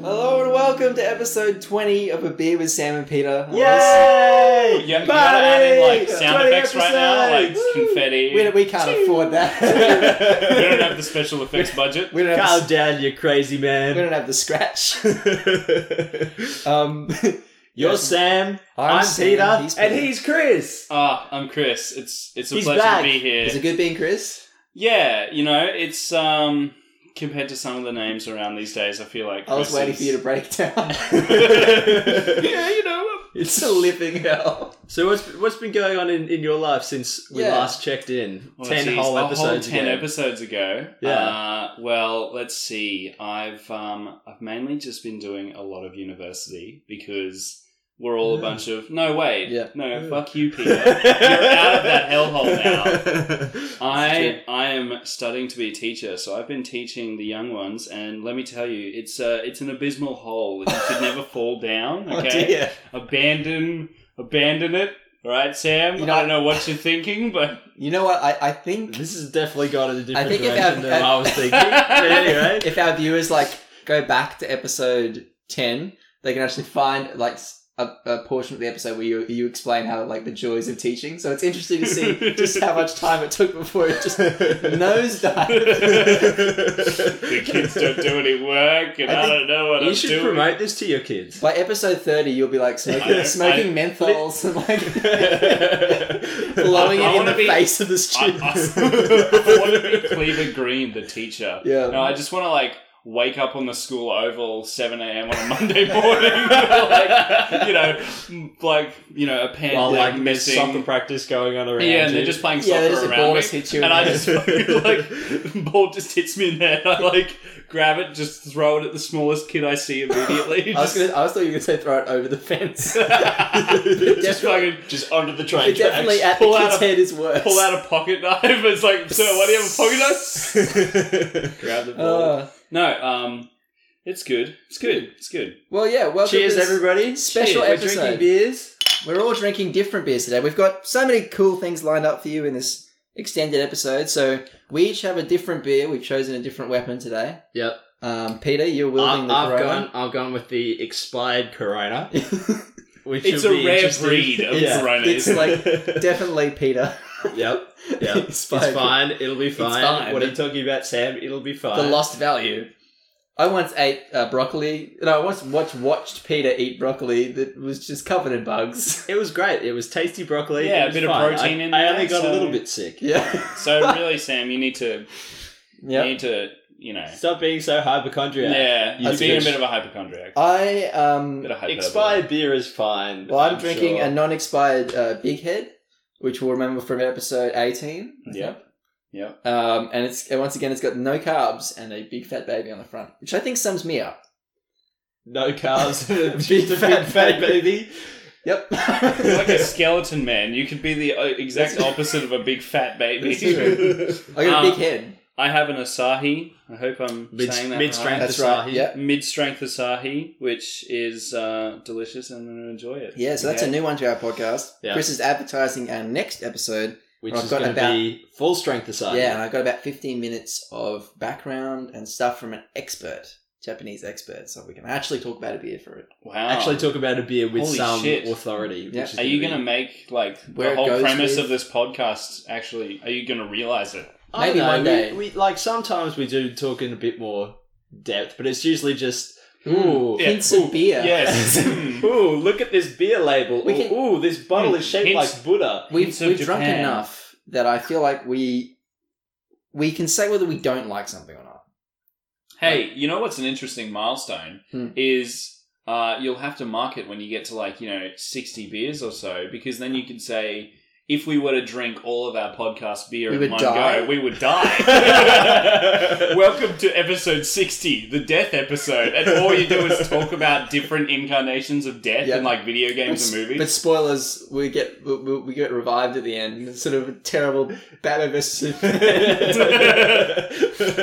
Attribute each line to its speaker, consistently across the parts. Speaker 1: Hello and welcome to episode 20 of A Beer with Sam and Peter.
Speaker 2: Yay!
Speaker 3: You have, you gotta add in like
Speaker 2: Buddy!
Speaker 3: sound
Speaker 2: 20
Speaker 3: effects right now, like
Speaker 2: episodes!
Speaker 3: confetti.
Speaker 1: We, we can't afford that.
Speaker 3: we don't have the special effects budget.
Speaker 1: we, don't have
Speaker 2: Calm
Speaker 1: the,
Speaker 2: down, you crazy
Speaker 1: we don't
Speaker 2: man.
Speaker 1: have the scratch. Um,
Speaker 2: You're
Speaker 1: yes.
Speaker 2: Sam,
Speaker 1: I'm
Speaker 2: I'm,
Speaker 1: Sam,
Speaker 2: Peter,
Speaker 1: he's
Speaker 2: and
Speaker 1: Peter.
Speaker 2: he's Chris.
Speaker 3: Ah, I'm Chris. It's it's a
Speaker 2: He's
Speaker 3: pleasure
Speaker 2: back.
Speaker 3: to be here.
Speaker 1: Is it good being Chris?
Speaker 3: yeah, you know, it's um compared to some of the names around these days, I feel like
Speaker 1: I was
Speaker 3: Chris
Speaker 1: waiting
Speaker 3: is-
Speaker 1: for you to break down.
Speaker 3: yeah, you know. I'm-
Speaker 1: it's a living hell.
Speaker 2: So what's what's been going on in, in your life since we
Speaker 1: Yeah.
Speaker 2: last checked in?
Speaker 3: Well,
Speaker 2: ten
Speaker 3: geez,
Speaker 2: whole
Speaker 3: a
Speaker 2: episodes
Speaker 3: Ten
Speaker 2: ago.
Speaker 3: episodes ago.
Speaker 2: Yeah.
Speaker 3: Uh, well, let's see. I've um, I've mainly just been doing a lot of university because we're all a
Speaker 2: Yeah.
Speaker 3: bunch of no wait.
Speaker 1: Yeah.
Speaker 3: No,
Speaker 2: Yeah.
Speaker 3: fuck you, Peter. You're out of that hellhole now.
Speaker 2: now.
Speaker 3: I I am studying to be a teacher, so I've been teaching the young ones, and let me tell you, it's uh, it's an abysmal hole that you should never fall down.
Speaker 1: Oh
Speaker 3: Okay,
Speaker 1: dear.
Speaker 3: abandon abandon it. All right, Sam.
Speaker 1: You know-
Speaker 3: I don't know what you're thinking, but
Speaker 1: You know what? I, I think
Speaker 2: This has definitely gone in a different
Speaker 1: I think if
Speaker 2: direction
Speaker 1: I've-
Speaker 2: than I was thinking. but anyway,
Speaker 1: if our viewers like go back to episode 10, they can actually find like s- a, a portion of the episode where you you explain how like the joys of teaching. So it's interesting to see just how much time it took before it just nosedived.
Speaker 3: the kids don't do any work, and
Speaker 1: I
Speaker 3: I,
Speaker 1: think
Speaker 3: don't know what
Speaker 2: you
Speaker 3: I'm
Speaker 2: should
Speaker 3: doing.
Speaker 2: promote this to your kids.
Speaker 1: By episode 30, you'll be like smoking,
Speaker 3: I-
Speaker 1: smoking menthols and like blowing
Speaker 3: I- I
Speaker 1: it in
Speaker 3: wanna
Speaker 1: the
Speaker 3: be-
Speaker 1: face of the
Speaker 3: I,
Speaker 1: students.
Speaker 3: want to be Cleaver Green, the teacher.
Speaker 1: Yeah.
Speaker 3: No, I just want to like wake up on the school oval 7 a.m. on a Monday morning, like you know, m- like you know, a pen
Speaker 2: While
Speaker 3: like
Speaker 2: like there's
Speaker 3: missing.
Speaker 2: soccer practice going on around.
Speaker 3: yeah, and they're
Speaker 2: you.
Speaker 3: just playing
Speaker 1: Yeah,
Speaker 3: soccer
Speaker 1: they just a
Speaker 3: around
Speaker 1: ball
Speaker 3: me,
Speaker 1: just hits you in
Speaker 3: and I
Speaker 1: the
Speaker 3: just fucking, like ball just hits me in the head. I like grab it, just throw it at the smallest kid I see immediately.
Speaker 1: I was,
Speaker 3: Just,
Speaker 1: gonna, I was thought you were going to say throw it over the fence.
Speaker 3: just fucking
Speaker 2: just under the
Speaker 1: It
Speaker 2: train
Speaker 1: definitely at the
Speaker 3: Pull out
Speaker 1: kid's
Speaker 3: a-
Speaker 1: head is worse.
Speaker 3: pull out a pocket knife. It's like, so what do you have a pocket knife?
Speaker 2: Grab the
Speaker 1: Uh,
Speaker 3: No, um, it's good. It's good. It's good.
Speaker 1: well, yeah. Welcome
Speaker 2: Cheers,
Speaker 1: to this-
Speaker 2: everybody.
Speaker 1: Special
Speaker 2: We're
Speaker 1: episode.
Speaker 2: drinking beers.
Speaker 1: We're all drinking different beers today. We've got so many cool things lined up for you in this extended episode. So we each have a different beer. We've chosen a different weapon today.
Speaker 2: Yep.
Speaker 1: Um, Peter, you're wielding
Speaker 2: I've,
Speaker 1: the
Speaker 2: I've
Speaker 1: Corona.
Speaker 2: gone. I've gone with the expired Corona. Which
Speaker 3: It's
Speaker 2: will
Speaker 3: a
Speaker 2: be
Speaker 3: rare
Speaker 2: interesting.
Speaker 3: breed of
Speaker 2: Yeah.
Speaker 3: Corona.
Speaker 1: It's
Speaker 3: isn't it?
Speaker 1: like definitely Peter.
Speaker 2: Yep. Yep.
Speaker 1: It's
Speaker 2: it's
Speaker 1: fine.
Speaker 2: fine. It'll be fine.
Speaker 1: fine.
Speaker 2: What are you talking about, Sam? It'll be fine.
Speaker 1: the lost value. I once ate uh, broccoli. No, I once watched, watched Peter eat broccoli that was just covered in bugs.
Speaker 2: It was great. It was tasty broccoli.
Speaker 3: Yeah,
Speaker 2: It
Speaker 3: a
Speaker 2: was
Speaker 3: bit of
Speaker 2: fine.
Speaker 3: protein
Speaker 2: I,
Speaker 3: in
Speaker 2: I
Speaker 3: there,
Speaker 2: only got a
Speaker 3: so-
Speaker 2: little bit sick.
Speaker 1: Yeah.
Speaker 3: so really, Sam, you need to
Speaker 1: yeah.
Speaker 3: you need to you know
Speaker 2: Stop being so hypochondriac.
Speaker 3: yeah,
Speaker 2: That's
Speaker 3: you're being a
Speaker 2: good.
Speaker 3: bit of a hypochondriac.
Speaker 1: I um.
Speaker 3: Bit of hyperbole.
Speaker 2: Expired beer is fine.
Speaker 1: Well, I'm, drinking
Speaker 2: sure.
Speaker 1: a non-expired uh, Big Head, which we'll remember from episode 18. I think.
Speaker 3: Yep. Yep.
Speaker 1: Um, and it's and once again, it's got no carbs and a big fat baby on the front, which I think sums me up.
Speaker 2: no carbs. just
Speaker 1: Big
Speaker 2: a
Speaker 1: fat
Speaker 2: big fat baby.
Speaker 1: Yep.
Speaker 3: You're like a skeleton man. You could be the uh, exact opposite of a big fat
Speaker 1: That's true.
Speaker 3: baby.
Speaker 1: I got a
Speaker 3: Um,
Speaker 1: big head.
Speaker 3: I have an Asahi. I hope I'm
Speaker 2: Mid-
Speaker 3: saying that
Speaker 2: mid-strength
Speaker 1: That's
Speaker 2: That's
Speaker 1: right.
Speaker 2: Asahi.
Speaker 1: Yeah.
Speaker 3: right. Mid-strength Asahi, which is uh, delicious, and I'm going to enjoy it.
Speaker 1: Yeah. So that's
Speaker 3: Okay.
Speaker 1: a new one to our podcast.
Speaker 2: Yeah.
Speaker 1: Chris is advertising our next episode.
Speaker 2: Which
Speaker 1: I've
Speaker 2: is
Speaker 1: got
Speaker 2: going to
Speaker 1: about-
Speaker 2: be full strength aside.
Speaker 1: Yeah, and I got about 15 minutes of background and stuff from an expert, Japanese expert, so we can actually talk about a beer for it.
Speaker 3: Wow.
Speaker 2: Actually, talk about a beer with
Speaker 3: Oh. Holy
Speaker 2: some
Speaker 3: shit.
Speaker 2: authority.
Speaker 1: Yeah.
Speaker 2: Which is
Speaker 3: Are you
Speaker 2: gonna
Speaker 3: going to make like
Speaker 1: Where it
Speaker 3: the whole
Speaker 1: goes
Speaker 3: premise
Speaker 1: with-
Speaker 3: of this podcast? Actually, are you going to realize it?
Speaker 2: I
Speaker 1: Maybe
Speaker 2: know,
Speaker 1: one
Speaker 2: we-
Speaker 1: day.
Speaker 2: We, like sometimes we do talk in a bit more depth, but it's usually just
Speaker 1: Mm,
Speaker 2: ooh,
Speaker 3: Yeah.
Speaker 1: Hints of
Speaker 3: Ooh,
Speaker 1: beer.
Speaker 3: Yes.
Speaker 2: ooh, look at this beer label.
Speaker 1: We
Speaker 2: Ooh,
Speaker 1: can-
Speaker 2: ooh, this bottle
Speaker 3: Mm,
Speaker 2: is shaped
Speaker 3: hints.
Speaker 2: like Buddha.
Speaker 1: we've,
Speaker 3: Hints of
Speaker 1: we've drunk
Speaker 3: Japan.
Speaker 1: enough that I feel like we we can say whether we don't like something or not.
Speaker 3: hey, you know what's an interesting milestone
Speaker 1: Hmm.
Speaker 3: is uh, you'll have to mark it when you get to like you know sixty beers or so because then you can say if we were to drink all of our podcast beer
Speaker 1: We
Speaker 3: in
Speaker 1: would
Speaker 3: one
Speaker 1: die.
Speaker 3: go, we would die. Welcome to episode 60, the death episode. And all you do is talk about different incarnations of death
Speaker 1: Yeah.
Speaker 3: in like video
Speaker 1: But,
Speaker 3: games
Speaker 1: s-
Speaker 3: and movies.
Speaker 1: but spoilers, we get we, we we get revived at the end. It's sort of a terrible Batman versus Superman.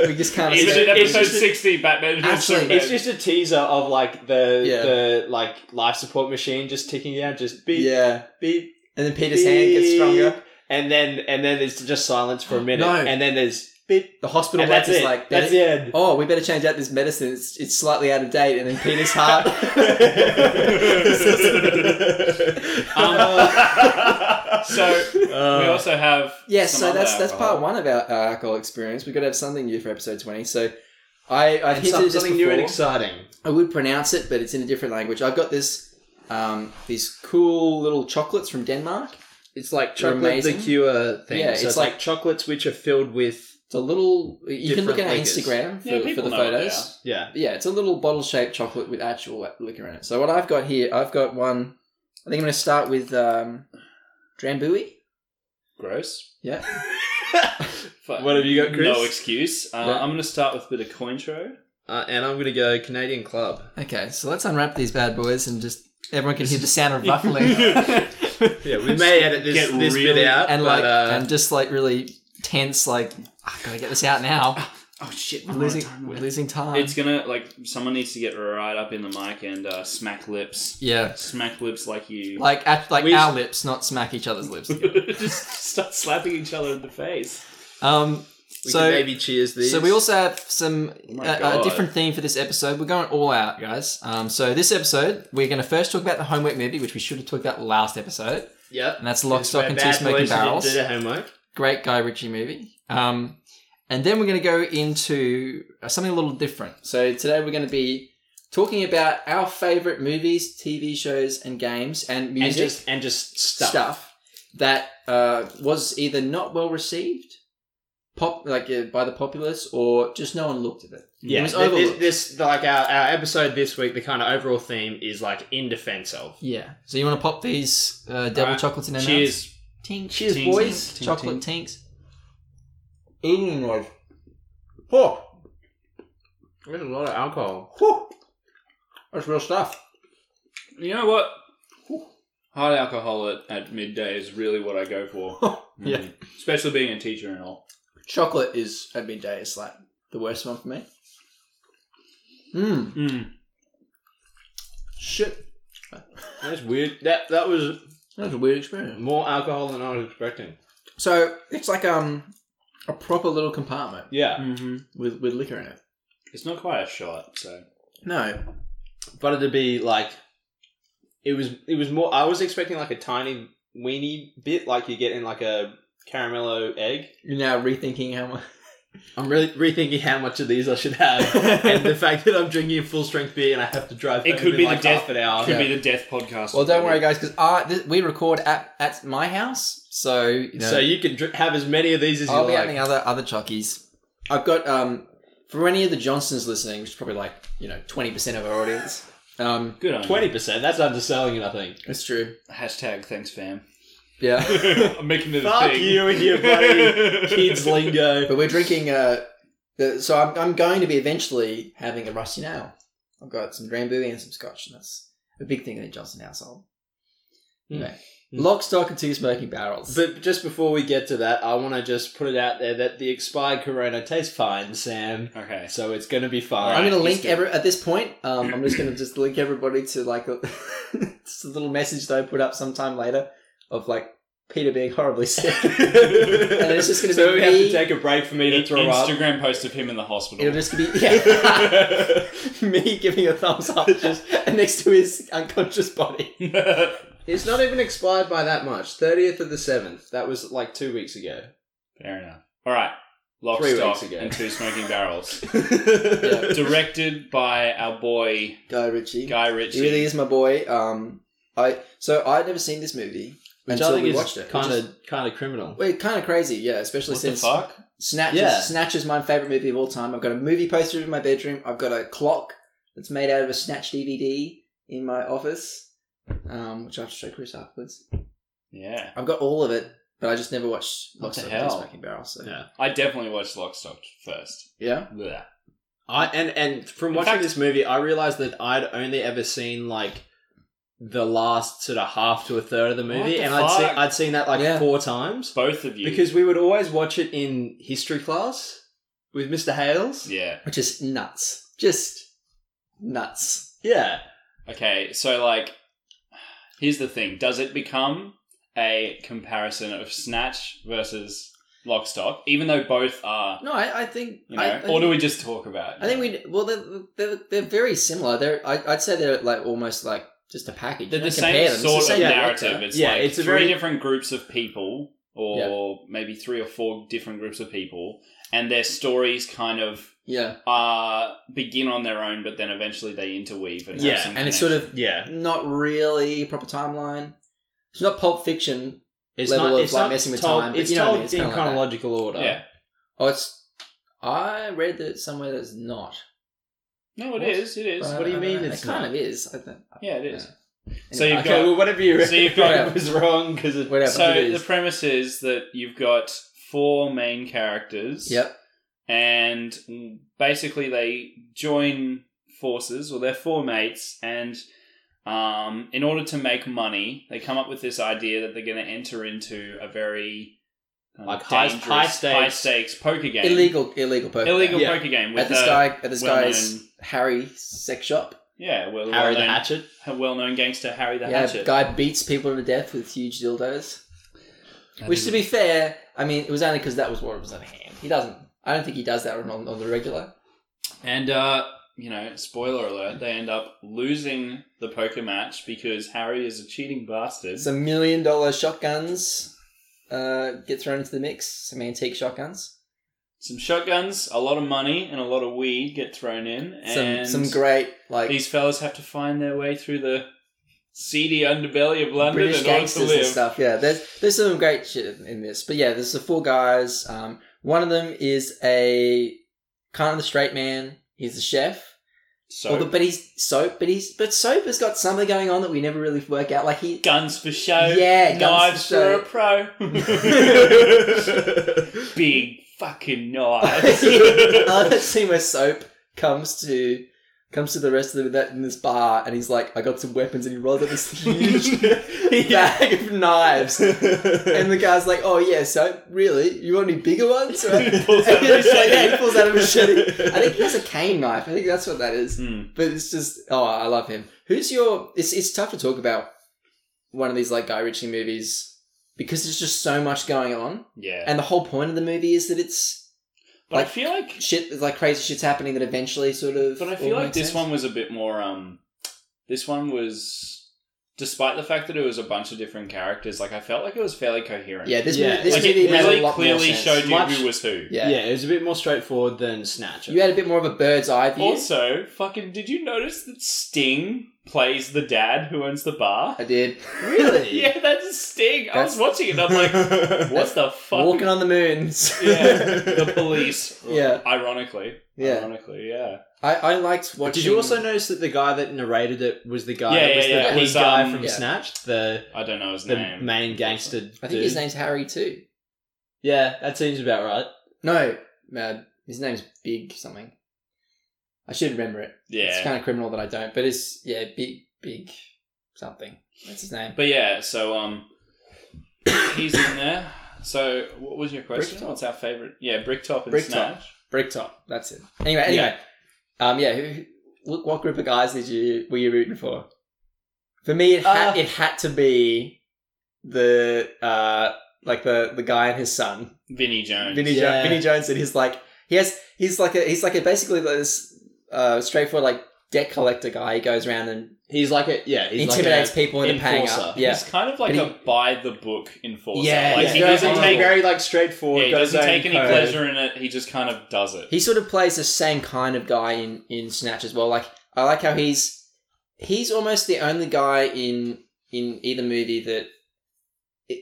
Speaker 1: we just can't
Speaker 3: Even
Speaker 1: escape.
Speaker 3: in episode
Speaker 2: It's just-
Speaker 3: 60, Batman vs
Speaker 1: Actually,
Speaker 3: Superman.
Speaker 2: It's just a teaser of like the
Speaker 1: Yeah.
Speaker 2: the like life support machine just ticking down, just beep
Speaker 1: yeah,
Speaker 2: beep.
Speaker 1: and then Peter's hand gets
Speaker 2: beep.
Speaker 1: stronger.
Speaker 2: and then and then there's just silence for a minute,
Speaker 1: No.
Speaker 2: and then there's beep,
Speaker 1: The hospital
Speaker 2: and that's
Speaker 1: worker's
Speaker 2: it.
Speaker 1: like,
Speaker 2: that's the end.
Speaker 1: "Oh, we better change out this medicine. It's, it's slightly out of date." And then Peter's heart.
Speaker 3: Um, so we
Speaker 2: Uh,
Speaker 3: also have
Speaker 1: Yes,
Speaker 3: some
Speaker 1: so
Speaker 3: other
Speaker 1: that's that's part
Speaker 3: alcohol.
Speaker 1: one of our, our alcohol experience. We've got to have something new for episode twenty. So I I
Speaker 2: and some-
Speaker 1: hinted at this
Speaker 2: something new and
Speaker 1: before.
Speaker 2: exciting.
Speaker 1: I would pronounce it, but it's in a different language. I've got this um, these cool little chocolates from Denmark.
Speaker 2: It's like
Speaker 1: They're
Speaker 2: chocolate
Speaker 1: amazing.
Speaker 2: liqueur thing.
Speaker 1: Yeah,
Speaker 2: so
Speaker 1: it's
Speaker 2: it's,
Speaker 1: like-
Speaker 2: like, chocolates which are filled with
Speaker 1: It's a little. You can look at our
Speaker 2: Different liquors.
Speaker 1: Instagram for,
Speaker 3: Yeah,
Speaker 1: for
Speaker 3: people
Speaker 1: the
Speaker 3: know what they
Speaker 1: photos.
Speaker 2: yeah.
Speaker 1: Yeah, it's a little bottle shaped chocolate with actual liquor in it. So what I've got here, I've got one. I think I'm going to start with um, Drambuie.
Speaker 3: Gross.
Speaker 1: Yeah.
Speaker 3: Fuck.
Speaker 2: What have you got, Chris?
Speaker 3: No excuse. Uh,
Speaker 2: No.
Speaker 3: I'm going to start with a bit of Cointreau.
Speaker 2: Uh, and I'm gonna go Canadian Club.
Speaker 1: Okay, so let's unwrap these bad boys and just everyone can hear the sound of ruffling
Speaker 2: Yeah, we may edit this,
Speaker 3: Get
Speaker 2: this
Speaker 3: really-
Speaker 2: bit out,
Speaker 1: and
Speaker 2: but,
Speaker 1: like
Speaker 2: uh,
Speaker 1: and just like really tense. Like I gotta get this out now.
Speaker 3: oh shit,
Speaker 1: We're losing, we're losing time.
Speaker 3: It's going to, like, someone needs to get right up in the mic and uh, smack lips.
Speaker 1: yeah,
Speaker 3: Smack lips like you.
Speaker 1: like act, like
Speaker 2: We-
Speaker 1: our lips, not smack each other's lips.
Speaker 3: Just start slapping each other in the face.
Speaker 1: Um,
Speaker 2: we
Speaker 1: so
Speaker 2: can Oh maybe cheers these.
Speaker 1: So we also have some
Speaker 3: my
Speaker 1: a, a
Speaker 3: God.
Speaker 1: different theme for this episode. We're going all out, guys. Um, so this episode, we're going to first talk about the homework movie, which we should have talked about last episode,
Speaker 2: yep.
Speaker 1: and that's Lock,
Speaker 2: It's
Speaker 1: Stock,
Speaker 2: where
Speaker 1: and Two
Speaker 2: bad
Speaker 1: Smoking
Speaker 2: boys did-
Speaker 1: Barrels.
Speaker 2: Did a homework.
Speaker 1: Great Guy Ritchie movie. Um, and then we're going to go into uh, something a little different. So today we're going to be talking about our favorite movies, TV shows, and games, and music
Speaker 2: and just and just stuff.
Speaker 1: stuff, that uh, was either not well received, pop like uh, by the populace, or just no one looked at it.
Speaker 2: Yeah,
Speaker 1: it was
Speaker 2: thi- thi-
Speaker 1: overlooked.
Speaker 2: this, like our, our episode this week. The kind of overall theme is like in defense of.
Speaker 1: Yeah. So you want to pop these uh, double
Speaker 2: Alright.
Speaker 1: chocolates in there? now?
Speaker 3: Cheers.
Speaker 1: Tink, cheers,
Speaker 3: Tink,
Speaker 1: boys!
Speaker 3: tink, tink,
Speaker 1: Chocolate tinks.
Speaker 2: Eating like, oh, there's a lot of alcohol.
Speaker 1: Whew. That's real stuff.
Speaker 3: You know what? Hard alcohol at, at midday is really what I go for.
Speaker 1: Yeah.
Speaker 3: Mm. Especially being a teacher and all.
Speaker 1: Chocolate is at midday. It's like the worst one for me. Mmm.
Speaker 3: Mm.
Speaker 1: Shit.
Speaker 2: That's weird. That that was
Speaker 1: That was a weird experience.
Speaker 2: more alcohol than I was expecting.
Speaker 1: So it's like um a proper little compartment
Speaker 2: Yeah,
Speaker 3: hmm
Speaker 1: with with liquor in it.
Speaker 3: It's not quite a shot, so.
Speaker 1: No.
Speaker 2: but it'd be like, it was it was more. I was expecting like a tiny weeny bit, like you get in like a caramello egg.
Speaker 1: You're now rethinking how much.
Speaker 2: I'm really rethinking how much of these I should have, and the fact that I'm drinking a full strength beer and I have to drive.
Speaker 3: It
Speaker 2: home
Speaker 3: could
Speaker 2: in,
Speaker 3: be the
Speaker 2: like
Speaker 3: death-
Speaker 2: half an hour.
Speaker 3: Could be the death podcast.
Speaker 1: Oh, Well, don't worry, guys, because we record at at my house, so you know,
Speaker 2: So you can dr- have as many of these as you
Speaker 1: I'll be
Speaker 2: like.
Speaker 1: having other other chockies. I've got um for any of the Johnsons listening, which is probably like you know twenty percent of our audience. Um,
Speaker 3: Good on you.
Speaker 2: Twenty percent. That's underselling it, I think.
Speaker 1: it's true.
Speaker 3: Hashtag thanks, fam.
Speaker 1: Yeah,
Speaker 3: I'm making it a
Speaker 2: Fuck
Speaker 3: thing.
Speaker 2: you and your bloody Kids lingo.
Speaker 1: but we're drinking. Uh, the, so I'm I'm going to be eventually having a rusty nail. I've got some Drambuie and some Scotch, and that's a big thing in the Johnson household.
Speaker 2: Hmm.
Speaker 1: Anyway,
Speaker 2: Hmm.
Speaker 1: lock, stock, and two smoking barrels.
Speaker 2: But just before we get to that, I want to just put it out there that the expired Corona tastes fine, Sam.
Speaker 3: Okay.
Speaker 2: So it's going to be fine.
Speaker 1: I'm
Speaker 3: Alright,
Speaker 1: gonna
Speaker 3: let's
Speaker 1: link
Speaker 3: do it.
Speaker 1: every at this point. Um, I'm just gonna just link everybody to like a, just a little message that I put up sometime later of like Peter being horribly sick.
Speaker 2: and
Speaker 1: it's just gonna
Speaker 2: so
Speaker 1: be
Speaker 2: we have
Speaker 1: me-
Speaker 2: to take a break for me to throw up.
Speaker 3: Instagram post of him in the hospital.
Speaker 1: It'll just be yeah, me giving a thumbs up just next to his unconscious body.
Speaker 3: Fair
Speaker 2: It's not even expired by that much. 30th of the 7th. That was like two weeks ago.
Speaker 3: enough. All right. Lock,
Speaker 2: Three
Speaker 3: stock,
Speaker 2: weeks ago.
Speaker 3: and two smoking barrels.
Speaker 2: yeah.
Speaker 3: Directed by our boy
Speaker 1: Guy Ritchie.
Speaker 3: Guy
Speaker 1: He
Speaker 3: Ritchie.
Speaker 1: really is my boy. Um, I so I'd never seen this movie
Speaker 2: Which
Speaker 1: until
Speaker 2: I think
Speaker 1: we
Speaker 2: is
Speaker 1: watched it.
Speaker 2: kind
Speaker 1: which is-
Speaker 2: of kind of criminal.
Speaker 1: well, kind of crazy, yeah. Especially
Speaker 3: What the
Speaker 1: since
Speaker 3: fuck?
Speaker 1: Snatch,
Speaker 2: Yeah.
Speaker 1: is, Snatch is my favorite movie of all time. I've got a movie poster in my bedroom. I've got a clock that's made out of a Snatch DVD in my office, um, which I have to show Chris afterwards.
Speaker 3: Yeah.
Speaker 1: I've got all of it but I just never watched
Speaker 3: What
Speaker 1: Lock,
Speaker 3: the
Speaker 1: Stock, and Two
Speaker 3: hell?
Speaker 1: Smoking Barrels. So.
Speaker 2: Yeah.
Speaker 3: I definitely watched Lock, Stock first.
Speaker 1: Yeah?
Speaker 3: Blech.
Speaker 2: I and and from
Speaker 3: In
Speaker 2: watching
Speaker 3: fact-
Speaker 2: this movie, I realized that I'd only ever seen like the last sort of half to a third of the
Speaker 3: What
Speaker 2: movie,
Speaker 3: the
Speaker 2: and I'd seen
Speaker 3: fuck?
Speaker 2: I'd seen that like
Speaker 1: Yeah.
Speaker 2: four times
Speaker 3: Both of you.
Speaker 2: because we would always watch it in history class with Mr. Hales.
Speaker 3: yeah.
Speaker 1: Which is nuts. Just nuts.
Speaker 2: Yeah.
Speaker 3: Okay, so like, here's the thing: does it become a comparison of Snatch versus Lock, Stock, even though both are,
Speaker 1: No, I, I think.
Speaker 3: you know,
Speaker 1: I, I
Speaker 3: or do we just talk about?
Speaker 1: I think we well they're they're, they're very similar. They're I, I'd say they're like almost like just a package.
Speaker 3: They're
Speaker 1: You
Speaker 3: the
Speaker 1: don't compare
Speaker 3: same
Speaker 1: them. It's
Speaker 3: sort
Speaker 1: the same
Speaker 3: of
Speaker 1: director.
Speaker 3: narrative. It's
Speaker 2: Yeah,
Speaker 3: like
Speaker 2: it's a
Speaker 3: three
Speaker 2: very-
Speaker 3: different groups of people, or maybe three or four different groups of people, and their stories kind of
Speaker 1: Yeah,
Speaker 3: uh, begin on their own, but then eventually they interweave. And have
Speaker 2: Yeah,
Speaker 3: some
Speaker 1: and it's sort
Speaker 3: connection.
Speaker 1: of
Speaker 2: Yeah.
Speaker 1: not really proper timeline. It's not Pulp Fiction.
Speaker 2: It's
Speaker 1: Level
Speaker 2: not
Speaker 1: of,
Speaker 2: it's
Speaker 1: like,
Speaker 2: not
Speaker 1: messing with
Speaker 2: told,
Speaker 1: time, but
Speaker 2: It's
Speaker 1: you know what I
Speaker 2: told
Speaker 1: mean, it's
Speaker 2: in
Speaker 1: kinda like that.
Speaker 2: chronological order.
Speaker 3: Yeah.
Speaker 1: Oh, it's. I read that somewhere that's not.
Speaker 3: no, it is, it is.
Speaker 1: But I
Speaker 2: what do you
Speaker 1: don't
Speaker 2: mean
Speaker 1: know.
Speaker 2: it's
Speaker 1: it kind
Speaker 2: not?
Speaker 1: of is? I think.
Speaker 3: Yeah, it is. So
Speaker 1: Anyway,
Speaker 3: you've
Speaker 2: Okay,
Speaker 3: got-
Speaker 2: well, whatever you
Speaker 3: so you've
Speaker 2: read
Speaker 1: got-
Speaker 2: was wrong because it
Speaker 1: whatever.
Speaker 3: So
Speaker 1: it
Speaker 3: the
Speaker 1: is.
Speaker 3: premise is that you've got four main characters.
Speaker 1: yep.
Speaker 3: and basically they join forces or they're four mates and um, in order to make money they come up with this idea that they're going to enter into a very um,
Speaker 2: Like high-
Speaker 3: dangerous,
Speaker 2: high stakes-
Speaker 3: high stakes poker game
Speaker 1: Illegal, illegal poker.
Speaker 3: illegal
Speaker 2: Yeah.
Speaker 3: poker game with
Speaker 1: At this
Speaker 3: a
Speaker 1: guy, at this guy's
Speaker 3: well-known-
Speaker 1: Harry sex shop.
Speaker 3: yeah well,
Speaker 2: Harry the
Speaker 3: well-known-
Speaker 2: Hatchet.
Speaker 3: a well-known gangster Harry the
Speaker 1: yeah,
Speaker 3: Hatchet
Speaker 1: guy beats people to death with huge dildos.
Speaker 3: That
Speaker 1: Which,
Speaker 3: is-
Speaker 1: to be fair, I mean, it was only because that was what was at hand. He doesn't. I don't think he does that on, on the regular.
Speaker 3: and uh you know, spoiler alert, they end up losing the poker match because Harry is a cheating bastard.
Speaker 1: Some million dollar shotguns uh, get thrown into the mix. Some antique shotguns.
Speaker 3: some shotguns, a lot of money, and a lot of weed get thrown in,
Speaker 1: Some
Speaker 3: and
Speaker 1: some great like
Speaker 3: these fellas have to find their way through the seedy underbelly of London
Speaker 1: British
Speaker 3: in order to
Speaker 1: gangsters and
Speaker 3: live.
Speaker 1: stuff. Yeah, there's there's some great shit in this. But yeah, there's the four guys. Um, one of them is a kind of the straight man. He's a chef.
Speaker 3: So
Speaker 1: Although- but he's soap. But he's but soap has got something going on that we never really work out. Like he
Speaker 3: guns for show,
Speaker 1: Yeah, guns
Speaker 3: knives
Speaker 1: for show.
Speaker 3: for a pro, big fucking knives.
Speaker 1: I love that scene where Soap comes to comes to the rest of the that in this bar, and he's like, "I got some weapons," and he rolls up this huge bag of knives, and the guy's like, "Oh yeah, Soap, really? You want any bigger ones?" Right?
Speaker 3: He pulls out
Speaker 1: And
Speaker 3: a
Speaker 1: he's like, yeah, he
Speaker 3: machete.
Speaker 1: pulls out a machete. I think he has a cane knife. I think that's what that is.
Speaker 3: Mm.
Speaker 1: But it's just, oh, I love him. Who's your? It's it's tough to talk about one of these like Guy Ritchie movies because there's just so much going on,
Speaker 3: Yeah,
Speaker 1: and the whole point of the movie is that it's
Speaker 3: but I
Speaker 1: like-
Speaker 3: feel like,
Speaker 1: shit like crazy shit's happening that eventually sort of
Speaker 3: but I feel
Speaker 1: all
Speaker 3: like
Speaker 1: makes
Speaker 3: this
Speaker 1: sense.
Speaker 3: one was a bit more. um This one was. Despite the fact that it was a bunch of different characters, like I felt like it was fairly coherent.
Speaker 1: yeah this
Speaker 2: Yeah,
Speaker 1: movie, this
Speaker 3: like
Speaker 1: movie
Speaker 3: it
Speaker 1: made
Speaker 3: really
Speaker 1: a lot
Speaker 3: clearly
Speaker 1: more sense.
Speaker 3: showed you
Speaker 2: Much-
Speaker 3: who was who.
Speaker 1: yeah.
Speaker 2: Yeah. it was a bit more straightforward than Snatcher.
Speaker 1: you had a bit more of a bird's eye view
Speaker 3: Also, fucking, did you notice that Sting plays the dad who owns the bar?
Speaker 1: I did
Speaker 2: Really?
Speaker 3: Yeah, that's Sting. I
Speaker 1: That's-
Speaker 3: was watching it. and I'm like, what the fuck?
Speaker 1: walking on the moons
Speaker 3: yeah, the police.
Speaker 1: Yeah.
Speaker 3: ironically.
Speaker 1: Yeah.
Speaker 3: ironically, yeah.
Speaker 1: I, I liked watching
Speaker 2: Did you also notice that the guy that narrated it was the guy
Speaker 3: Yeah,
Speaker 2: that was
Speaker 3: yeah, yeah.
Speaker 2: the
Speaker 3: It
Speaker 2: lead
Speaker 3: was,
Speaker 2: guy
Speaker 3: um,
Speaker 2: from
Speaker 1: yeah.
Speaker 2: Snatched, the
Speaker 3: I don't know his
Speaker 2: the
Speaker 3: name.
Speaker 2: main gangster.
Speaker 1: I think
Speaker 2: dude.
Speaker 1: his name's Harry too
Speaker 2: Yeah, that seems about right.
Speaker 1: no uh, his name's Big something I should remember it it's
Speaker 3: yeah,
Speaker 1: kind of criminal that I don't but it's yeah Big Big something that's his name
Speaker 3: but yeah. So um, he's in there. So what was your question?
Speaker 1: Bricktop.
Speaker 3: What's our favorite? Yeah, Bricktop and
Speaker 1: Bricktop.
Speaker 3: Snatch.
Speaker 1: Bricktop that's it anyway anyway um yeah who, who- what, what group of guys did you were you rooting for? For me, it had,
Speaker 2: Uh,
Speaker 1: it had to be the uh, like the the guy and his son,
Speaker 3: Vinny Jones.
Speaker 1: Vinny,
Speaker 2: Yeah.
Speaker 1: jo- Vinny Jones, and he's like he has he's like a he's like a basically like this uh, straightforward like debt collector guy. He goes around and
Speaker 2: He's like a yeah. He's
Speaker 1: intimidates
Speaker 2: Like
Speaker 1: people into paying up.
Speaker 2: enforcer.
Speaker 1: Yeah,
Speaker 3: He's kind of like
Speaker 1: But he-
Speaker 3: a by the book
Speaker 2: a,
Speaker 3: enforcer.
Speaker 2: yeah,
Speaker 3: like,
Speaker 2: he's
Speaker 3: he
Speaker 2: very,
Speaker 3: doesn't
Speaker 2: he's
Speaker 3: take
Speaker 2: very like straightforward.
Speaker 3: Yeah, he
Speaker 2: got his
Speaker 3: doesn't
Speaker 2: own
Speaker 3: take any
Speaker 2: code.
Speaker 3: pleasure in it. He just kind of does it.
Speaker 1: he sort of plays the same kind of guy in in Snatch as well. Like I like how he's he's almost the only guy in in either movie that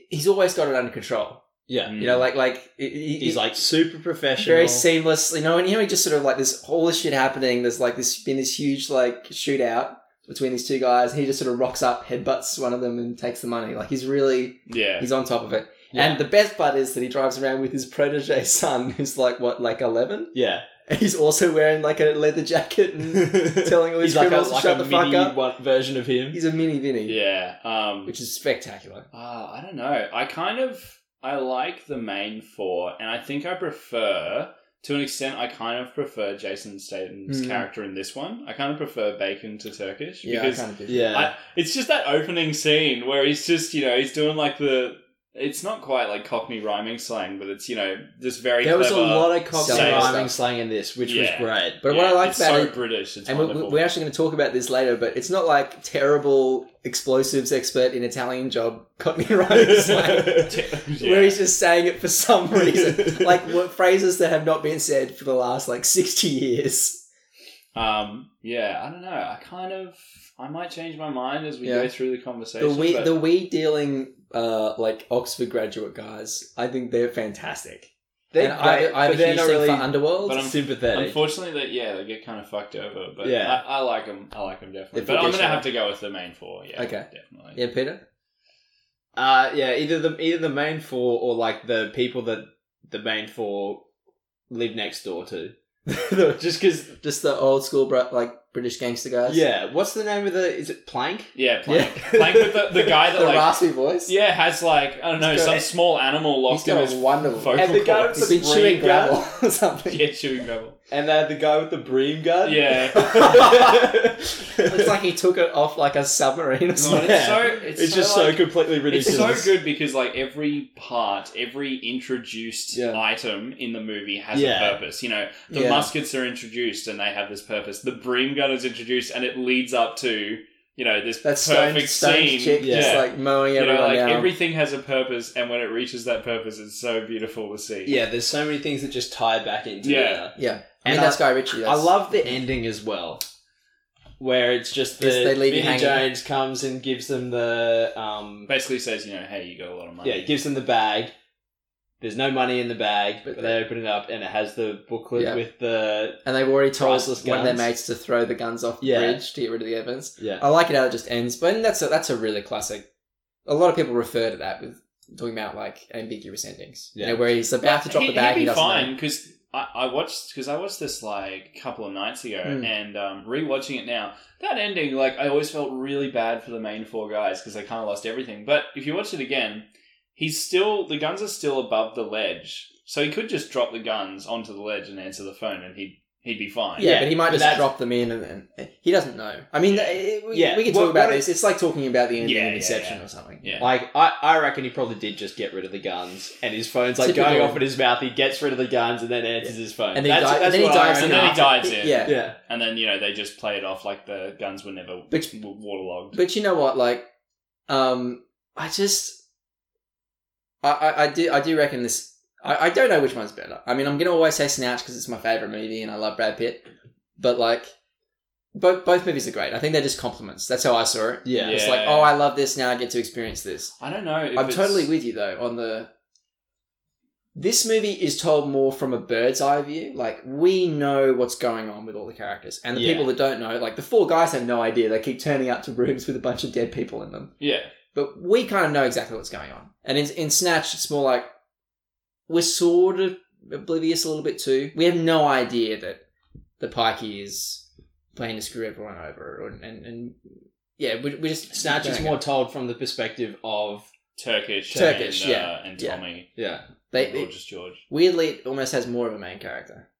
Speaker 1: he's always got it under control.
Speaker 2: Yeah,
Speaker 1: You know, like like he- he-
Speaker 2: Mm. he's like super professional.
Speaker 1: very seamless. You know, and you know, he just sort of like this all this shit happening. There's like this been this huge like shootout between these two guys. And he just sort of rocks up, headbutts one of them, and takes the money. Like he's really
Speaker 3: yeah,
Speaker 1: he's on top of it. And the best part is that he drives around with his protege son, who's like what, like eleven.
Speaker 2: Yeah.
Speaker 1: He's also wearing like a leather jacket and telling all his
Speaker 2: He's like a,
Speaker 1: criminals
Speaker 2: like
Speaker 1: to shut
Speaker 2: a
Speaker 1: the fuck
Speaker 2: mini
Speaker 1: up.
Speaker 2: one version of him.
Speaker 1: He's a mini Vinny,
Speaker 3: Yeah. Um,
Speaker 1: which is spectacular.
Speaker 3: Uh, I don't know. I kind of I like the main four, and I think I prefer to an extent. I kind of prefer Jason Statham's
Speaker 1: Mm.
Speaker 3: character in this one. I kind of prefer Bacon to Turkish
Speaker 1: Yeah,
Speaker 3: because
Speaker 1: I kind of do.
Speaker 2: Yeah.
Speaker 3: I, it's just that opening scene where he's just you know he's doing like the it's not quite like Cockney rhyming slang, but it's you know just very
Speaker 2: there was a
Speaker 3: clever.
Speaker 2: lot of cops
Speaker 1: selling
Speaker 2: rhyming
Speaker 1: stuff.
Speaker 2: slang in this, which
Speaker 3: Yeah.
Speaker 2: was great.
Speaker 1: But what
Speaker 3: Yeah,
Speaker 1: I like
Speaker 3: it's
Speaker 1: about
Speaker 3: so
Speaker 1: it,
Speaker 3: British. It's
Speaker 1: and we- we-
Speaker 3: wonderful.
Speaker 1: we're actually going to talk about this later, but it's not like terrible explosives expert in Italian job Cockney writing slang,
Speaker 3: Yeah.
Speaker 1: where he's just saying it for some reason, like what phrases that have not been said for the last like sixty years.
Speaker 3: um yeah I don't know I kind of I might change my mind as we
Speaker 1: Yeah.
Speaker 3: go through the
Speaker 1: The
Speaker 3: conversation.
Speaker 1: we
Speaker 3: but-
Speaker 1: the we dealing uh, like Oxford graduate guys, I think they're fantastic.
Speaker 2: They're
Speaker 1: and
Speaker 2: great,
Speaker 1: I, I'm a
Speaker 2: but they're
Speaker 1: huge
Speaker 2: not
Speaker 1: thing
Speaker 2: really
Speaker 1: for Underworld.
Speaker 3: but I'm-
Speaker 2: sympathetic.
Speaker 3: Unfortunately, that yeah, they get kind of fucked over. But
Speaker 2: Yeah.
Speaker 3: I, I like them. I like them definitely.
Speaker 1: If
Speaker 3: But
Speaker 1: we
Speaker 3: I'm
Speaker 1: get
Speaker 3: gonna
Speaker 1: shot.
Speaker 3: have to go with the main four. Yeah,
Speaker 1: Okay.
Speaker 3: definitely.
Speaker 1: yeah, Peter.
Speaker 2: Uh, yeah, either the either the main four or like the people that the main four live next door to. Just because,
Speaker 1: Just the old school bro- like British gangster guys.
Speaker 2: yeah. What's the name of the? Is it Plank?
Speaker 3: Yeah,
Speaker 1: yeah.
Speaker 3: Plank. Plank with the, the guy that
Speaker 1: the
Speaker 3: like
Speaker 1: raspy voice.
Speaker 3: yeah has like I don't know
Speaker 1: He's got
Speaker 3: some
Speaker 1: a-
Speaker 3: small animal
Speaker 1: He's
Speaker 3: locked in
Speaker 1: got
Speaker 3: his
Speaker 1: a wonderful.
Speaker 3: vocal
Speaker 2: and the guy
Speaker 3: cords.
Speaker 2: with the- He's been chewing gravel
Speaker 1: or something.
Speaker 3: yeah chewing gravel.
Speaker 2: And uh, the guy with the bream gun.
Speaker 3: Yeah.
Speaker 1: Looks like he took it off like a submarine or
Speaker 3: No,
Speaker 1: something.
Speaker 3: it's so it's,
Speaker 2: it's, just
Speaker 3: like,
Speaker 2: so completely
Speaker 3: It's
Speaker 2: ridiculous.
Speaker 3: so good because like every part, every introduced
Speaker 1: Yeah.
Speaker 3: item in the movie has
Speaker 2: Yeah.
Speaker 3: a purpose. You know, the
Speaker 1: Yeah.
Speaker 3: muskets are introduced and they have this purpose. The bream gun is introduced and it leads up to you know this
Speaker 1: That stone,
Speaker 3: perfect
Speaker 1: stone
Speaker 3: scene.
Speaker 1: chick
Speaker 2: yeah.
Speaker 1: just like mowing
Speaker 3: you know,
Speaker 1: everyone
Speaker 3: like
Speaker 1: down.
Speaker 3: everything has a purpose, and when it reaches that purpose, it's so beautiful to see.
Speaker 2: Yeah, there's so many things that just tie back into.
Speaker 3: Yeah.
Speaker 2: Yeah,
Speaker 1: yeah, I mean
Speaker 2: and
Speaker 1: that's Guy Ritchie.
Speaker 2: I
Speaker 1: That's,
Speaker 2: love the ending as well, where it's mm-hmm. just the
Speaker 1: Yes, they leave you
Speaker 2: Vinnie
Speaker 1: hanging.
Speaker 2: Jones comes and gives them the um
Speaker 3: basically says, you know, hey, you got a lot of money.
Speaker 2: yeah gives them the bag. There's no money in the bag,
Speaker 1: But
Speaker 2: but they open it up and it has the booklet
Speaker 1: Yeah.
Speaker 2: with the
Speaker 1: and they've already told
Speaker 2: Priceless
Speaker 1: one of their
Speaker 2: guns.
Speaker 1: mates to throw the guns off the
Speaker 2: Yeah.
Speaker 1: bridge to get rid of the evidence.
Speaker 2: yeah
Speaker 1: I like it how it just ends, but that's a, that's a really classic. A lot of people refer to that with talking about like ambiguous endings.
Speaker 2: Yeah.
Speaker 1: You know, where he's about to drop
Speaker 3: he,
Speaker 1: the bag,
Speaker 3: would be
Speaker 1: he, doesn't. know.
Speaker 3: fine because I, I watched because I watched this like a couple of nights ago,
Speaker 1: Hmm.
Speaker 3: and um, rewatching it now, that ending like I always felt really bad for the main four guys because they kind of lost everything. But if you watch it again, he's still the guns are still above the ledge, so he could just drop the guns onto the ledge and answer the phone, and he'd he'd be fine.
Speaker 1: Yeah,
Speaker 2: Yeah,
Speaker 1: but he might
Speaker 2: but
Speaker 1: just
Speaker 2: that's-
Speaker 1: drop them in, and, and he doesn't know. I mean, it- we,
Speaker 2: Yeah.
Speaker 1: we can
Speaker 2: What-
Speaker 1: talk about
Speaker 2: what
Speaker 1: this. It's like talking about the ending
Speaker 3: Yeah,
Speaker 1: of
Speaker 3: yeah,
Speaker 1: Inception
Speaker 3: yeah.
Speaker 1: or something.
Speaker 3: Yeah.
Speaker 2: Like I, I reckon he probably did just get rid of the guns, and his phone's like
Speaker 1: Typical.
Speaker 2: going off in his mouth. He gets rid of the guns and then answers his
Speaker 1: And
Speaker 2: phone.
Speaker 1: then he
Speaker 2: That's-
Speaker 1: di-
Speaker 2: that's
Speaker 1: then he
Speaker 2: what I
Speaker 1: dives
Speaker 2: reckon.
Speaker 3: and then he
Speaker 1: after-
Speaker 3: dives in.
Speaker 1: Yeah.
Speaker 2: Yeah,
Speaker 3: and then you know they just play it off like the guns were never
Speaker 1: But-
Speaker 3: w- waterlogged.
Speaker 1: But you know what? Like, um, I just, I, I, I do, I do reckon this. I, I don't know which one's better. I mean, I'm gonna always say Snatch because it's my favorite movie, and I love Brad Pitt. But like, both both movies are great. I think they're just compliments. That's how I saw it.
Speaker 2: yeah,
Speaker 3: Yeah.
Speaker 1: It's like, oh, I love this. Now I get to experience this.
Speaker 3: I don't know. If
Speaker 1: I'm
Speaker 3: it's-
Speaker 1: totally with you though on the. This movie is told more from a bird's eye view. Like we know what's going on with all the characters, and the
Speaker 2: Yeah.
Speaker 1: people that don't know, like the four guys have no idea. They keep turning up to rooms with a bunch of dead people in them,
Speaker 3: yeah.
Speaker 1: but we kind of know exactly what's going on. And in, in Snatch, it's more like we're sort of oblivious a little bit too. We have no idea that the Pikey is playing to screw everyone over, or, and and yeah, we, we just
Speaker 2: Snatch is
Speaker 1: don't
Speaker 2: more told from the perspective of
Speaker 3: Turkish,
Speaker 1: Turkish,
Speaker 3: and,
Speaker 1: yeah.
Speaker 3: uh, and
Speaker 1: Yeah.
Speaker 3: Tommy,
Speaker 2: yeah,
Speaker 1: They, they-
Speaker 3: gorgeous George.
Speaker 1: weirdly, it almost has more of a main character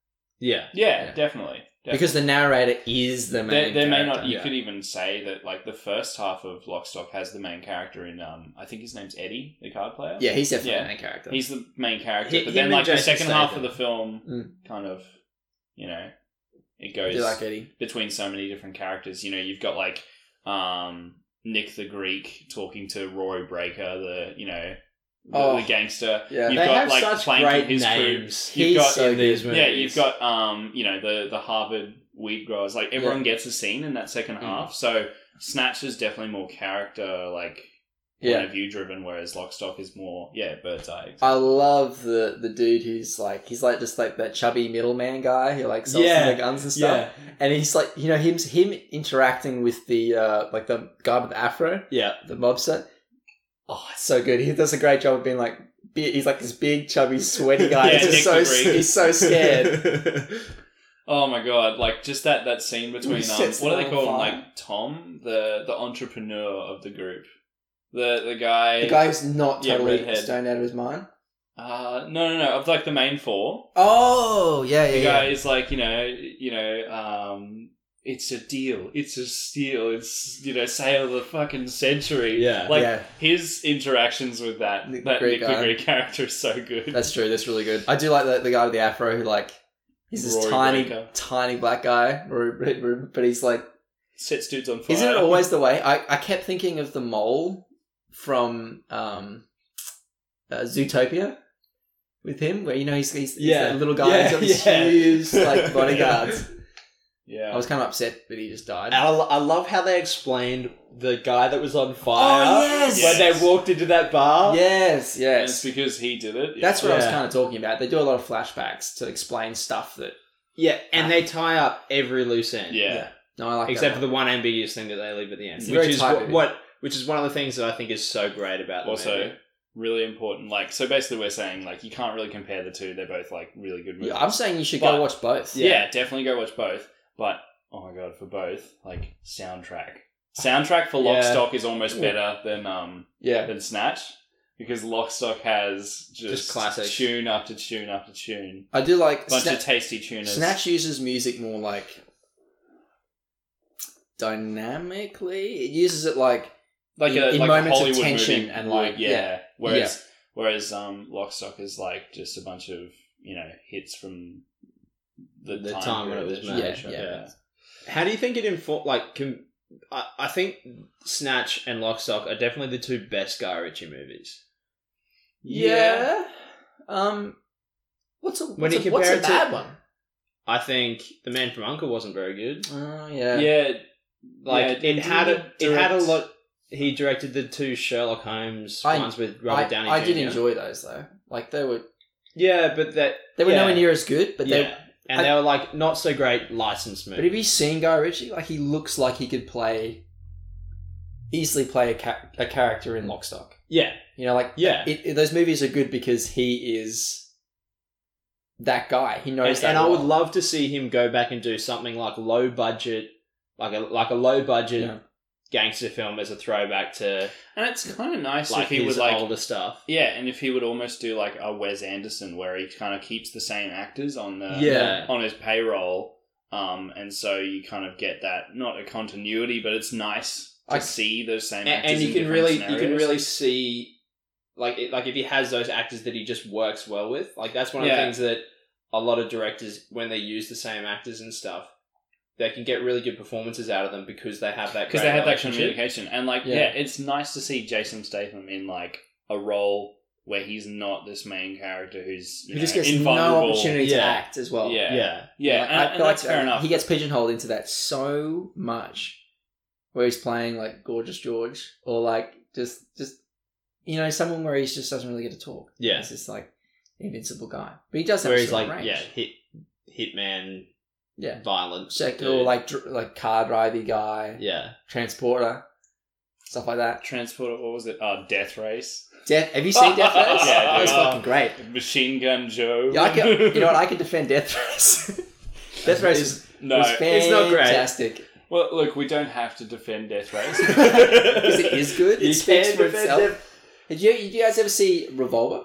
Speaker 2: yeah,
Speaker 3: Yeah,
Speaker 1: Yeah.
Speaker 3: definitely.
Speaker 1: because the narrator is the
Speaker 3: definitely.
Speaker 1: main.
Speaker 3: there, there may
Speaker 1: character.
Speaker 3: not. You
Speaker 2: yeah.
Speaker 3: could even say that like the first half of Lockstock has the main character in. Um, I think his name's Eddie, the card player.
Speaker 1: Yeah, he's definitely
Speaker 3: Yeah.
Speaker 1: the main character.
Speaker 3: he's the main character.
Speaker 2: He-
Speaker 3: but
Speaker 2: him
Speaker 3: then
Speaker 2: and
Speaker 3: like the
Speaker 2: Jason
Speaker 3: second half of
Speaker 2: Statham.
Speaker 3: the film,
Speaker 1: Mm.
Speaker 3: kind of, you know, it
Speaker 1: Do
Speaker 3: goes
Speaker 1: you like Eddie?
Speaker 3: between so many different characters. You know, you've got like um, Nick the Greek talking to Rory Breaker, the you know, the,
Speaker 1: Oh.
Speaker 3: the gangster.
Speaker 1: Yeah,
Speaker 3: You've
Speaker 2: they
Speaker 3: got,
Speaker 2: have
Speaker 3: like,
Speaker 2: such
Speaker 3: Plank and
Speaker 2: great
Speaker 3: his crew.
Speaker 2: names.
Speaker 3: You've
Speaker 1: He's
Speaker 3: got
Speaker 1: so
Speaker 2: in these
Speaker 1: good.
Speaker 2: movies.
Speaker 3: Yeah, you've got um, you know, the the Harvard weed growers. Like everyone gets a scene in that second
Speaker 2: Mm.
Speaker 3: half. So Snatch is definitely more character like
Speaker 1: Yeah.
Speaker 3: point of view driven, whereas Lockstock is more yeah bird's eye.
Speaker 1: I love the the dude who's like he's like just like that chubby middleman guy who like sells
Speaker 2: Yeah.
Speaker 1: the guns and stuff.
Speaker 2: yeah,
Speaker 1: And he's like you know him him interacting with the uh like the guy with the afro,
Speaker 2: yeah,
Speaker 1: the mobster. Oh, it's so good. He does a great job of being like bi- he's like this big, chubby, sweaty guy.
Speaker 3: Yeah,
Speaker 1: he's, just so,
Speaker 3: Nick
Speaker 1: s-
Speaker 3: Fury.
Speaker 1: he's so scared.
Speaker 3: Oh my god! Like just that that scene between
Speaker 1: He
Speaker 3: um,
Speaker 1: sets
Speaker 3: what do they
Speaker 1: them
Speaker 3: call
Speaker 1: on
Speaker 3: him?
Speaker 1: fire.
Speaker 3: Like Tom, the the entrepreneur of the group, the the guy.
Speaker 1: the guy who's not
Speaker 3: Yeah,
Speaker 1: totally
Speaker 3: redhead.
Speaker 1: stoned out of his mind.
Speaker 3: Uh, no, no, no. Of like the main four,
Speaker 1: Oh, yeah,
Speaker 3: the guy is like you know you know um. It's a deal. It's a steal. It's you know sale of the fucking century.
Speaker 2: Yeah.
Speaker 3: like
Speaker 1: Yeah.
Speaker 3: his interactions with that
Speaker 1: Nick
Speaker 3: that
Speaker 1: Fury
Speaker 3: Nick
Speaker 1: guy.
Speaker 3: Fury character is so good.
Speaker 1: That's true. That's really good. I do like the, the guy with the afro who like he's this
Speaker 3: Rory
Speaker 1: tiny,
Speaker 3: Baker.
Speaker 1: tiny black guy, Rory Baker, but he's like.
Speaker 3: Sets dudes on fire.
Speaker 1: Isn't it always the way? I, I kept thinking of the mole from um, uh, Zootopia with him, where you know he's he's, he's
Speaker 2: Yeah.
Speaker 1: that little guy,
Speaker 2: Yeah,
Speaker 1: he's got these
Speaker 2: yeah.
Speaker 1: huge like bodyguards. I
Speaker 3: Yeah.
Speaker 1: was kind of upset that he just died.
Speaker 2: And I, lo- I love how they explained the guy that was on fire
Speaker 1: Oh, yes!
Speaker 2: when
Speaker 3: Yes.
Speaker 2: they walked into that bar.
Speaker 1: Yes,
Speaker 3: And
Speaker 1: yes.
Speaker 3: it's because he did it.
Speaker 1: That's what I was
Speaker 2: Yeah.
Speaker 1: kind of talking about. They do a lot of flashbacks to explain stuff that.
Speaker 2: Yeah, and they tie up every loose end.
Speaker 3: Yeah.
Speaker 1: No, I like
Speaker 2: Except
Speaker 1: that
Speaker 2: for the one ambiguous thing that they leave at the end,
Speaker 1: It's
Speaker 2: which
Speaker 1: very
Speaker 2: is
Speaker 1: tight,
Speaker 2: what,
Speaker 1: maybe.
Speaker 2: what which is one of the things that I think is so great about the
Speaker 3: also
Speaker 2: movie.
Speaker 3: really important. Like, so basically, we're saying like you can't really compare the two. They're both like really good movies.
Speaker 1: Yeah, I'm saying you should
Speaker 3: But-
Speaker 1: go watch both.
Speaker 3: yeah. definitely go watch both. But oh my god, for both, like soundtrack, soundtrack for Lock
Speaker 2: Yeah.
Speaker 3: Stock is almost better than um
Speaker 1: yeah.
Speaker 3: than Snatch because Lock Stock has just,
Speaker 2: Just classic.
Speaker 3: tune after tune after tune,
Speaker 1: I do like
Speaker 3: bunch
Speaker 1: Sna-
Speaker 3: of tasty tuners.
Speaker 1: Snatch uses music more like dynamically. It uses it like
Speaker 3: like a
Speaker 1: in
Speaker 3: like a
Speaker 1: moments of
Speaker 3: Hollywood
Speaker 1: tension
Speaker 3: movie
Speaker 1: and,
Speaker 3: would,
Speaker 1: like,
Speaker 3: yeah.
Speaker 1: yeah.
Speaker 3: Whereas whereas um Lockstock is like just a bunch of you know hits from the,
Speaker 2: The time when it was
Speaker 3: period.
Speaker 1: made. Yeah,
Speaker 3: yeah.
Speaker 1: yeah.
Speaker 2: How do you think it inform? Like, can, I, I think Snatch and Lock, Stock are definitely the two best Guy Ritchie movies.
Speaker 1: Yeah. Um. What's a what's,
Speaker 2: When
Speaker 1: a,
Speaker 2: you compare
Speaker 1: what's a
Speaker 2: it to-
Speaker 1: bad one?
Speaker 2: I think The Man from Uncle wasn't very good.
Speaker 1: Oh
Speaker 3: yeah.
Speaker 1: yeah.
Speaker 2: Like
Speaker 3: Yeah,
Speaker 2: it had a,
Speaker 3: didn't he
Speaker 2: it had a
Speaker 3: direct-
Speaker 2: lot. He directed the two Sherlock Holmes
Speaker 1: I-
Speaker 2: ones with Robert Downey
Speaker 1: I, I
Speaker 2: Jr.
Speaker 1: did enjoy those though. Like they were
Speaker 2: Yeah, but that
Speaker 1: they were
Speaker 2: Yeah.
Speaker 1: nowhere near as good, but
Speaker 2: yeah,
Speaker 1: they.
Speaker 2: and
Speaker 1: I-
Speaker 2: they were like not so great licensed
Speaker 1: But have
Speaker 2: movies.
Speaker 1: you seen Guy Ritchie? Like he looks like he could play, easily play a, ca- a character in Lockstock.
Speaker 2: Yeah,
Speaker 1: You know, like
Speaker 2: yeah.
Speaker 1: it, it- those movies are good because he is that guy. He knows
Speaker 2: And,
Speaker 1: that.
Speaker 2: and I would
Speaker 1: role.
Speaker 2: love to see him go back and do something like low budget, like a like a low budget
Speaker 1: Yeah.
Speaker 2: gangster film as a throwback to
Speaker 3: and it's kind of nice
Speaker 2: like
Speaker 3: if he
Speaker 2: his
Speaker 3: would like
Speaker 2: older stuff.
Speaker 3: yeah, and if he would almost do like a Wes Anderson where he kind of keeps the same actors on the
Speaker 2: Yeah.
Speaker 3: on his payroll, um, and so you kind of get that not a continuity, but it's nice to
Speaker 1: I-
Speaker 3: see those same
Speaker 2: and,
Speaker 3: actors
Speaker 2: and you
Speaker 3: in
Speaker 2: can
Speaker 3: different
Speaker 2: really you can
Speaker 3: scenarios.
Speaker 2: really see like it, like if he has those actors that he just works well with like that's one of the
Speaker 3: Yeah.
Speaker 2: things that a lot of directors when they use the same actors and stuff they can get really good performances out of them because they have that
Speaker 3: because
Speaker 2: great
Speaker 3: they had that
Speaker 2: relationship.
Speaker 3: communication and like yeah.
Speaker 1: Yeah.
Speaker 3: it's nice to see jason statham in like a role where he's not this main character who's you
Speaker 1: He just
Speaker 3: know,
Speaker 1: gets no
Speaker 3: invulnerable.
Speaker 1: opportunity to
Speaker 2: Yeah.
Speaker 1: act as well.
Speaker 3: yeah yeah,
Speaker 2: yeah
Speaker 1: Like,
Speaker 3: and,
Speaker 1: I
Speaker 3: and
Speaker 1: feel like um,
Speaker 3: that's fair enough
Speaker 1: He gets pigeonholed into that so much, where he's playing like gorgeous George or like just just you know someone where he just doesn't really get to talk.
Speaker 2: yeah
Speaker 1: He's just like invincible guy, but he does have
Speaker 2: where
Speaker 1: a
Speaker 2: he's
Speaker 1: certain
Speaker 2: like
Speaker 1: range.
Speaker 2: yeah hit hitman
Speaker 1: yeah.
Speaker 2: violence
Speaker 1: Check
Speaker 2: dude.
Speaker 1: or like dr- like car driving guy,
Speaker 2: yeah
Speaker 1: transporter, stuff like that.
Speaker 3: transporter what was it uh death race
Speaker 1: Death. Have you seen Death Race?
Speaker 3: Yeah,
Speaker 1: that was
Speaker 3: yeah.
Speaker 1: fucking great.
Speaker 3: machine gun joe
Speaker 1: Yeah, I can, you know what? I can defend Death Race. Death Race is
Speaker 3: no
Speaker 1: was
Speaker 2: it's not great.
Speaker 1: fantastic
Speaker 3: well look we don't have to defend death race
Speaker 1: because it is good.
Speaker 2: You
Speaker 1: It speaks
Speaker 2: can
Speaker 1: for
Speaker 2: defend
Speaker 1: itself.
Speaker 2: it.
Speaker 1: Did you, did you guys ever see Revolver?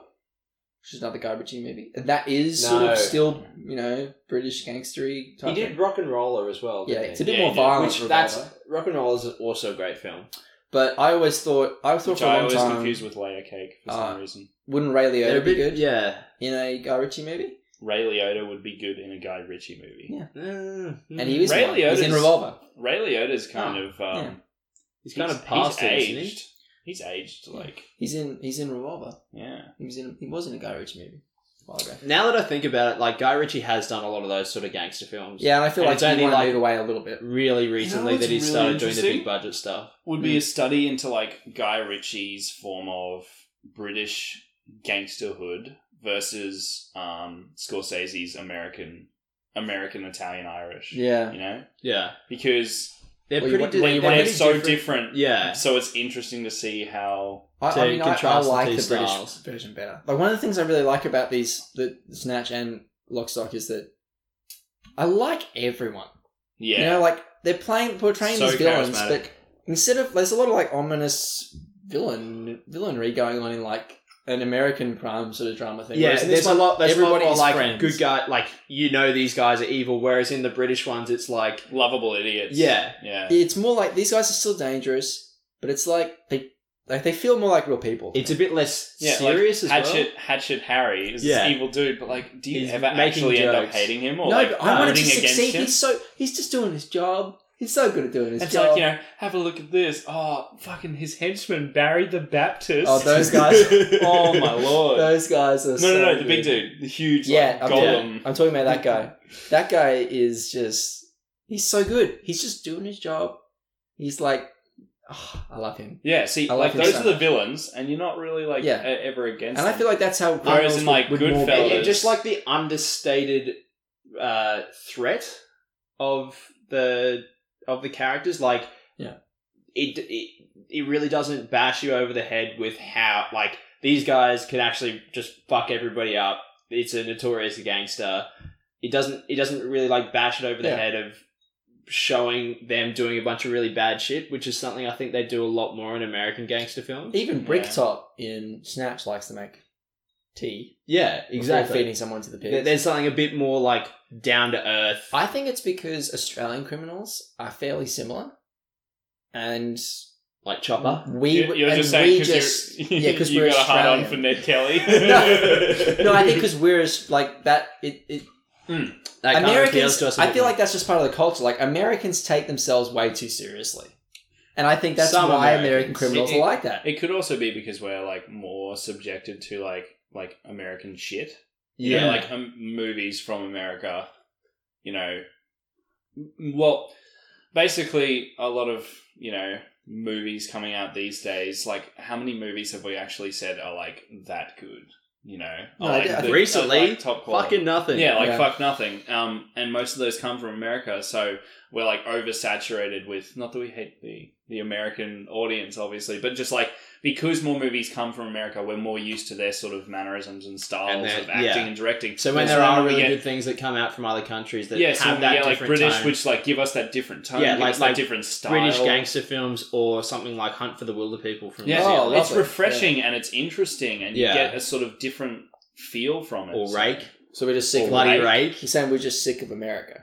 Speaker 1: Which is another Guy Ritchie movie. And that is sort
Speaker 2: No.
Speaker 1: of still, you know, British gangstery
Speaker 2: he
Speaker 1: type.
Speaker 2: did
Speaker 1: thing.
Speaker 2: rock and roller as well
Speaker 1: Yeah,
Speaker 2: didn't
Speaker 1: it's a
Speaker 2: he?
Speaker 1: bit
Speaker 3: Yeah,
Speaker 1: more
Speaker 3: he did.
Speaker 1: violent.
Speaker 2: which
Speaker 1: Revolver.
Speaker 2: that's rock and roll is also a great film
Speaker 1: But I always thought, I thought
Speaker 3: which
Speaker 1: for a
Speaker 3: i
Speaker 1: long
Speaker 3: always
Speaker 1: time,
Speaker 3: confuse with layer cake for some
Speaker 1: Uh,
Speaker 3: reason
Speaker 1: wouldn't Ray
Speaker 2: They're
Speaker 1: Liotta
Speaker 2: a
Speaker 1: be
Speaker 2: bit-
Speaker 1: good
Speaker 2: yeah
Speaker 1: in a Guy Ritchie movie?
Speaker 3: ray liotta would be good in a guy ritchie movie
Speaker 1: Yeah.
Speaker 2: Mm-hmm. and
Speaker 1: And he was,
Speaker 3: Ray
Speaker 1: one. He was in
Speaker 3: Liotta's-
Speaker 1: Revolver.
Speaker 3: ray liotta's kind
Speaker 1: Oh,
Speaker 3: of um
Speaker 1: yeah.
Speaker 2: He's kind of past
Speaker 3: he's
Speaker 2: it, isn't he?
Speaker 3: aged. He's aged, like
Speaker 1: He's in, he's in Revolver.
Speaker 3: yeah.
Speaker 1: He was in, he was in a Guy Ritchie movie a while ago.
Speaker 2: Now that I think about it, like Guy Ritchie has done a lot of those sort of gangster films.
Speaker 1: Yeah, and I feel
Speaker 2: And
Speaker 1: like
Speaker 2: it's
Speaker 1: he
Speaker 2: only
Speaker 1: wanted to
Speaker 2: like-
Speaker 1: move away a little bit.
Speaker 2: Really recently
Speaker 3: what's
Speaker 2: that he
Speaker 3: really
Speaker 2: started doing the
Speaker 3: interesting?
Speaker 2: big budget stuff.
Speaker 3: Would
Speaker 1: Hmm.
Speaker 3: be a study into like Guy Ritchie's form of British gangsterhood versus um, Scorsese's American American Italian Irish.
Speaker 1: Yeah.
Speaker 3: You know,
Speaker 2: Yeah.
Speaker 3: because
Speaker 2: They're
Speaker 1: Well, you
Speaker 2: pretty.
Speaker 1: want-
Speaker 2: di-
Speaker 1: well,
Speaker 3: When,
Speaker 1: you
Speaker 2: they're
Speaker 3: when
Speaker 1: wanna-
Speaker 2: pretty
Speaker 3: it's so
Speaker 2: different.
Speaker 3: different.
Speaker 2: Yeah.
Speaker 3: So it's interesting to see how.
Speaker 1: I,
Speaker 2: to
Speaker 1: I mean, I, I
Speaker 2: contrast the
Speaker 1: like
Speaker 2: two
Speaker 1: the, British
Speaker 2: styles.
Speaker 1: version better. Like one of the things I really like about these, the Snatch and Lockstock, is that I like everyone.
Speaker 3: Yeah.
Speaker 1: You know, like they're playing portraying
Speaker 3: So
Speaker 1: these villains,
Speaker 3: charismatic.
Speaker 1: but instead of there's a lot of like ominous villain villainry going on in like an American crime sort of drama thing.
Speaker 2: Yeah,
Speaker 1: whereas in
Speaker 2: there's
Speaker 1: this
Speaker 2: a
Speaker 1: one,
Speaker 2: lot. There's a lot more
Speaker 1: everybody's
Speaker 2: like
Speaker 1: friends.
Speaker 2: good guy. Like you know, these guys are evil. Whereas in the British ones, it's like
Speaker 3: Lovable idiots.
Speaker 2: yeah,
Speaker 3: Yeah.
Speaker 1: it's more like these guys are still dangerous, but it's like they like they feel more like real people.
Speaker 2: it's a bit less
Speaker 3: Yeah, like,
Speaker 2: serious as
Speaker 3: Hatchet, Hatchet Harry is
Speaker 2: Yeah.
Speaker 3: this evil dude, but like, do you
Speaker 2: He's
Speaker 3: ever
Speaker 2: making
Speaker 3: actually end up
Speaker 2: jokes.
Speaker 3: hating him or
Speaker 1: no,
Speaker 3: like
Speaker 1: but I wanted to
Speaker 3: rooting against
Speaker 1: succeed.
Speaker 3: him?
Speaker 1: He's so he's just doing his job. He's so good at doing his
Speaker 3: It's
Speaker 1: job.
Speaker 3: like, you know, have a look at this. Oh, fucking his henchman, Barry the Baptist.
Speaker 1: Oh, those
Speaker 2: well.
Speaker 1: guys.
Speaker 3: oh, my lord.
Speaker 1: Those guys are
Speaker 3: no,
Speaker 1: so
Speaker 3: no, no, the
Speaker 1: good.
Speaker 3: big dude. The huge like,
Speaker 1: Yeah, I'm-
Speaker 3: golem.
Speaker 1: I'm talking about that guy. that guy is just he's so good. He's just doing his job. He's like oh, I love him.
Speaker 3: Yeah, see,
Speaker 1: I
Speaker 3: like,
Speaker 1: like him
Speaker 3: those
Speaker 1: so
Speaker 3: are the villains, and you're not really, like,
Speaker 1: Yeah.
Speaker 3: e- ever against
Speaker 1: And I
Speaker 3: them.
Speaker 1: feel like that's how
Speaker 3: Whereas
Speaker 1: criminals
Speaker 3: in, like,
Speaker 1: would, would more be.
Speaker 3: Goodfellas-
Speaker 2: Yeah, just like the understated uh, threat of the of the characters, like
Speaker 1: Yeah.
Speaker 2: it, it it really doesn't bash you over the head with how like these guys can actually just fuck everybody up. It's a notorious gangster. It doesn't it doesn't really like bash it over the
Speaker 1: Yeah.
Speaker 2: head of showing them doing a bunch of really bad shit, which is something I think they do a lot more in American gangster films.
Speaker 1: Even
Speaker 3: Yeah.
Speaker 1: Bricktop in Snatch likes to make tea
Speaker 2: Yeah,
Speaker 1: before
Speaker 2: exactly.
Speaker 1: feeding someone to the
Speaker 2: There-
Speaker 1: pigs.
Speaker 2: There's something a bit more like down to earth.
Speaker 1: I think it's because Australian criminals are fairly similar, and
Speaker 2: like Chopper.
Speaker 1: we
Speaker 3: You- You're
Speaker 1: and
Speaker 3: just
Speaker 1: we
Speaker 3: saying because
Speaker 1: just
Speaker 3: you
Speaker 1: yeah, 'cause
Speaker 3: you
Speaker 1: we're
Speaker 3: got a hard on
Speaker 1: Australian.
Speaker 3: for Ned Kelly.
Speaker 1: no, I think because we're like that. It, it
Speaker 2: That kind of appeals
Speaker 1: Americans,
Speaker 2: to us a
Speaker 1: I
Speaker 2: bit
Speaker 1: feel
Speaker 2: more.
Speaker 1: like that's just part of the culture. Like Americans take themselves way too seriously, and I think that's
Speaker 2: Some
Speaker 1: why American
Speaker 2: Americans.
Speaker 1: criminals
Speaker 3: It- it-
Speaker 1: are like that.
Speaker 3: It could also be because we're like more subjected to like like American shit. You
Speaker 2: yeah,
Speaker 3: know, like um, movies from America. You know, M- well, basically a lot of you know movies coming out these days. Like, how many movies have we actually said are like that good? You know, are,
Speaker 1: No, I
Speaker 3: like,
Speaker 1: d- I
Speaker 3: the-
Speaker 1: think-
Speaker 3: are,
Speaker 2: Recently,
Speaker 3: like, top quality.
Speaker 2: fucking nothing.
Speaker 3: Yeah, like
Speaker 1: Yeah.
Speaker 3: fuck nothing. Um, and most of those come from America, so we're like oversaturated with not that we hate the the American audience, obviously, but just like because more movies come from America, we're more used to their sort of mannerisms and styles
Speaker 2: And then-
Speaker 3: of acting
Speaker 2: yeah.
Speaker 3: and directing.
Speaker 2: so when
Speaker 3: That's
Speaker 2: there
Speaker 3: why
Speaker 2: are
Speaker 3: we
Speaker 2: really
Speaker 3: get-
Speaker 2: good things that come out from other countries that
Speaker 3: yeah,
Speaker 2: have
Speaker 3: so we
Speaker 2: that
Speaker 3: get like
Speaker 2: different
Speaker 3: British,
Speaker 2: tone,
Speaker 3: which like give us that different tone,
Speaker 2: Yeah,
Speaker 3: give
Speaker 2: like-
Speaker 3: us that
Speaker 2: like
Speaker 3: different style.
Speaker 2: British gangster films, or something like Hunt for the Wilder People from
Speaker 3: Yeah,
Speaker 2: New Zealand,
Speaker 1: Oh,
Speaker 3: it's
Speaker 1: lovely.
Speaker 3: refreshing and it's interesting, and
Speaker 2: Yeah.
Speaker 3: you get a sort of different feel from it.
Speaker 1: Oh,
Speaker 2: or Rake,
Speaker 1: So we're just sick. Of
Speaker 2: Bloody
Speaker 3: Rake.
Speaker 2: Rake.
Speaker 1: He's saying we're just sick of America.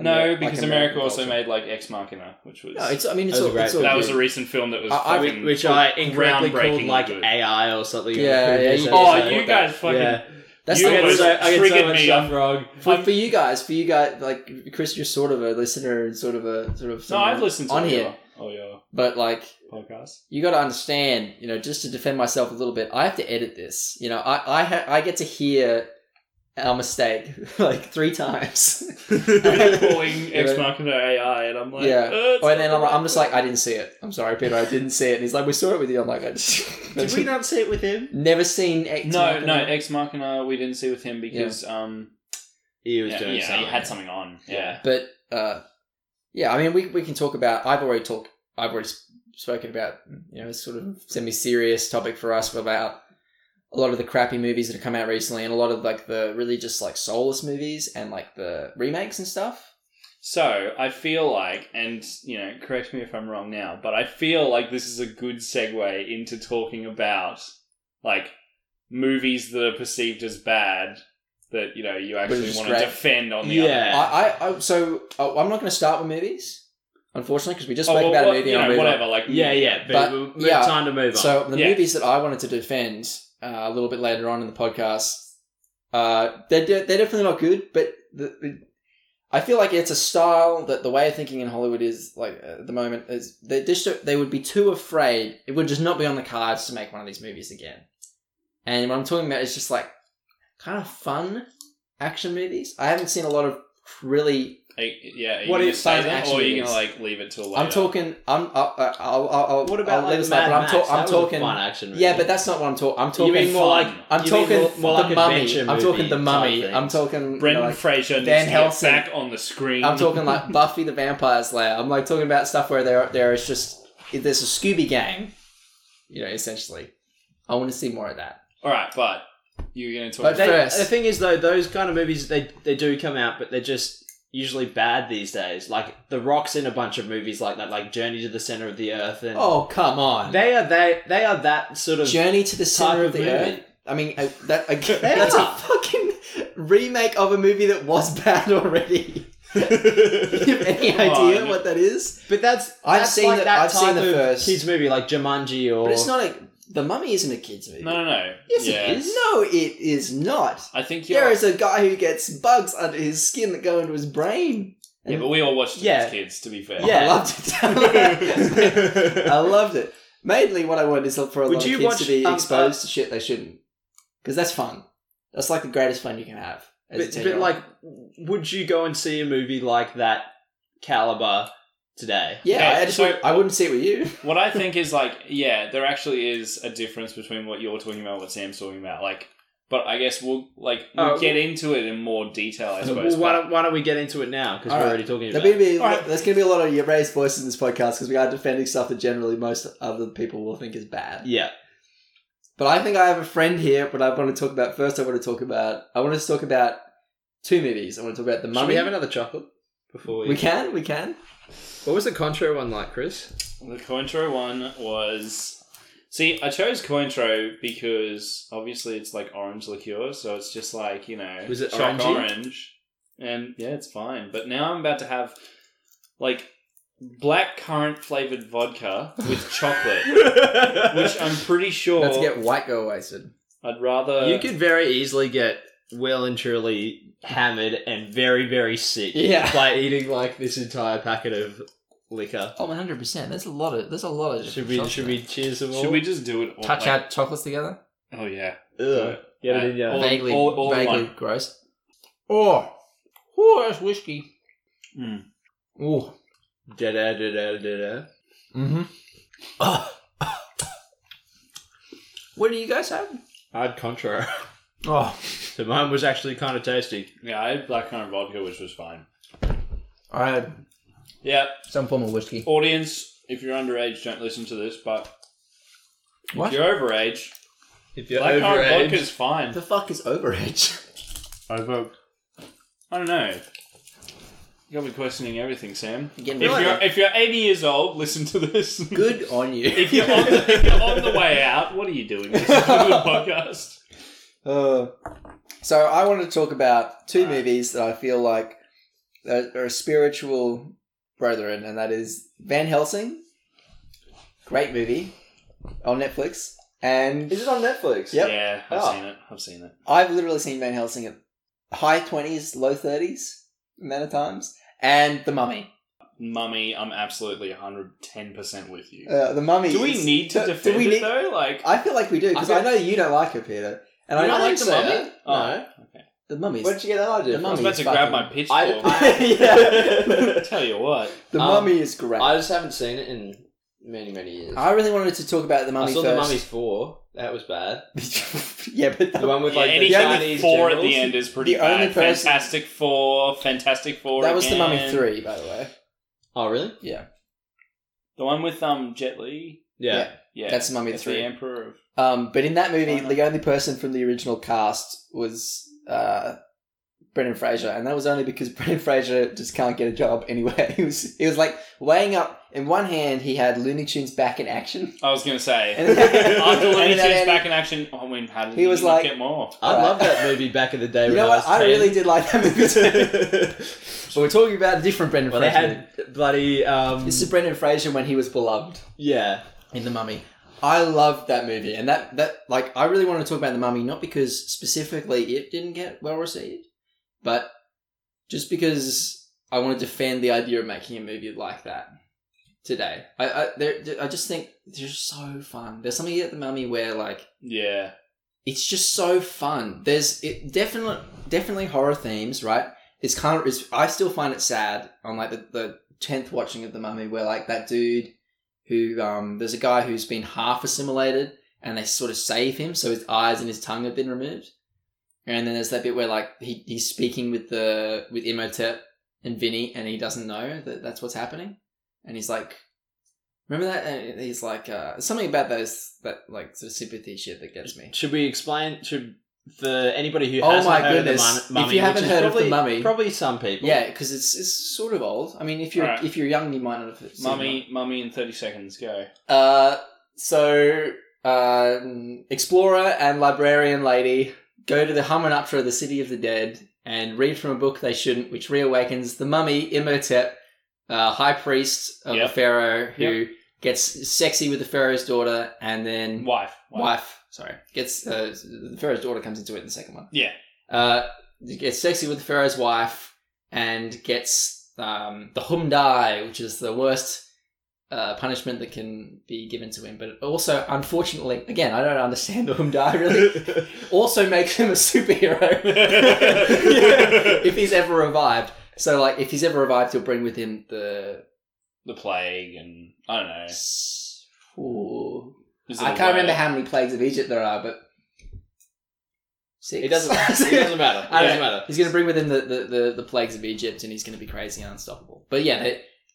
Speaker 3: No,
Speaker 1: Like
Speaker 3: because America also
Speaker 1: culture.
Speaker 3: made like Ex Machina, which was
Speaker 1: No, it's. I mean, it's
Speaker 2: That was
Speaker 1: all.
Speaker 2: a great
Speaker 1: it's all
Speaker 2: film.
Speaker 3: that
Speaker 1: good.
Speaker 3: was a recent film that was
Speaker 1: I- I-
Speaker 3: fucking
Speaker 2: which I incorrectly called
Speaker 3: groundbreakingly
Speaker 2: like
Speaker 3: good.
Speaker 2: AI or something. on the
Speaker 1: Yeah, yeah,
Speaker 2: previous
Speaker 1: you-
Speaker 2: episode.
Speaker 3: Oh,
Speaker 1: Yeah.
Speaker 3: you guys fucking
Speaker 2: Yeah.
Speaker 1: That's
Speaker 3: You
Speaker 2: I
Speaker 1: like,
Speaker 2: get
Speaker 3: almost
Speaker 2: so, I get so
Speaker 3: triggered
Speaker 2: much
Speaker 3: me.
Speaker 2: stuff wrong.
Speaker 1: for,
Speaker 3: I'm-
Speaker 1: for you guys, for you guys, like Chris, you're sort of a listener and sort of a sort of.
Speaker 3: No,
Speaker 1: someone
Speaker 3: I've listened to Oh,
Speaker 1: on
Speaker 3: all
Speaker 1: here,
Speaker 3: your- all your
Speaker 1: but like
Speaker 3: podcasts.
Speaker 1: you got to understand, you know, just to defend myself a little bit, I have to edit this. You know, I I, ha- I get to hear our mistake like three times.
Speaker 3: calling Ex
Speaker 1: Yeah.
Speaker 3: Machina AI, and I'm like,
Speaker 1: Yeah.
Speaker 3: uh, it's
Speaker 1: Oh, and then
Speaker 3: not
Speaker 1: I'm, like- I'm
Speaker 3: right.
Speaker 1: just like, I didn't see it. I'm sorry, Peter, I didn't see it. And he's like, we saw it with you. I'm like, I just,
Speaker 2: Did we not see it with him?
Speaker 1: never seen X.
Speaker 3: no,
Speaker 1: Machina.
Speaker 3: no, Ex Machina. We didn't see with him because um,
Speaker 2: He was
Speaker 3: yeah,
Speaker 2: doing
Speaker 3: yeah,
Speaker 2: something.
Speaker 3: he had something on. Yeah,
Speaker 1: But uh, yeah, I mean, we we can talk about. I've already talked. I've already s- spoken about you know sort of semi-serious topic for us about a lot of the crappy movies that have come out recently, and a lot of like the really just like soulless movies and like the remakes and stuff.
Speaker 3: So I feel like, and you know, correct me if I'm wrong now, but I feel like this is a good segue into talking about like movies that are perceived as bad that you know you actually
Speaker 1: just
Speaker 3: want to
Speaker 1: great.
Speaker 3: defend on the
Speaker 2: Yeah.
Speaker 3: other. hand.
Speaker 1: I, I, I so uh, I'm not going to start with movies, unfortunately, because we just
Speaker 3: Oh,
Speaker 1: spoke
Speaker 3: well,
Speaker 1: about
Speaker 3: well,
Speaker 1: a movie.
Speaker 3: you
Speaker 1: and
Speaker 3: know,
Speaker 1: I moved on.
Speaker 3: whatever. Like,
Speaker 2: Yeah, yeah, but,
Speaker 1: But,
Speaker 2: we'll move-
Speaker 1: yeah.
Speaker 2: time to move on.
Speaker 1: So the
Speaker 3: Yeah.
Speaker 1: movies that I wanted to defend uh, a little bit later on in the podcast, uh, they're de- they're definitely not good. But the, the- I feel like it's a style that the way of thinking in Hollywood is like uh, at the moment is they just they would be too afraid. It would just not be on the cards to make one of these movies again. And what I'm talking about is just like kind of fun action movies. I haven't seen a lot of really.
Speaker 3: Are you- yeah. Are you
Speaker 2: What
Speaker 3: gonna
Speaker 2: is
Speaker 3: say
Speaker 1: science
Speaker 3: that,
Speaker 1: action
Speaker 3: or are you
Speaker 1: is?
Speaker 3: gonna like leave it till later?
Speaker 1: I'm talking. I'm. I'll. I'll. I'll, I'll
Speaker 2: What about
Speaker 1: I'll
Speaker 2: like
Speaker 1: leave
Speaker 2: the
Speaker 1: aside,
Speaker 2: Mad
Speaker 1: but I'm,
Speaker 2: Max?
Speaker 1: talk- I'm
Speaker 2: That was a
Speaker 1: talking.
Speaker 2: fun action. Movie.
Speaker 1: Yeah, but that's not what I'm talking. I'm
Speaker 2: you
Speaker 1: talking.
Speaker 2: mean more
Speaker 3: fun.
Speaker 2: like
Speaker 1: I'm
Speaker 2: you mean
Speaker 1: talking
Speaker 2: more, more
Speaker 1: the
Speaker 2: like
Speaker 1: mummy.
Speaker 2: adventure
Speaker 1: I'm talking
Speaker 2: movie
Speaker 1: the
Speaker 2: type
Speaker 1: mummy.
Speaker 2: things.
Speaker 1: I'm talking.
Speaker 3: Brendan
Speaker 1: like,
Speaker 3: Fraser needs
Speaker 1: Van
Speaker 3: to
Speaker 1: Helsing.
Speaker 3: get back on the screen.
Speaker 1: I'm talking like Buffy the Vampire Slayer. I'm like talking about stuff where there there is just there's a Scooby Gang, you know, essentially. I want to see more of that.
Speaker 3: All right, but you're gonna talk.
Speaker 1: But
Speaker 3: about
Speaker 2: They-
Speaker 1: first.
Speaker 2: The thing is, though, those kind of movies they they do come out, but they're just usually bad these days. Like The Rock's in a bunch of movies like that, like Journey to the Center of the Earth, and
Speaker 1: Oh come on!
Speaker 2: they are they they are that sort of
Speaker 1: Journey to the
Speaker 2: type
Speaker 1: center
Speaker 2: of
Speaker 1: of the
Speaker 2: movie.
Speaker 1: earth. I mean, I, that I,
Speaker 2: They
Speaker 1: that's a
Speaker 2: are.
Speaker 1: fucking remake of a movie that was bad already. you have any
Speaker 3: Come
Speaker 1: idea
Speaker 3: on.
Speaker 1: what that is?
Speaker 2: But that's
Speaker 1: I've
Speaker 2: that's
Speaker 1: seen
Speaker 2: like
Speaker 1: the-
Speaker 2: that
Speaker 1: I've
Speaker 2: type
Speaker 1: seen the
Speaker 2: of
Speaker 1: first-
Speaker 2: kids movie like Jumanji or
Speaker 1: But it's not a. The Mummy isn't a kids movie.
Speaker 3: No, no, no.
Speaker 2: Yes, it
Speaker 3: yeah.
Speaker 2: is.
Speaker 1: No, it is not.
Speaker 3: I think you're.
Speaker 1: There is a guy who gets bugs under his skin that go into his brain.
Speaker 3: yeah, but we all watched it
Speaker 2: Yeah.
Speaker 3: as kids. To be fair.
Speaker 1: I
Speaker 2: Yeah.
Speaker 1: loved it. I loved it. Mainly, what I wanted is for a
Speaker 2: Would
Speaker 1: lot
Speaker 2: you
Speaker 1: of kids
Speaker 2: watch,
Speaker 1: to be
Speaker 2: um,
Speaker 1: exposed to shit they shouldn't, because that's fun. That's like the greatest fun you can have. As
Speaker 2: But,
Speaker 1: a
Speaker 2: but
Speaker 1: 10-year-old.
Speaker 2: like, would you go and see a movie like that caliber today?
Speaker 1: yeah,
Speaker 3: Okay,
Speaker 1: I just
Speaker 3: so-
Speaker 1: wouldn't- I wouldn't see it with you.
Speaker 3: What I think is like, yeah, there actually is a difference between what you're talking about, and what Sam's talking about. Like, but I guess we'll like we'll
Speaker 2: Oh,
Speaker 3: get into it in more detail. I suppose.
Speaker 2: Well, why
Speaker 3: but-
Speaker 2: don't, why don't we get into it now? Because
Speaker 1: All
Speaker 2: we're
Speaker 1: right.
Speaker 2: already talking
Speaker 1: There'll
Speaker 2: about
Speaker 1: be,
Speaker 2: it.
Speaker 1: be,
Speaker 3: Alright.
Speaker 1: There's going to be a lot of raised voices in this podcast because we are defending stuff that generally most other people will think is bad.
Speaker 2: Yeah.
Speaker 1: But I think I have a friend here. But I want to talk about first. I want to talk about. I want to talk about two movies. I want to talk about the
Speaker 2: Should
Speaker 1: mummy.
Speaker 2: we have another chocolate before we?
Speaker 1: we can. We can.
Speaker 2: What was the Contro one like, Chris?
Speaker 3: The Cointro one was. See, I chose Cointro because obviously it's like orange liqueur, so it's just like, you know,
Speaker 2: Was it
Speaker 3: choc
Speaker 2: orangey?
Speaker 3: orange. And yeah, it's fine. But now I'm about to have like black currant flavored vodka with chocolate, which
Speaker 2: Which um,
Speaker 3: I'm pretty sure
Speaker 1: Let's get white girl wasted.
Speaker 3: I'd rather.
Speaker 2: you could very easily get well and truly hammered and very very sick
Speaker 1: Yeah.
Speaker 2: by eating like this entire packet of liquor.
Speaker 1: Oh, 100 percent. There's a lot of there's a lot of
Speaker 2: Should we
Speaker 1: shots
Speaker 2: should
Speaker 1: there.
Speaker 2: we cheers them all?
Speaker 3: Should we just do it all?
Speaker 1: touch
Speaker 3: like-
Speaker 1: our chocolates together?
Speaker 3: Oh, yeah.
Speaker 2: Ugh. Get it in
Speaker 3: Uh,
Speaker 2: your
Speaker 3: all-
Speaker 1: vaguely,
Speaker 3: all in
Speaker 1: vaguely
Speaker 3: one.
Speaker 1: gross. Oh, oh, that's whiskey. Hmm.
Speaker 3: Mm.
Speaker 1: Oh,
Speaker 2: da da da da da da.
Speaker 1: mm-hmm. what do you guys have?
Speaker 2: I'd Contro.
Speaker 1: Oh,
Speaker 2: So mine was actually kind of tasty.
Speaker 3: Yeah, I had black currant vodka, which was fine.
Speaker 1: I had
Speaker 3: Yeah,
Speaker 1: some form of whiskey.
Speaker 3: audience, if you're underage, don't listen to this, but
Speaker 1: What
Speaker 3: if you're overage,
Speaker 2: If you're
Speaker 3: Black currant
Speaker 2: overage,
Speaker 3: vodka's fine.
Speaker 1: the fuck is overage?
Speaker 2: I vote.
Speaker 3: I don't know. You gotta be questioning everything, Sam.
Speaker 1: Again,
Speaker 3: If you're if you're 80 years old, listen to this.
Speaker 1: good on you.
Speaker 3: if you're on the, if you're on the way out, what are you doing? This is a podcast.
Speaker 1: Uh, so I wanted to talk about two
Speaker 3: Alright.
Speaker 1: movies that I feel like are, are spiritual brethren, and that is Van Helsing, great movie on Netflix, and
Speaker 2: Is it on Netflix?
Speaker 1: Yep.
Speaker 3: Yeah, I've
Speaker 1: Oh.
Speaker 3: seen it. I've seen it.
Speaker 1: I've literally seen Van Helsing at high twenties, low thirties amount of times, and The Mummy.
Speaker 3: Mummy, I'm absolutely 110% with you.
Speaker 1: Uh, the Mummy.
Speaker 3: do we
Speaker 1: is-
Speaker 3: need to
Speaker 1: do- do
Speaker 3: defend
Speaker 1: we
Speaker 3: it
Speaker 1: need-
Speaker 3: though? Like,
Speaker 1: I feel like we do because
Speaker 2: I
Speaker 1: I,
Speaker 2: feel-
Speaker 1: know you don't like it, Peter, and
Speaker 2: You
Speaker 1: I
Speaker 2: don't
Speaker 1: don't
Speaker 2: like
Speaker 1: like
Speaker 2: The
Speaker 1: say
Speaker 2: Mummy?
Speaker 1: that.
Speaker 3: oh,
Speaker 2: No.
Speaker 3: okay.
Speaker 1: The Mummy's.
Speaker 2: Where'd you get that idea
Speaker 1: The
Speaker 3: I
Speaker 1: Mummy
Speaker 3: was about
Speaker 1: is
Speaker 3: to grab
Speaker 1: fucking-
Speaker 3: my pitchfork.
Speaker 2: I-
Speaker 1: yeah.
Speaker 3: Tell you what,
Speaker 1: the
Speaker 2: Um,
Speaker 1: Mummy is great.
Speaker 2: I just haven't seen it in many, many years. I,
Speaker 1: I really wanted to talk about the mummy
Speaker 2: saw
Speaker 1: first.
Speaker 2: the Mummies Four. That was bad.
Speaker 1: yeah, but that,
Speaker 2: The one with like
Speaker 3: yeah,
Speaker 2: the
Speaker 3: anything with
Speaker 2: Chinese
Speaker 3: four
Speaker 2: generals.
Speaker 3: at the end is pretty
Speaker 1: The
Speaker 3: bad.
Speaker 1: only person-
Speaker 3: Fantastic Four, Fantastic Four.
Speaker 1: that was the mummy
Speaker 3: again.
Speaker 1: three, by the way.
Speaker 2: Oh, really?
Speaker 1: Yeah,
Speaker 3: The one with um Jet Li.
Speaker 1: Yeah.
Speaker 3: Yeah,
Speaker 1: That's the Mummy
Speaker 3: It's
Speaker 1: three.
Speaker 3: The Emperor of
Speaker 1: Um, but in that movie,
Speaker 3: Why not?
Speaker 1: the only person from the original cast was uh, Brendan Fraser, and that was only because Brendan Fraser just can't get a job anywhere. he was he was like weighing up. In one hand, he had Looney Tunes back in action.
Speaker 3: I was gonna say
Speaker 1: And then-
Speaker 3: after Looney
Speaker 1: and then-
Speaker 3: Tunes back in action. I mean, how did
Speaker 1: He
Speaker 3: he
Speaker 1: was
Speaker 3: not
Speaker 1: like-
Speaker 3: get more?
Speaker 2: I loved that movie back in the day.
Speaker 1: You
Speaker 2: when
Speaker 1: know
Speaker 2: I
Speaker 1: what?
Speaker 2: was
Speaker 1: I
Speaker 2: 10.
Speaker 1: really did like that movie too. but we're talking about a different Brendan
Speaker 2: well, they
Speaker 1: Fraser. movie.
Speaker 2: had bloody um.
Speaker 1: This is Brendan Fraser when he was beloved.
Speaker 2: yeah.
Speaker 1: in the mummy i loved that movie and that that like i really want to talk about the mummy not because specifically it didn't get well received but just because i want to defend the idea of making a movie like that today i i, there, I just think they're so fun there's something about the mummy where like
Speaker 3: Yeah,
Speaker 1: it's just so fun. There's it definitely definitely horror themes, right? it's kind of it's, I still find it sad on like the, the tenth watching of the Mummy, where like that dude who um there's a guy who's been half assimilated, and they sort of save him, so his eyes and his tongue have been removed, and then there's that bit where like he, he's speaking with the with Imhotep and Vinny, and he doesn't know that that's what's happening, and he's like. Remember that? And he's like uh, something about those that like sort of sympathy shit that gets me.
Speaker 2: Should we explain? Should for anybody who
Speaker 1: Oh
Speaker 2: hasn't
Speaker 1: my
Speaker 2: heard
Speaker 1: goodness.
Speaker 2: of
Speaker 1: If
Speaker 2: the Mum- mummy,
Speaker 1: you haven't
Speaker 2: which is
Speaker 1: heard of The
Speaker 2: probably,
Speaker 1: Mummy-
Speaker 2: probably some people.
Speaker 1: Yeah, because it's it's sort of old. I mean, if you're
Speaker 3: Alright.
Speaker 1: if you're young, you might not have seen
Speaker 3: Mummy, mummy in 30 seconds, go.
Speaker 1: it. Uh, so uh, explorer and librarian lady go to the Hamunaptra, the city of the dead, and read from a book they shouldn't, which reawakens the mummy Imhotep, uh, high priest of
Speaker 3: Yep.
Speaker 1: the pharaoh, who gets sexy with the pharaoh's daughter, and then
Speaker 3: Wife.
Speaker 1: wife, sorry, gets uh, the pharaoh's daughter comes into it in the second one.
Speaker 3: Yeah.
Speaker 1: uh, gets sexy with the pharaoh's wife and gets um, the humdai, which is the worst uh, punishment that can be given to him. But also, unfortunately, again, I don't understand the humdai really. also makes him a superhero if he's ever revived. So, like, if he's ever revived, he'll bring with him the.
Speaker 3: The plague and I don't know.
Speaker 1: s- Ooh.
Speaker 3: Is it
Speaker 1: I
Speaker 3: a
Speaker 1: can't
Speaker 3: word?
Speaker 1: remember how many plagues of Egypt there are, but six.
Speaker 2: It doesn't. It doesn't matter. It
Speaker 1: I don't
Speaker 2: doesn't matter.
Speaker 1: He's going to bring with him the, the, the, the plagues of Egypt, and he's going to be crazy and unstoppable. But yeah,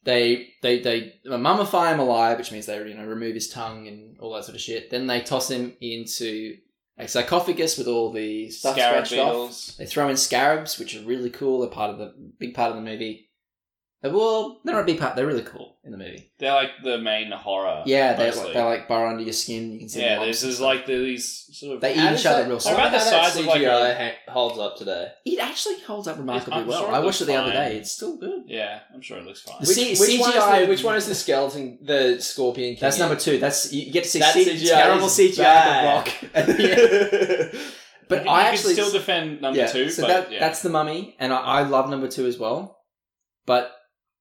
Speaker 1: they they they they mummify him alive, which means they you know remove his tongue and all that sort of shit. Then they toss him into a sarcophagus with all the stuff
Speaker 3: Scarab
Speaker 1: scratched off.
Speaker 3: beetles.
Speaker 1: They throw in scarabs, which are really cool. They're part of the big part of the movie. Uh, Well, they're not a big part. They're really cool in the movie.
Speaker 3: They're like the main horror.
Speaker 1: Yeah, they
Speaker 3: mostly.
Speaker 1: like, they like burrow under your skin. You can see.
Speaker 3: yeah,
Speaker 1: the lumps
Speaker 3: there's,
Speaker 1: and
Speaker 3: there's
Speaker 1: stuff.
Speaker 3: like these sort of.
Speaker 1: They eat
Speaker 2: How
Speaker 1: each
Speaker 2: does
Speaker 1: other
Speaker 2: that-
Speaker 1: real
Speaker 2: how about
Speaker 3: slow.
Speaker 2: the size of like
Speaker 3: a-
Speaker 2: holds up today.
Speaker 1: It actually holds up remarkably
Speaker 3: I'm
Speaker 1: well.
Speaker 3: sure it
Speaker 1: I
Speaker 3: looks
Speaker 1: watched it the other
Speaker 3: fine.
Speaker 1: day. It's still good.
Speaker 3: yeah, I'm sure it looks fine.
Speaker 1: The
Speaker 2: which,
Speaker 1: C-
Speaker 2: which one is
Speaker 1: CGI
Speaker 2: the, which one is the skeleton? The scorpion. King
Speaker 1: That's
Speaker 2: in?
Speaker 1: number two. That's you you get to see
Speaker 2: That
Speaker 1: C-
Speaker 2: CGI
Speaker 1: terrible
Speaker 2: is
Speaker 1: CGI
Speaker 2: bad.
Speaker 1: of the rock. but
Speaker 3: you,
Speaker 1: I
Speaker 3: you
Speaker 1: actually
Speaker 3: can still defend number
Speaker 1: yeah,
Speaker 3: two,
Speaker 1: So
Speaker 3: but
Speaker 1: that,
Speaker 3: yeah.
Speaker 1: that's the mummy, and I, I love number two as well. But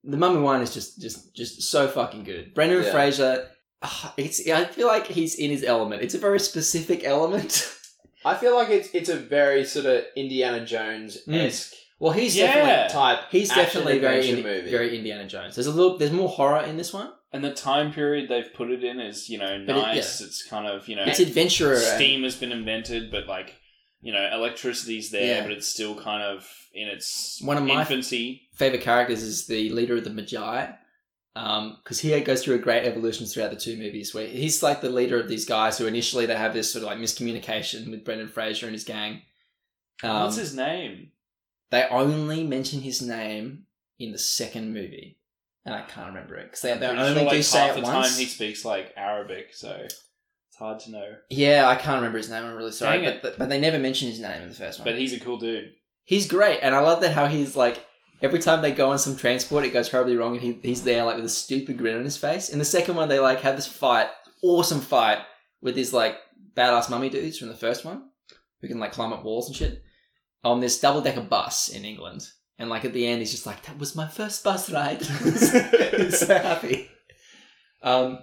Speaker 1: the mummy one is just just just so fucking good. Brendan
Speaker 2: Yeah.
Speaker 1: Fraser. ah, It's. I feel like he's in his element. It's a very specific element.
Speaker 2: I feel like it's it's a very sort of Indiana Jones esque
Speaker 1: well, he's
Speaker 3: Yeah.
Speaker 1: definitely
Speaker 2: type.
Speaker 1: he's
Speaker 2: action
Speaker 1: definitely very
Speaker 2: adventure
Speaker 1: Indi-
Speaker 2: movie.
Speaker 1: very Indiana Jones. There's a little. There's more horror in this one.
Speaker 3: and the time period they've put it in is you know
Speaker 1: But it-
Speaker 3: nice. It's kind of you know
Speaker 1: It's adventurer. and-
Speaker 3: Uh, steam has been invented, but like you know electricity's there,
Speaker 1: Yeah.
Speaker 3: but it's still kind of in its
Speaker 1: One of my-
Speaker 3: infancy.
Speaker 1: favorite characters is the leader of the Magi, because he goes through a great evolution throughout the two movies. Where he's like the leader of these guys who initially they have this sort of like miscommunication with Brendan Fraser and his gang. Um,
Speaker 3: What's his name?
Speaker 1: They only mention his name in the second movie, and I can't remember it because they, they
Speaker 3: I'm
Speaker 1: only
Speaker 3: pretty sure,
Speaker 1: do
Speaker 3: like,
Speaker 1: say
Speaker 3: half
Speaker 1: it
Speaker 3: the
Speaker 1: once.
Speaker 3: time he speaks like Arabic, so it's hard to know.
Speaker 1: Yeah, I can't remember his name. I'm really sorry,
Speaker 3: Dang it.
Speaker 1: but, but but they never mention his name in the first one.
Speaker 3: But he's a cool dude.
Speaker 1: He's great, and I love that how he's like every time they go on some transport, it goes horribly wrong, and he, he's there like with a stupid grin on his face. In the second one, they like have this fight, awesome fight with these like badass mummy dudes from the first one who can like climb up walls and shit on this double decker bus in England. And like at the end, he's just like, "That was my first bus ride." he's so happy. Um,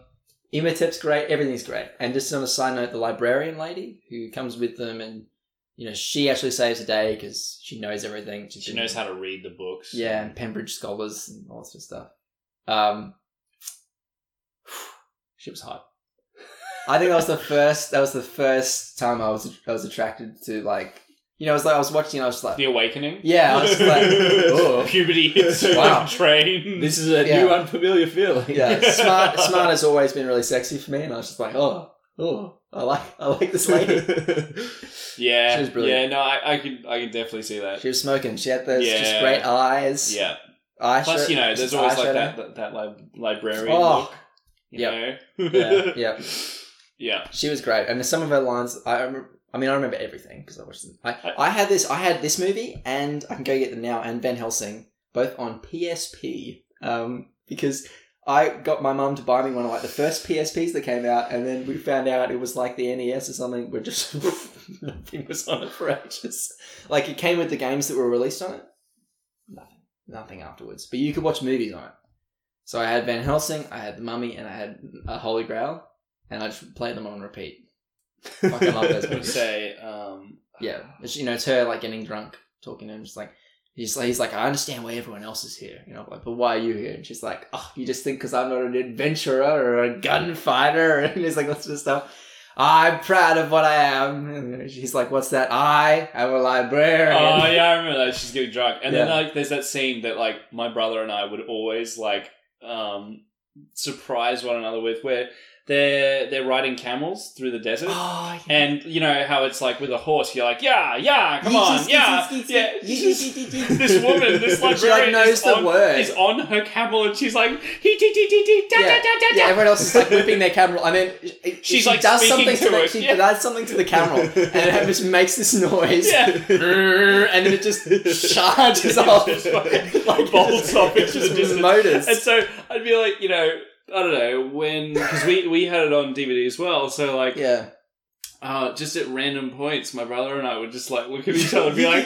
Speaker 1: Imhotep's great. Everything's great. And just on a side note, the librarian lady who comes with them and you know, she actually saves the day because she knows everything.
Speaker 3: She knows how to read the books.
Speaker 1: Yeah, and Pembridge scholars and all that sort of stuff. Um, she was hot. I think that was the first. That was the first time I was I was attracted to like you know I was like I was watching and I was just like
Speaker 3: The Awakening.
Speaker 1: yeah I was just like oh.
Speaker 3: Puberty hits you
Speaker 1: Wow.
Speaker 3: on a train.
Speaker 2: This is a
Speaker 1: Yeah.
Speaker 2: new unfamiliar feeling.
Speaker 1: yeah smart smart has always been really sexy for me and I was just like oh oh I like I like this lady.
Speaker 3: yeah,
Speaker 1: She was brilliant.
Speaker 3: Yeah, no, I, I could, I could definitely see that.
Speaker 1: She was smoking. She had those just
Speaker 3: Yeah.
Speaker 1: great eyes.
Speaker 3: yeah.
Speaker 1: Eye
Speaker 3: Plus,
Speaker 1: shadow-
Speaker 3: you know, there's
Speaker 1: just
Speaker 3: always
Speaker 1: eye
Speaker 3: like
Speaker 1: shadow.
Speaker 3: that, that that lib- librarian
Speaker 1: Oh.
Speaker 3: look. You know?
Speaker 1: Yeah, yeah.
Speaker 3: yeah.
Speaker 1: She was great, and some of her lines. I remember, I mean, I remember everything because I watched them. I, I had this. I had this movie, and I can go get them now. And Van Helsing, both on PSP, um, because I got my mum to buy me one of like the first PSPs that came out, and then we found out it was like the NES or something. Where just nothing was on it for ages. Like it came with the games that were released on it. Nothing, nothing afterwards. But you could watch movies on it. So I had Van Helsing, I had The Mummy, and I had uh, Holy Grail and I just play them on repeat. Fucking love those
Speaker 3: I would
Speaker 1: movies.
Speaker 3: say, um, Ah.
Speaker 1: Yeah, it's, you know, it's her like getting drunk, talking to him, just like, "Yeah, He's like, he's like, I understand why everyone else is here, you know, like, but why are you here? And she's like, oh, you just think because I'm not an adventurer or a gunfighter, and he's like, that's just stuff. I'm proud of what I am. And she's like, what's that? I am a librarian.
Speaker 3: Oh yeah, I remember that. She's getting drunk, and then like there's that scene that like my brother and I would always like um surprise one another with, where they're they're riding camels through the desert,
Speaker 1: Oh, yeah.
Speaker 3: and you know how it's like with a horse, you're like yeah yeah come
Speaker 1: Yeet,
Speaker 3: on
Speaker 1: yeet, yeet,
Speaker 3: yeah
Speaker 1: yeet, yeet,
Speaker 3: yeah.
Speaker 1: yeet, yeet, yeet, yeet.
Speaker 3: this woman, this
Speaker 1: She, like,
Speaker 3: librarian
Speaker 1: knows
Speaker 3: is
Speaker 1: the
Speaker 3: on,
Speaker 1: word.
Speaker 3: is on her camel, and she's like he dee dee dee dee da da da da
Speaker 1: Yeah,
Speaker 3: da.
Speaker 1: everyone else is like whipping their camera, and then she-
Speaker 3: She's,
Speaker 1: she
Speaker 3: like,
Speaker 1: does
Speaker 3: speaking
Speaker 1: something
Speaker 3: to
Speaker 1: the,
Speaker 3: it,
Speaker 1: She
Speaker 3: yeah.
Speaker 1: does something to the camera, and it just makes this noise,
Speaker 3: Yeah.
Speaker 1: and then it just charges off,
Speaker 3: It just fucking
Speaker 1: Like,
Speaker 3: bolts off
Speaker 1: it
Speaker 3: into
Speaker 1: just
Speaker 3: the distance.
Speaker 1: motors.
Speaker 3: And so I'd be like, you know, I don't know when because we we had it on DVD as well. So like,
Speaker 1: Yeah,
Speaker 3: uh, just at random points, my brother and I would just like look at each other and be like,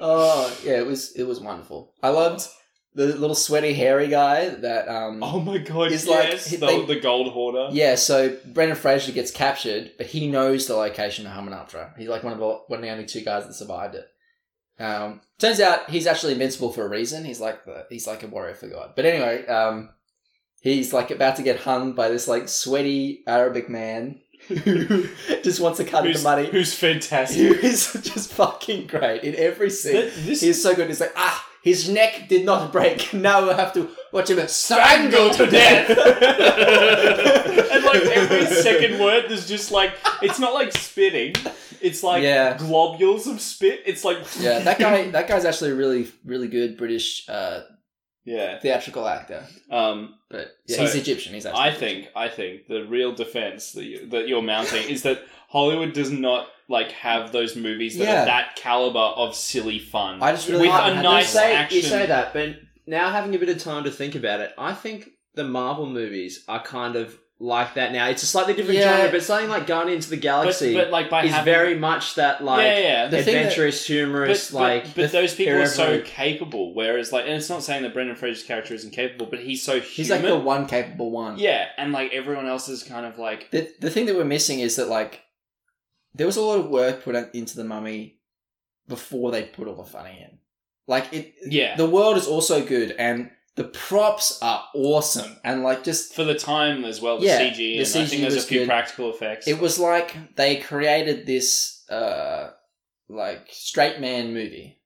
Speaker 1: oh yeah, it was it was wonderful. I loved the little sweaty hairy guy that um
Speaker 3: oh my god,
Speaker 1: It's like-
Speaker 3: yes, the,
Speaker 1: they-
Speaker 3: the gold hoarder.
Speaker 1: Yeah, so Brendan Fraser gets captured, but he knows the location of Hamanatra. He's like one of the one of the only two guys that survived it. Um, turns out he's actually invincible for a reason. He's like the, he's like a warrior for God. But anyway, um, he's like about to get hung by this like sweaty Arabic man who just wants to cut
Speaker 3: Who's,
Speaker 1: the money.
Speaker 3: who's
Speaker 1: He
Speaker 3: fantastic.
Speaker 1: is just fucking great in every scene.
Speaker 3: Th- This
Speaker 1: He's so good. He's like ah. His neck did not break. Now we'll have to watch him strangle to death.
Speaker 3: and like every second word, there's just like it's not like spitting, it's like
Speaker 1: Yeah.
Speaker 3: globules of spit. It's like
Speaker 1: yeah, that guy. That guy's actually a really, really good British uh,
Speaker 3: yeah.
Speaker 1: theatrical actor.
Speaker 3: Um,
Speaker 1: But yeah,
Speaker 3: So,
Speaker 1: he's Egyptian. He's actually.
Speaker 3: I think I think the real defense that you, that you're mounting is that Hollywood does not like have those movies that
Speaker 1: Yeah.
Speaker 3: are that caliber of silly fun.
Speaker 1: I just really
Speaker 3: with
Speaker 1: like
Speaker 3: a
Speaker 1: that.
Speaker 3: nice
Speaker 2: you say,
Speaker 3: action.
Speaker 2: You say that, but now having a bit of time to think about it, I think the Marvel movies are kind of like that now. It's a slightly different
Speaker 1: Yeah.
Speaker 2: genre, but something like Guardians into the
Speaker 3: but,
Speaker 2: Galaxy
Speaker 3: but like by
Speaker 2: is
Speaker 3: having,
Speaker 2: very much that like
Speaker 3: yeah yeah.
Speaker 1: The thing that-
Speaker 2: adventurous, humorous,
Speaker 3: but,
Speaker 2: like
Speaker 3: but, but those people are so
Speaker 2: irreverent-
Speaker 3: capable. Whereas like, and it's not saying that Brendan Fraser's character isn't capable, but he's so human.
Speaker 1: He's like the one capable one.
Speaker 3: yeah, and like everyone else is kind of like
Speaker 1: The the thing that we're missing is that like, there was a lot of work put into the Mummy before they put all the funny in. Like it.
Speaker 3: yeah
Speaker 1: The world is also good, and the props are awesome, and like just
Speaker 3: for the time as well. The
Speaker 1: Yeah,
Speaker 3: CG
Speaker 1: the
Speaker 3: and I
Speaker 1: CG
Speaker 3: think there's a
Speaker 1: was
Speaker 3: few
Speaker 1: good.
Speaker 3: practical effects.
Speaker 1: It was like they created this uh like straight man movie,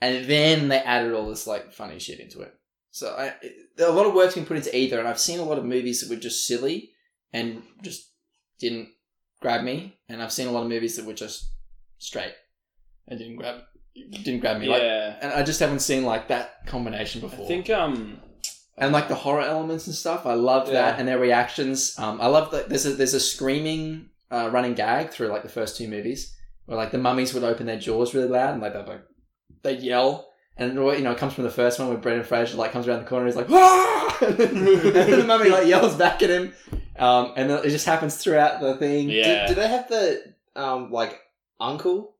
Speaker 1: and then they added all this like funny shit into it. So I, it- a lot of work's been put into either, and I've seen a lot of movies that were just silly and just didn't grab me, and I've seen a lot of movies that were just straight and didn't grab didn't grab me. Like,
Speaker 3: yeah.
Speaker 1: and I just haven't seen like that combination
Speaker 3: I
Speaker 1: before
Speaker 3: think um
Speaker 1: and like the horror elements and stuff. I loved that
Speaker 3: Yeah.
Speaker 1: and their reactions. Um, I love that there's a there's a screaming uh, running gag through like the first two movies where like the mummies would open their jaws really loud and like they like they yell. And you know, it comes from the first one where Brendan Fraser like comes around the corner, he's like, "Ah!" and then, and then the mummy like yells back at him, um, and then it just happens throughout the thing.
Speaker 3: Yeah.
Speaker 2: do, do they have the um like uncle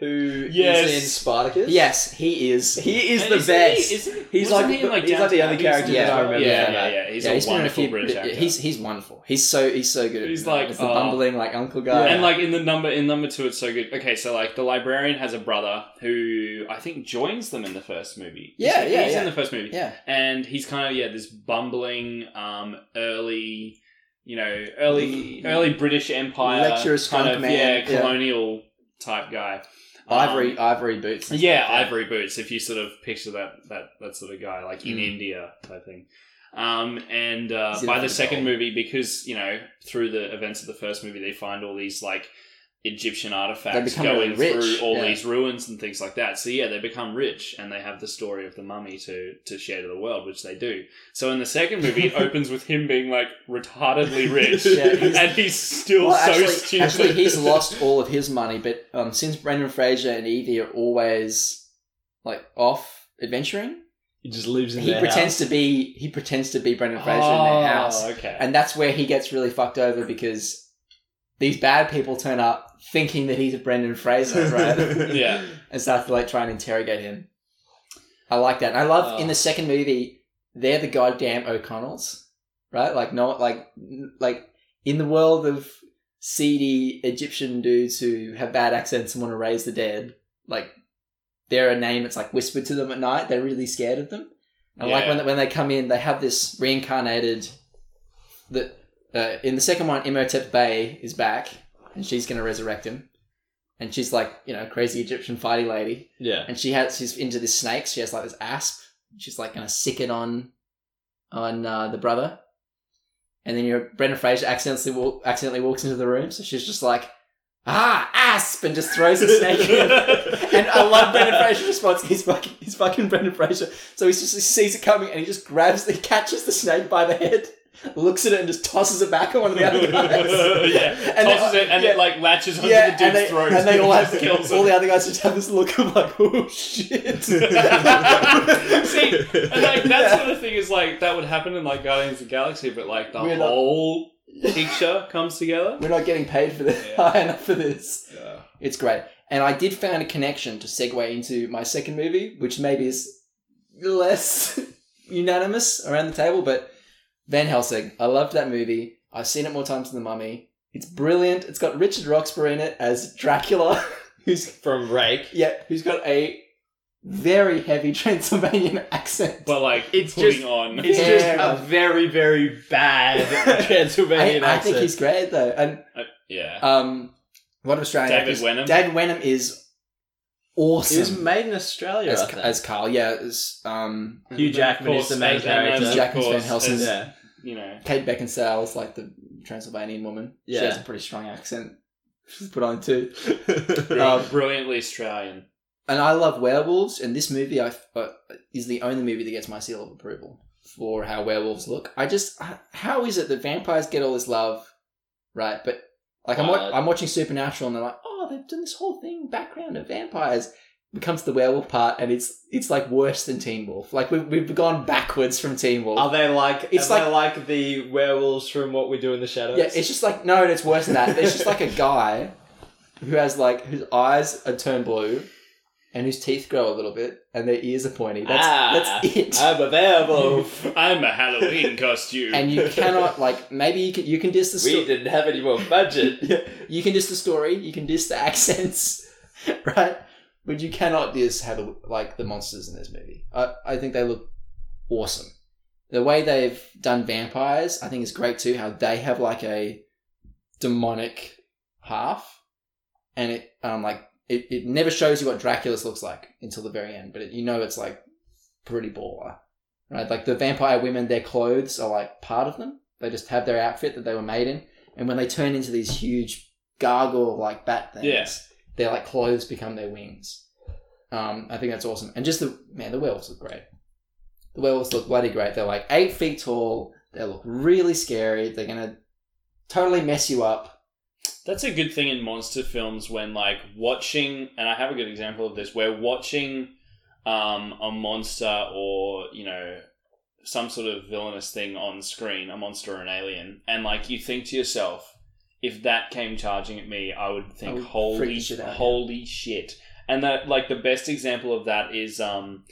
Speaker 2: who is
Speaker 3: Yes.
Speaker 2: in Spartacus?
Speaker 1: Yes, he is. He is
Speaker 3: and
Speaker 1: the
Speaker 3: isn't he-
Speaker 1: best.
Speaker 3: isn't-
Speaker 1: He's
Speaker 3: wasn't
Speaker 1: like-
Speaker 3: he in, like
Speaker 2: he's like the only
Speaker 3: Downton Abbey
Speaker 2: character
Speaker 3: or
Speaker 1: that I
Speaker 3: something?
Speaker 1: remember
Speaker 3: Yeah,
Speaker 1: from
Speaker 3: yeah,
Speaker 1: that.
Speaker 3: yeah. He's
Speaker 1: Yeah,
Speaker 3: a
Speaker 1: he's been in
Speaker 3: wonderful
Speaker 1: few-
Speaker 3: British actor.
Speaker 1: He's he's wonderful. He's so he's so good. At
Speaker 3: He's
Speaker 1: that.
Speaker 3: like,
Speaker 1: He's the
Speaker 3: oh.
Speaker 1: bumbling like uncle guy.
Speaker 3: And like in the number in number two, it's so good. Okay, so like the librarian has a brother who I think joins them in the first movie. He's-
Speaker 1: Yeah, yeah,
Speaker 3: he's
Speaker 1: yeah.
Speaker 3: in the first movie,
Speaker 1: yeah,
Speaker 3: and he's kind of yeah this bumbling um early. You know, early early British Empire
Speaker 1: Lecturer skunk
Speaker 3: kind of
Speaker 1: man, yeah.
Speaker 3: yeah colonial type guy,
Speaker 1: ivory
Speaker 3: Um,
Speaker 1: ivory boots. and
Speaker 3: yeah,
Speaker 1: stuff,
Speaker 3: ivory boots. If you sort of picture that that that sort of guy, like in
Speaker 1: Mm.
Speaker 3: India type thing. Um, and uh,
Speaker 1: He's in
Speaker 3: by the
Speaker 1: Africa.
Speaker 3: second movie, because you know through the events of the first movie, they find all these like Egyptian artifacts
Speaker 1: become
Speaker 3: going
Speaker 1: really rich,
Speaker 3: through all
Speaker 1: yeah.
Speaker 3: these ruins and things like that. So yeah, they become rich and they have the story of the mummy to to share to the world, which they do. So in the second movie, it opens with him being like retardedly rich,
Speaker 1: Yeah, he's-
Speaker 3: and he's still
Speaker 1: Well,
Speaker 3: so
Speaker 1: actually,
Speaker 3: stupid.
Speaker 1: actually, he's lost all of his money, but um, since Brendan Fraser and Evie are always like off adventuring,
Speaker 2: he just lives in
Speaker 1: he
Speaker 2: their
Speaker 1: pretends
Speaker 2: house.
Speaker 1: to be he pretends to be Brendan Fraser in
Speaker 2: Ah,
Speaker 1: their house,
Speaker 3: Oh, okay.
Speaker 1: and that's where he gets really fucked over because these bad people turn up thinking that he's Brendan Fraser, right?
Speaker 3: Yeah.
Speaker 1: and starts to like try and interrogate him. I like that. And I love in the second movie, they're the goddamn O'Connells, right? Like no, like like in the world of seedy Egyptian dudes who have bad accents and want to raise the dead. Like they're a name that's like whispered to them at night. They're really scared of them. And like
Speaker 3: Yeah.
Speaker 1: when when they come in, they have this reincarnated. That uh, in the second one, Imhotep Bey is back, and she's going to resurrect him. And she's like, you know, crazy Egyptian fighting lady,
Speaker 2: Yeah.
Speaker 1: and she has she's into this snake. She has like this asp. She's like gonna sick it on, on uh, the brother. And then your Brendan Fraser accidentally wa- accidentally walks into the room, so she's just like, ah, asp, and just throws the snake. in. And I love Brendan Fraser's response. He's fucking, he's fucking Brendan Fraser. So he's just, he sees it coming and he just grabs, the, catches the snake by the head, looks at it, and just tosses it back at one of the other guys.
Speaker 3: yeah,
Speaker 1: And
Speaker 3: and
Speaker 1: they-
Speaker 3: tosses it and
Speaker 1: yeah.
Speaker 3: it like latches onto
Speaker 1: Yeah,
Speaker 3: the dude's
Speaker 1: and they,
Speaker 3: throat
Speaker 1: and they all have
Speaker 3: just kills
Speaker 1: all
Speaker 3: him.
Speaker 1: the other guys just have this look of like, oh shit.
Speaker 3: See, and like that
Speaker 1: Yeah.
Speaker 3: sort of thing is like that would happen in like Guardians of the Galaxy, but like the
Speaker 1: We're not-
Speaker 3: whole picture comes together.
Speaker 1: We're not getting paid for this.
Speaker 3: Yeah.
Speaker 1: High enough for this. It's great. And I did find a connection to segue into my second movie, which maybe is less unanimous around the table, but Van Helsing. I loved that movie. I've seen it more times than The Mummy. It's brilliant. It's got Richard Roxburgh in it as Dracula, who's
Speaker 2: From Rake.
Speaker 1: yeah, who's got a very heavy Transylvanian accent.
Speaker 3: But like
Speaker 2: It's
Speaker 3: putting
Speaker 2: just-
Speaker 3: on.
Speaker 2: It's
Speaker 1: Yeah.
Speaker 2: just a very, very bad
Speaker 1: I,
Speaker 2: Transylvanian
Speaker 1: I
Speaker 2: accent.
Speaker 1: think he's great though. And
Speaker 3: yeah.
Speaker 2: Uh,
Speaker 1: um what Australian
Speaker 3: David
Speaker 1: actors-
Speaker 3: Wenham.
Speaker 1: David Wenham is awesome.
Speaker 2: He was made in Australia.
Speaker 1: as,
Speaker 2: I think.
Speaker 1: as Carl, yeah, as um,
Speaker 2: Hugh Jackman
Speaker 3: course,
Speaker 2: is the main
Speaker 3: as- and as-
Speaker 2: character.
Speaker 1: Hugh Jackman's
Speaker 3: of
Speaker 1: Van
Speaker 3: course,
Speaker 1: Helsing.
Speaker 3: as-
Speaker 2: yeah.
Speaker 3: You know.
Speaker 1: Kate Beckinsale is like the Transylvanian woman. She
Speaker 2: Yeah.
Speaker 1: has a pretty strong accent. She's put on too. uh,
Speaker 3: Brill- brilliantly Australian.
Speaker 1: And I love werewolves, and this movie I uh, is the only movie that gets my seal of approval for how werewolves look. I just h- how is it that vampires get all this love, right? But like I'm, wa-
Speaker 2: Uh,
Speaker 1: I'm watching Supernatural, and they're like, oh, they've done this whole thing background of vampires. Becomes the werewolf part, and it's it's like worse than Teen Wolf. Like we've we've gone backwards from Teen Wolf.
Speaker 2: Are they like?
Speaker 1: It's
Speaker 2: It's like, like the werewolves from What We Do in the Shadows.
Speaker 1: Yeah, it's just like no, it's worse than that. It's just like a guy who has like whose eyes are turned blue and whose teeth grow a little bit and their ears are pointy. That's
Speaker 2: Ah,
Speaker 1: that's it.
Speaker 2: I'm a werewolf.
Speaker 3: I'm a Halloween costume.
Speaker 1: and you cannot like maybe you can you can diss the
Speaker 2: we
Speaker 1: story.
Speaker 2: didn't have any more budget.
Speaker 1: You can diss the story. You can diss the accents, right? But you cannot diss how the like the monsters in this movie. I I think they look awesome. The way they've done vampires, I think, is great too. How they have like a demonic half, and it um like it, it never shows you what Dracula's looks like until the very end, but it, you know it's like pretty baller, right? Like the vampire women, their clothes are like part of them. They just have their outfit that they were made in, and when they turn into these huge gargoyle like bat things,
Speaker 3: Yeah.
Speaker 1: their like clothes become their wings. Um, I think that's awesome, and just the man, the werewolves look great. The werewolves look bloody great. They're like eight feet tall. They look really scary. They're gonna totally mess you up.
Speaker 3: That's a good thing in monster films when like watching and I have a good example of this where watching um, a monster or, you know, some sort of villainous thing on screen, a monster or an alien, and like you think to yourself, if that came charging at me, I would think,
Speaker 1: I would
Speaker 3: holy
Speaker 1: freak shit out, yeah."
Speaker 3: holy shit. And that like the best example of that is um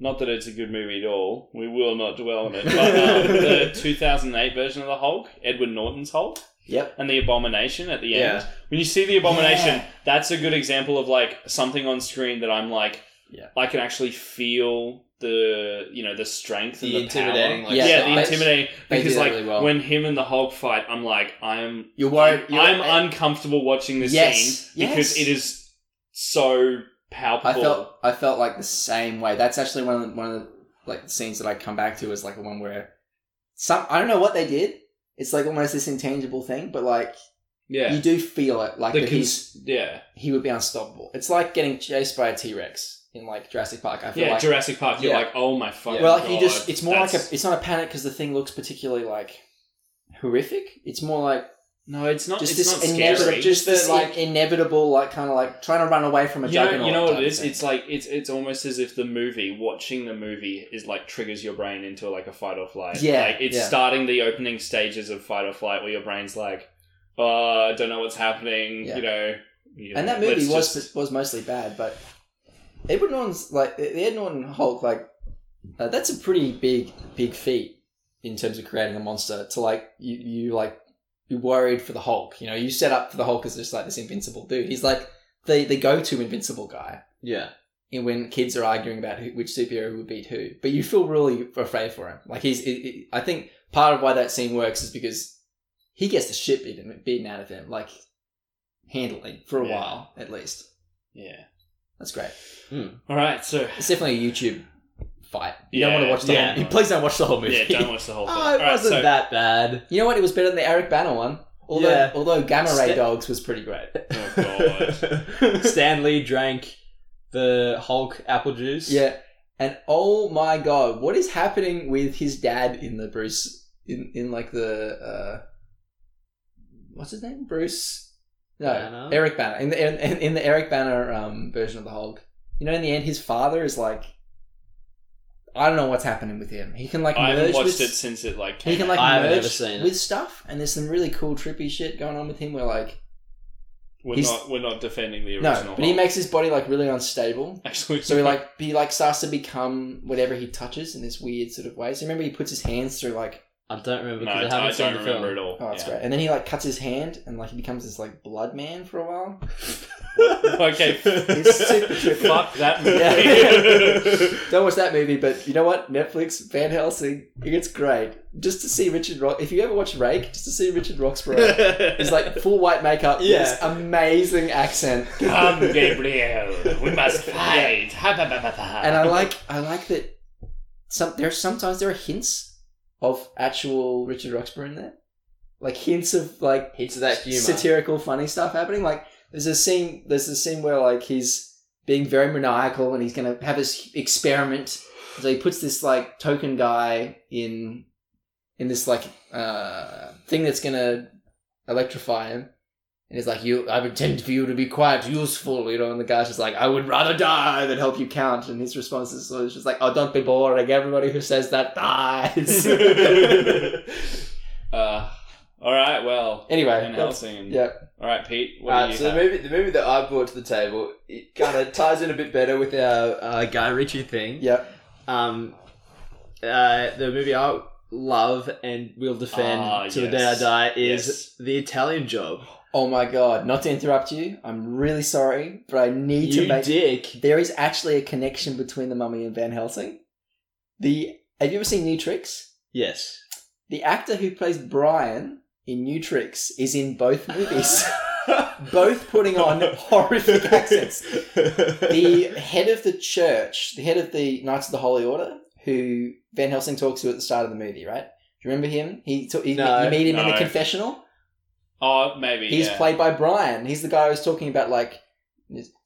Speaker 3: not that it's a good movie at all. We will not dwell on it. But um, the 2008 version of the Hulk, Edward Norton's Hulk
Speaker 1: Yep.
Speaker 3: and the abomination at the
Speaker 2: Yeah.
Speaker 3: end. When you see the abomination,
Speaker 1: Yeah.
Speaker 3: that's a good example of like something on screen that I'm like,
Speaker 1: Yeah.
Speaker 3: I can actually feel the you know the strength and
Speaker 2: The
Speaker 3: the,
Speaker 2: intimidating,
Speaker 3: power.
Speaker 2: like,
Speaker 3: yeah,
Speaker 1: Yeah,
Speaker 3: the
Speaker 1: they-
Speaker 3: intimidating
Speaker 1: they do
Speaker 3: because
Speaker 1: that
Speaker 3: like
Speaker 1: really well.
Speaker 3: when him and the Hulk fight, I'm like I'm
Speaker 1: You're worried. You're,
Speaker 3: I'm uncomfortable watching this
Speaker 1: Yes,
Speaker 3: scene because
Speaker 1: yes.
Speaker 3: it is so palpable.
Speaker 1: I felt I felt like the same way. That's actually one of the, one of the like scenes that I come back to is like the one where some I don't know what they did. It's like almost this intangible thing, but like
Speaker 3: yeah,
Speaker 1: you do feel it, like
Speaker 3: the
Speaker 1: that he's
Speaker 3: cons- yeah,
Speaker 1: he would be unstoppable. It's like getting chased by a T Rex in like Jurassic Park. I feel
Speaker 3: yeah.
Speaker 1: like
Speaker 3: Jurassic Park. You're
Speaker 1: Yeah.
Speaker 3: like, oh my fucking
Speaker 1: well,
Speaker 3: god.
Speaker 1: he just it's more like
Speaker 3: that's-
Speaker 1: a it's not a panic because the thing looks particularly like horrific. It's more like
Speaker 3: no, it's not.
Speaker 1: just
Speaker 3: it's
Speaker 1: this
Speaker 3: not
Speaker 1: inevitable,
Speaker 3: scary.
Speaker 1: just this
Speaker 2: Just the,
Speaker 1: like inevitable, like kind of like trying to run away from a
Speaker 3: you know,
Speaker 1: juggernaut
Speaker 3: you know what
Speaker 1: type
Speaker 3: it is?
Speaker 1: thing.
Speaker 3: It's like it's it's almost as if the movie, watching the movie, is like triggers your brain into like a fight or flight.
Speaker 1: Yeah,
Speaker 3: like it's
Speaker 1: yeah.
Speaker 3: starting the opening stages of fight or flight, where your brain's like, "Oh, I don't know what's happening,"
Speaker 1: Yeah.
Speaker 3: you know. you
Speaker 1: and
Speaker 3: know,
Speaker 1: that movie
Speaker 3: let's
Speaker 1: was
Speaker 3: just-
Speaker 1: was mostly bad, but Edward Norton's like the Ed Norton Hulk, like uh, that's a pretty big big feat in terms of creating a monster to like you you like worried for the Hulk. You know, you set up for the Hulk as just like this invincible dude. He's like the the go to invincible guy
Speaker 2: Yeah.
Speaker 1: in- when kids are arguing about who, which superhero would beat who. But you feel really afraid for him. Like he's, it, it, I think part of why that scene works is because he gets the shit beaten beaten out of him, like handily for a
Speaker 3: Yeah.
Speaker 1: while at least.
Speaker 3: Yeah.
Speaker 1: That's great.
Speaker 3: All right. So
Speaker 1: It's definitely a YouTube fight. You
Speaker 3: Yeah,
Speaker 1: don't want to watch the
Speaker 3: yeah.
Speaker 1: whole. Please don't watch the whole movie.
Speaker 3: yeah, don't watch the whole thing.
Speaker 1: Oh, it
Speaker 3: All right,
Speaker 1: wasn't
Speaker 3: so
Speaker 1: that bad.
Speaker 2: Bad.
Speaker 1: You know what? It was better than the Eric Banner one. Although,
Speaker 2: Yeah.
Speaker 1: although Gamma Ray
Speaker 2: Ste-
Speaker 1: Dogs was pretty great.
Speaker 3: Oh, God.
Speaker 2: Stanley drank the Hulk apple juice.
Speaker 1: Yeah. And oh my god, what is happening with his dad in the Bruce in in like the uh what's his name? Bruce No,
Speaker 2: Banner?
Speaker 1: Eric Banner. In the in, in the Eric Banner um version of the Hulk. You know in the end his father is like I don't know what's happening with him. He can like
Speaker 3: I haven't
Speaker 1: merge
Speaker 3: watched
Speaker 1: with
Speaker 3: it since it like.
Speaker 1: he
Speaker 3: Came
Speaker 1: can
Speaker 3: out.
Speaker 1: like
Speaker 2: I haven't
Speaker 1: merge
Speaker 2: ever seen it.
Speaker 1: with stuff and there's some really cool trippy shit going on with him where like
Speaker 3: We're
Speaker 1: he's-
Speaker 3: not. We're not defending the original.
Speaker 1: no, but he
Speaker 3: Hulk.
Speaker 1: makes his body like really unstable.
Speaker 3: actually.
Speaker 1: So he like he like starts to become whatever he touches in this weird sort of way. So remember he puts his hands through like
Speaker 2: I don't remember
Speaker 3: No,
Speaker 2: because
Speaker 3: I,
Speaker 2: I haven't
Speaker 3: I
Speaker 2: seen
Speaker 3: don't
Speaker 2: the film.
Speaker 3: remember at all.
Speaker 1: oh that's
Speaker 3: Yeah.
Speaker 1: great, and then he like cuts his hand and like he becomes this like blood man for a while.
Speaker 3: Okay.
Speaker 1: It's super trippy.
Speaker 3: Fuck that movie.
Speaker 1: Yeah. Don't watch that movie, but you know what? Netflix Van Helsing, it's great. Just to see Richard Rock. If you ever watch Rake, just to see Richard Roxburgh. It's like full white makeup,
Speaker 2: Yeah.
Speaker 1: this amazing accent,
Speaker 3: Come, Gabriel. We must fight. Ha, ba, ba, ba, ba.
Speaker 1: and I like I like that. Some there's sometimes there are hints of actual Richard Roxburgh in there, like hints of like
Speaker 2: hints of that humor.
Speaker 1: satirical funny stuff happening. Like there's a scene there's a scene where like he's being very maniacal and he's gonna have his experiment. So he puts this like token guy in in this like uh thing that's gonna electrify him. And he's like, You I intend for you to be quite useful, you know, and the guy's just like, I would rather die than help you count and his response is sort of just like, Oh don't be boring, everybody who says that dies.
Speaker 3: uh, all right. Well.
Speaker 1: anyway,
Speaker 3: Van
Speaker 1: that's-
Speaker 3: Helsing.
Speaker 1: yeah.
Speaker 3: All right, Pete. What
Speaker 2: Uh,
Speaker 3: do you
Speaker 2: so the
Speaker 3: have?
Speaker 2: movie, the movie that I brought to the table, it kind of ties in a bit better with our uh, Guy Ritchie thing.
Speaker 1: Yeah.
Speaker 2: Um, uh, the movie I love and will defend
Speaker 3: Ah,
Speaker 2: till the day I
Speaker 3: yes.
Speaker 2: die is
Speaker 3: Yes.
Speaker 2: The Italian Job.
Speaker 1: Oh my god, not to interrupt you. I'm really sorry, but I need
Speaker 2: You
Speaker 1: to make
Speaker 2: dick.
Speaker 1: there is actually a connection between the mummy and Van Helsing. The have you ever seen New Tricks?
Speaker 2: Yes.
Speaker 1: The actor who plays Brian in New Tricks is in both movies. both putting on horrific accents. The head of the church, the head of the Knights of the Holy Order, who Van Helsing talks to at the start of the movie, right? Do you remember him? He, ta- he
Speaker 2: No,
Speaker 1: you meet him in the
Speaker 3: no.
Speaker 1: confessional.
Speaker 3: Oh, maybe.
Speaker 1: He's
Speaker 3: yeah.
Speaker 1: played by Brian. He's the guy who's talking about like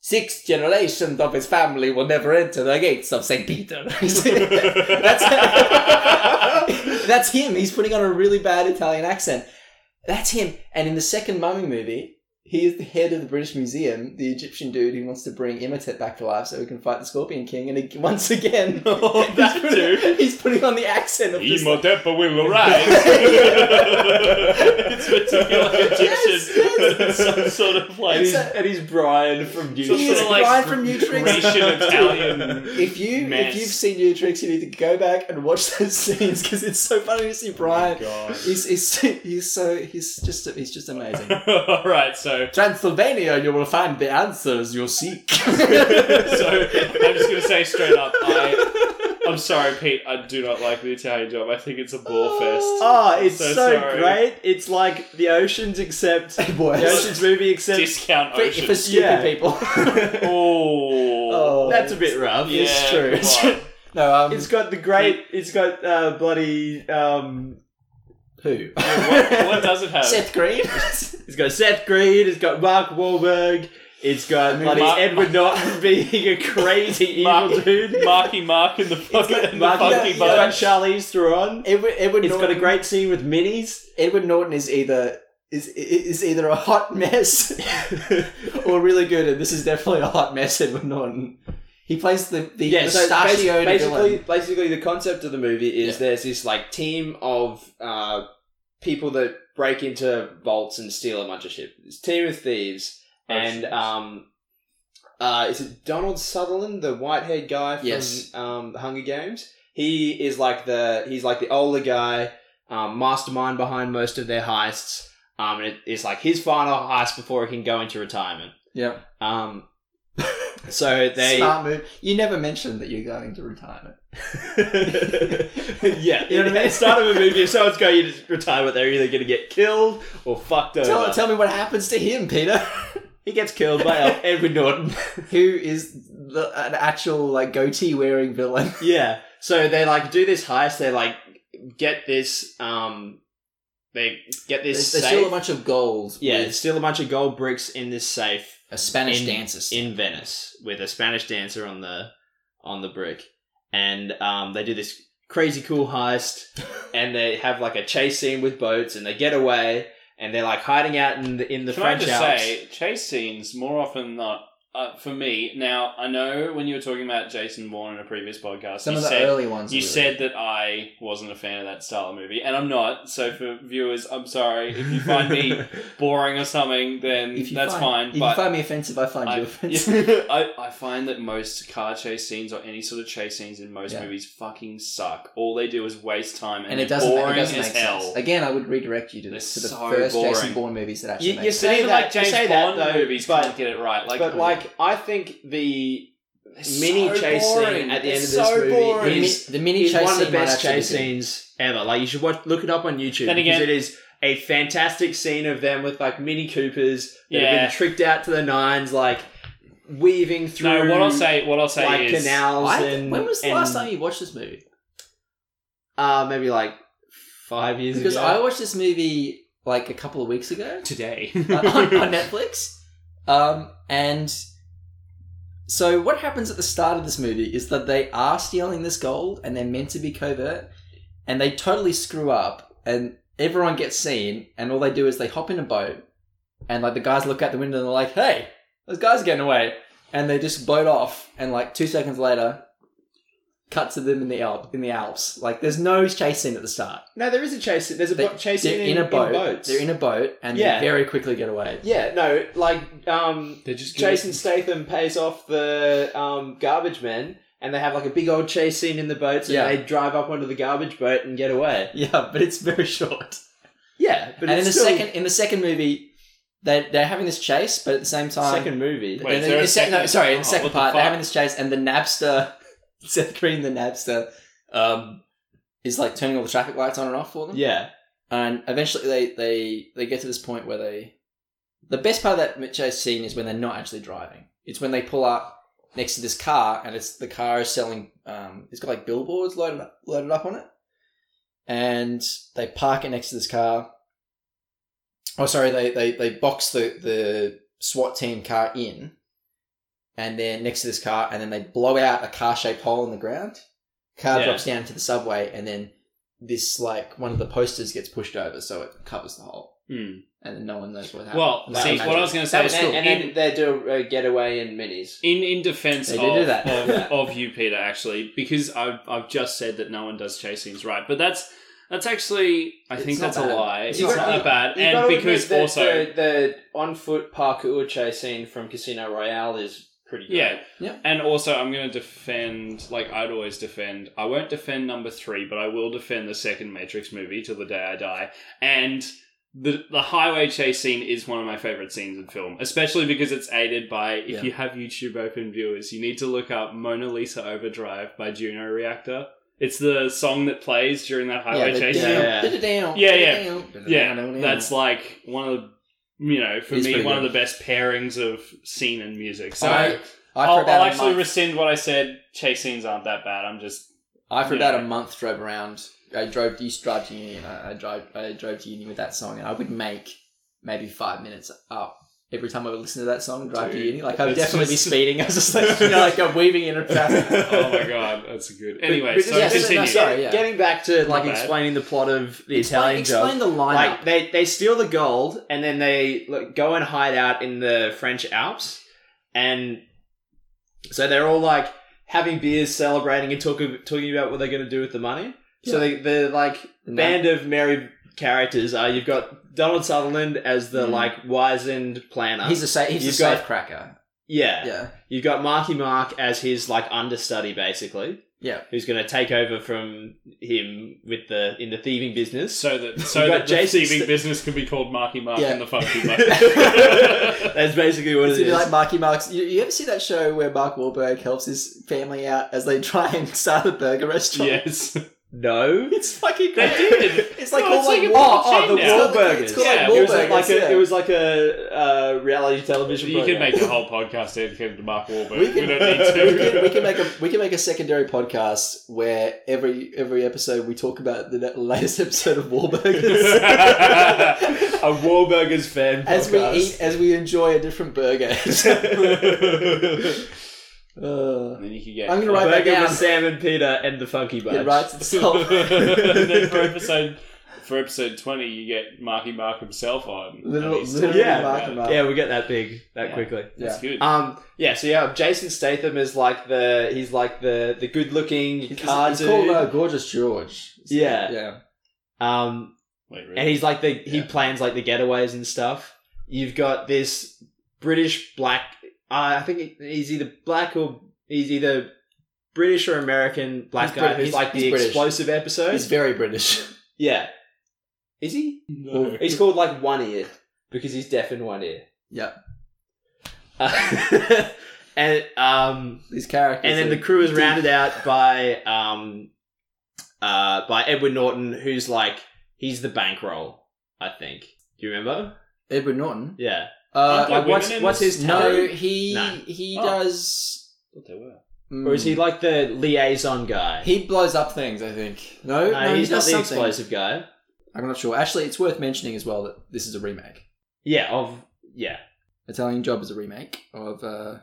Speaker 1: six generations of his family will never enter the gates of Saint Peter. That's that's him. He's putting on a really bad Italian accent. That's him. And in the second Mummy movie, he is the head of the British Museum, the Egyptian dude who wants to bring Imhotep back to life so he can fight the Scorpion King. And he, once again,
Speaker 3: Oh, that
Speaker 1: he's, putting,
Speaker 3: dude.
Speaker 1: he's putting on the accent of this, like,
Speaker 3: Imhotep will rise. it's meant to be like
Speaker 1: Yes,
Speaker 3: Egyptian.
Speaker 1: yes.
Speaker 3: Some sort of like.
Speaker 2: and, he's, and he's Brian from
Speaker 3: some
Speaker 1: He
Speaker 2: New
Speaker 1: is
Speaker 3: sort of like
Speaker 1: Brian from New Tricks.
Speaker 3: Grecian Italian.
Speaker 1: If you
Speaker 3: mess.
Speaker 1: if you've seen New Tricks, you need to go back and watch those scenes because it's so funny to see
Speaker 2: Oh
Speaker 1: Brian.
Speaker 3: Oh, God.
Speaker 1: He's, he's he's so he's just he's just amazing.
Speaker 3: All right, so
Speaker 1: Transylvania, you will find the answers you seek.
Speaker 3: so I'm just gonna say straight up, I I'm sorry, Pete. I do not like the Italian job. I think it's a bore fest.
Speaker 2: Oh, it's
Speaker 3: So
Speaker 2: so,
Speaker 3: sorry.
Speaker 2: great. It's like The Oceans except the Oceans movie except
Speaker 3: Discount
Speaker 1: for,
Speaker 3: ocean.
Speaker 1: for stupid
Speaker 2: Yeah.
Speaker 1: people.
Speaker 3: oh,
Speaker 1: Oh,
Speaker 2: That's a bit rough.
Speaker 3: yeah,
Speaker 1: it's true.
Speaker 3: come on.
Speaker 1: no, um,
Speaker 2: It's got the great. It's got uh, bloody. Um,
Speaker 1: who?
Speaker 3: what, what does it have?
Speaker 1: Seth Green.
Speaker 2: it's got Seth Green. It's got Mark Wahlberg. It's got
Speaker 1: mean,
Speaker 2: bloody
Speaker 3: Mark-
Speaker 2: Edward Norton being a crazy evil
Speaker 3: Mark-
Speaker 2: dude.
Speaker 3: Marky Mark in the fucking,
Speaker 1: got
Speaker 3: in the
Speaker 2: Mark,
Speaker 1: Marky-
Speaker 3: funky
Speaker 2: it's
Speaker 1: Mark-
Speaker 2: got
Speaker 3: bunch.
Speaker 2: Charlize Theron.
Speaker 1: Edward Edward
Speaker 2: It's got
Speaker 1: Norton.
Speaker 2: a great scene with minis.
Speaker 1: Edward Norton is either is is either a hot mess or really good, and this is definitely a hot mess. Edward Norton. He plays the the
Speaker 2: yeah, so
Speaker 1: mustachioed
Speaker 2: basi- basically,
Speaker 1: villain.
Speaker 2: basically, the concept of the movie is
Speaker 1: Yeah.
Speaker 2: there's this like team of uh, people that break into vaults and steal a bunch of shit. It's a team of thieves,
Speaker 3: Oh,
Speaker 2: and
Speaker 3: shit.
Speaker 2: um, uh, is it Donald Sutherland, the white-haired guy from
Speaker 1: Yes.
Speaker 2: um, the Hunger Games? He is like the he's like the older guy, um, mastermind behind most of their heists. Um, and it, it's like his final heist before he can go into retirement.
Speaker 1: Yeah.
Speaker 2: Um, so they.
Speaker 1: Smart move. You never mentioned that you're going to retirement.
Speaker 2: yeah, you know what I mean? At the start of a movie, if someone's going into retirement, they're either going to get killed or fucked over.
Speaker 1: Tell, tell me what happens to him, Peter.
Speaker 2: he gets killed by El- Edward Norton.
Speaker 1: Who is the, an actual like goatee wearing villain?
Speaker 2: yeah. So they like do this heist. They like get this. Um, they get
Speaker 1: They, they
Speaker 2: this safe.
Speaker 1: steal a bunch of gold.
Speaker 2: yeah,
Speaker 1: with
Speaker 2: steal a bunch of gold bricks in this safe.
Speaker 1: a Spanish
Speaker 2: in-
Speaker 1: dancer.
Speaker 2: in Venice with a Spanish dancer on the on the brick, and um, they do this crazy cool heist, and they have like a chase scene with boats, and they get away, and they're like hiding out in the in the
Speaker 3: Can
Speaker 2: French
Speaker 3: I just
Speaker 2: Alps.
Speaker 3: say, chase scenes more often than not uh, for me. Now I know when you were talking about Jason Bourne in a previous podcast,
Speaker 1: Some
Speaker 3: you
Speaker 1: of the
Speaker 3: said
Speaker 1: early ones.
Speaker 3: you
Speaker 1: are really-
Speaker 3: said that I wasn't a fan of that style of movie, and I'm not. So for viewers, I'm sorry if you find me boring or something. Then
Speaker 1: If you
Speaker 3: that's
Speaker 1: find-
Speaker 3: fine.
Speaker 1: If you
Speaker 3: but
Speaker 1: find me offensive, I find you offensive.
Speaker 3: I, I find that most car chase scenes or any sort of chase scenes in most
Speaker 1: Yeah.
Speaker 3: movies fucking suck. All they do is waste time and,
Speaker 1: and it
Speaker 3: they're
Speaker 1: doesn't,
Speaker 3: boring
Speaker 1: it doesn't
Speaker 3: as
Speaker 1: make
Speaker 3: hell.
Speaker 1: sense. Again, I would redirect you to,
Speaker 3: They're
Speaker 1: the, to the
Speaker 3: so
Speaker 1: first
Speaker 3: boring.
Speaker 1: Jason Bourne movies that actually
Speaker 2: You-
Speaker 1: make
Speaker 2: you
Speaker 1: sense.
Speaker 2: say
Speaker 3: Even
Speaker 2: that-
Speaker 3: like James
Speaker 2: you say that,
Speaker 3: Bond
Speaker 2: though,
Speaker 3: movies
Speaker 2: but-
Speaker 3: can't get it right. Like,
Speaker 2: but like, I think the
Speaker 3: It's
Speaker 2: mini
Speaker 3: so
Speaker 2: chase
Speaker 3: boring.
Speaker 2: scene at the
Speaker 3: It's
Speaker 2: end of
Speaker 3: so
Speaker 2: this movie
Speaker 1: the,
Speaker 3: boring.
Speaker 1: mini,
Speaker 2: is,
Speaker 1: the mini
Speaker 2: is
Speaker 1: chase
Speaker 2: one of the
Speaker 1: scene might
Speaker 2: best
Speaker 1: actually be
Speaker 2: chase
Speaker 1: good.
Speaker 2: scenes ever. Like you should watch, look it up on YouTube
Speaker 3: Then
Speaker 2: because
Speaker 3: again-
Speaker 2: it is a fantastic scene of them with like Mini Coopers that have
Speaker 3: Yeah.
Speaker 2: been tricked out to the nines, like weaving through.
Speaker 3: no, what I'll say, what I'll say
Speaker 2: like
Speaker 3: is
Speaker 2: canals
Speaker 1: I-
Speaker 2: and
Speaker 1: when was the
Speaker 2: and,
Speaker 1: last time you watched this movie?
Speaker 2: uh maybe like five years
Speaker 1: Because
Speaker 2: ago
Speaker 1: I watched this movie like a couple of weeks ago
Speaker 3: today.
Speaker 1: uh, on, on Netflix, um, and so what happens at the start of this movie is that they are stealing this gold and they're meant to be covert, and they totally screw up, and everyone gets seen, and all they do is they hop in a boat, and like the guys look out the window and they're like, "Hey, those guys are getting away," and they just boat off, and like two seconds later. Cut to them in the Alp, in the Alps. Like there's no chase scene at the start.
Speaker 2: no there is a chase there's a
Speaker 1: They-
Speaker 2: bo- chase
Speaker 1: They're
Speaker 2: scene in,
Speaker 1: in a boat.
Speaker 2: boats
Speaker 1: They're in a boat, and
Speaker 2: Yeah.
Speaker 1: they very quickly get away.
Speaker 2: yeah no like um
Speaker 3: They're just gonna-
Speaker 2: Jason Statham pays off the um garbage men and they have like a big old chase scene in the boats and
Speaker 1: Yeah.
Speaker 2: they drive up onto the garbage boat and get away
Speaker 1: Yeah, but it's very short.
Speaker 2: yeah but
Speaker 1: and in
Speaker 2: it's
Speaker 1: the
Speaker 2: still
Speaker 1: second in the second movie, they they're having this chase, but at the same time,
Speaker 2: second movie
Speaker 3: Wait,
Speaker 1: in
Speaker 3: is
Speaker 1: the,
Speaker 3: there a
Speaker 1: in the sec- no,
Speaker 3: second-
Speaker 1: sorry, in
Speaker 3: oh,
Speaker 1: the second
Speaker 3: what the
Speaker 1: part, they're
Speaker 3: fuck?
Speaker 1: having this chase, and the Napster, Seth Green, the Napster, um, is like turning all the traffic lights on and off for them.
Speaker 2: yeah
Speaker 1: and eventually they they they get to this point where they, the best part of that chase scene is when they're not actually driving. It's when they pull up next to this car, and it's the car is selling. Um, it's got like billboards loaded up, loaded up on it, and they park it next to this car. Oh, sorry, they they they box the the SWAT team car in, and then next to this car, and then they blow out a car shaped hole in the ground. Car
Speaker 3: Yeah.
Speaker 1: drops down to the subway, and then this like one of the posters gets pushed over, so it covers the hole,
Speaker 3: Hmm.
Speaker 1: and then no one knows what happened.
Speaker 3: Well,
Speaker 1: That
Speaker 3: see,
Speaker 1: was
Speaker 3: what I was going to say is
Speaker 1: That was cool.
Speaker 2: and
Speaker 3: in-
Speaker 2: then they do a uh, getaway in minis
Speaker 3: In in defense
Speaker 1: They
Speaker 3: of,
Speaker 1: do do that.
Speaker 3: of, of you, Peter, actually, because I've I've just said that no one does chase scenes right, but that's that's actually I
Speaker 1: It's
Speaker 3: think
Speaker 1: not
Speaker 3: that's
Speaker 1: bad.
Speaker 3: a lie.
Speaker 1: It's not
Speaker 3: It's, not that bad,
Speaker 2: You gotta
Speaker 3: and because
Speaker 2: admit that
Speaker 3: also
Speaker 2: the, the on foot parkour chase scene from Casino Royale is pretty good.
Speaker 3: yeah,
Speaker 1: Yeah.
Speaker 3: and also I'm going to defend like I'd always defend. I won't defend number three, but I will defend the second Matrix movie till the day I die, and. The, the highway chase scene is one of my favorite scenes in film, especially because it's aided by. If
Speaker 1: Yeah.
Speaker 3: you have YouTube open viewers, you need to look up Mona Lisa Overdrive by Juno Reactor. It's the song that plays during that highway
Speaker 1: the
Speaker 3: chase
Speaker 1: down-
Speaker 3: scene.
Speaker 2: Yeah.
Speaker 1: the down-
Speaker 3: Yeah,
Speaker 1: the
Speaker 3: yeah.
Speaker 1: down-
Speaker 3: Yeah,
Speaker 1: the down-
Speaker 3: that's like one of the you know for
Speaker 1: It's
Speaker 3: me
Speaker 1: pretty
Speaker 3: one
Speaker 1: good.
Speaker 3: of the best pairings of scene and music. So
Speaker 1: I,
Speaker 3: I,
Speaker 1: I for
Speaker 3: will
Speaker 1: about
Speaker 3: I'll
Speaker 1: a
Speaker 3: actually
Speaker 1: month,
Speaker 3: rescind what I said. Chase scenes aren't that bad. I'm just
Speaker 1: I for
Speaker 3: yeah.
Speaker 1: about a month drove around. I drove used to drive to uni. And I, I drove I drove to uni with that song, and I would make maybe five minutes up. Every time I would listen to that song, drive
Speaker 3: Dude,
Speaker 1: to uni, like I'd
Speaker 3: it's
Speaker 1: definitely
Speaker 3: just-
Speaker 1: be speeding. I was just like, you know, like I'm weaving in and fast.
Speaker 3: oh my god, that's a good.
Speaker 2: But-
Speaker 3: Anyway,
Speaker 2: but
Speaker 3: so
Speaker 1: yeah,
Speaker 2: just-
Speaker 1: no,
Speaker 3: continue.
Speaker 1: sorry, yeah.
Speaker 2: Getting back to like
Speaker 3: bad.
Speaker 2: explaining the plot of the Italian job.
Speaker 1: explain the lineup.
Speaker 2: Like they, they steal the gold and then they like, go and hide out in the French Alps, and so they're all like having beers, celebrating, and talking talking about what they're going to do with the money. So they, they're like
Speaker 1: And that-
Speaker 2: band of merry characters are you've got Donald Sutherland as the
Speaker 1: Mm.
Speaker 2: like wizened planner.
Speaker 1: he's a sa- he's
Speaker 2: You've
Speaker 1: a
Speaker 2: got-
Speaker 1: safe cracker.
Speaker 2: Yeah.
Speaker 1: Yeah.
Speaker 2: You've got Marky Mark as his like understudy basically,
Speaker 1: Yeah.
Speaker 2: who's going to take over from him with the in the thieving business.
Speaker 3: So that so
Speaker 2: You got
Speaker 3: that the
Speaker 2: Jason
Speaker 3: thieving
Speaker 2: Sta-
Speaker 3: business can be called Marky Mark
Speaker 1: Yeah.
Speaker 3: and the Funky Mark.
Speaker 2: That's basically what
Speaker 1: It's
Speaker 2: it
Speaker 1: gonna
Speaker 2: is.
Speaker 1: be like Marky Mark's. You, you ever see that show where Mark Wahlberg helps his family out as they try and start a burger restaurant?
Speaker 3: yes.
Speaker 2: no.
Speaker 1: It's fucking
Speaker 3: They
Speaker 1: great.
Speaker 3: did.
Speaker 1: It's like
Speaker 3: No,
Speaker 1: all
Speaker 3: it's
Speaker 1: like,
Speaker 3: like a
Speaker 1: Wa-
Speaker 3: proper chain
Speaker 1: oh, the
Speaker 3: now.
Speaker 1: Wahlburgers. It's called
Speaker 3: Yeah,
Speaker 1: like
Speaker 2: It was like,
Speaker 1: Wahlburgers,
Speaker 2: like
Speaker 1: yeah.
Speaker 2: a, it was like a uh, reality television.
Speaker 3: You
Speaker 2: program.
Speaker 3: could make a whole podcast dedicated to Mark Wahlberg.
Speaker 1: We
Speaker 3: We,
Speaker 1: can-
Speaker 3: don't need to.
Speaker 1: we can, we can make a we can make a secondary podcast where every every episode we talk about the latest episode of Wahlburgers
Speaker 2: a Wahlburgers fan
Speaker 1: as we
Speaker 2: podcast.
Speaker 1: eat as we enjoy a different burger. Uh,
Speaker 3: And then you could get.
Speaker 1: I'm gonna
Speaker 2: A
Speaker 1: write that
Speaker 2: burger
Speaker 1: down.
Speaker 2: with Sam and Peter and the Funky Bunch.
Speaker 1: It writes itself.
Speaker 3: and then for episode for episode twenty, you get Marky Mark himself on.
Speaker 1: Little,
Speaker 3: And he's-
Speaker 1: little
Speaker 2: Yeah.
Speaker 1: Marky Mark. Uh,
Speaker 2: Yeah, we get that big that
Speaker 3: Yeah.
Speaker 2: quickly.
Speaker 3: That's good.
Speaker 2: Um, yeah, so yeah, Jason Statham is like the he's like the the good looking
Speaker 1: It's,
Speaker 2: car
Speaker 1: it's called
Speaker 2: dude.
Speaker 1: uh, Gorgeous George. It's-
Speaker 2: Yeah.
Speaker 1: yeah.
Speaker 2: Um,
Speaker 3: Wait, really?
Speaker 2: and he's like the he
Speaker 3: Yeah.
Speaker 2: plans like the getaways and stuff. You've got this British black. Uh, I think he's either black or he's either British or American black
Speaker 1: He's
Speaker 2: guy
Speaker 1: Brit-
Speaker 2: who's
Speaker 1: he's-
Speaker 2: like the
Speaker 1: he's British.
Speaker 2: explosive episode.
Speaker 1: He's very British.
Speaker 2: yeah, is he?
Speaker 3: No.
Speaker 2: He's called like one ear because he's deaf in one ear.
Speaker 1: Yeah.
Speaker 2: Uh, and um,
Speaker 1: These characters.
Speaker 2: and then
Speaker 1: are-
Speaker 2: the crew is rounded out by um, uh, by Edward Norton, who's like he's the bankroll. I think. Do you remember?
Speaker 1: Edward Norton.
Speaker 2: Yeah.
Speaker 1: Uh,
Speaker 3: Aren't there women
Speaker 2: what's
Speaker 3: in
Speaker 2: what's
Speaker 3: this?
Speaker 2: his
Speaker 1: no,
Speaker 2: no?
Speaker 1: he
Speaker 2: No.
Speaker 1: he
Speaker 3: Oh.
Speaker 1: does.
Speaker 3: Thought they were.
Speaker 2: Or is he like the liaison guy?
Speaker 1: Hmm. mm, He blows up things, I think. No,
Speaker 2: no, he's not
Speaker 1: does
Speaker 2: the
Speaker 1: something.
Speaker 2: explosive guy.
Speaker 1: I'm not sure. Actually, it's worth mentioning as well that this is a remake.
Speaker 2: Yeah. Of yeah.
Speaker 1: Italian Job is a remake of uh,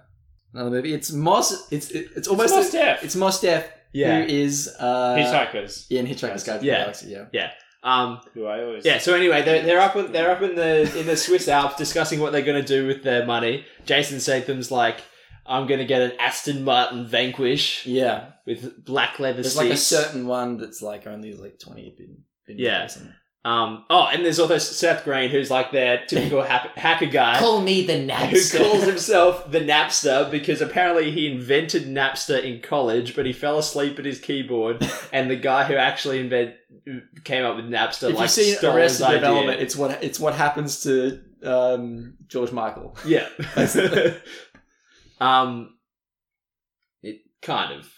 Speaker 1: another movie. It's Mos. It's it, it's almost
Speaker 3: it's Mos Def.
Speaker 1: it's Mos Def
Speaker 2: Yeah.
Speaker 1: who is uh,
Speaker 3: Hitchhikers,
Speaker 1: in Hitchhiker's Guide to the
Speaker 2: Yeah.
Speaker 1: Galaxy. Yeah,
Speaker 2: Um.
Speaker 3: who I always
Speaker 2: Yeah. So anyway, they're, they're up in, they're up in the in the Swiss Alps discussing what they're going to do with their money. Jason Statham's like, I'm going to get an Aston Martin Vanquish
Speaker 1: yeah.
Speaker 2: with black leather
Speaker 1: There's
Speaker 2: seats.
Speaker 1: like a certain one that's like only like 20 been. been
Speaker 2: Yeah.
Speaker 1: or something.
Speaker 2: um. Oh, and there's also Seth Green, who's like their typical hap- hacker guy.
Speaker 1: Call me the
Speaker 2: who
Speaker 1: Napster.
Speaker 2: calls himself the Napster because apparently he invented Napster in college, but he fell asleep at his keyboard, and the guy who actually invent who came up with Napster
Speaker 1: if
Speaker 2: like
Speaker 1: you've seen
Speaker 2: stole his
Speaker 1: Arrested
Speaker 2: idea.
Speaker 1: Development, it's what it's what happens to um, George Michael.
Speaker 2: yeah. um, it kind of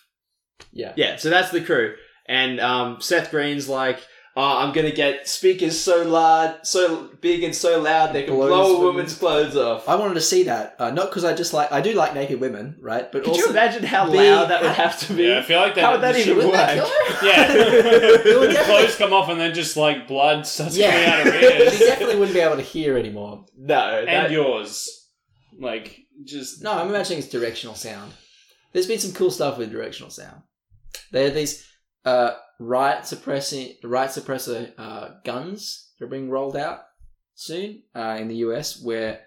Speaker 1: Yeah,
Speaker 2: yeah. So that's the crew, and um, Seth Green's like. Oh, I'm gonna get speakers so large, so big, and so loud they can
Speaker 1: Blows
Speaker 2: blow a
Speaker 1: women-
Speaker 2: woman's clothes off.
Speaker 1: I wanted to see that. Uh, not because I just like I do like naked women, right? But
Speaker 2: Could
Speaker 1: also
Speaker 2: you imagine how
Speaker 1: big-
Speaker 2: loud that would have to be?
Speaker 3: Yeah, I feel like that.
Speaker 2: How would that
Speaker 3: the
Speaker 2: even
Speaker 3: shit-
Speaker 1: Wouldn't that kill her?
Speaker 2: work?
Speaker 1: It would
Speaker 2: Yeah.
Speaker 3: Yeah,
Speaker 1: definitely-
Speaker 3: clothes come off and then just like blood starts
Speaker 1: Yeah,
Speaker 3: coming out of
Speaker 1: she
Speaker 3: ears
Speaker 1: definitely wouldn't be able to hear anymore.
Speaker 2: No, that,
Speaker 3: and yours, like just
Speaker 1: No, I'm imagining it's directional sound. There's been some cool stuff with directional sound. They had these uh, riot suppressing riot suppressor uh, guns that are being rolled out soon uh, in the US, where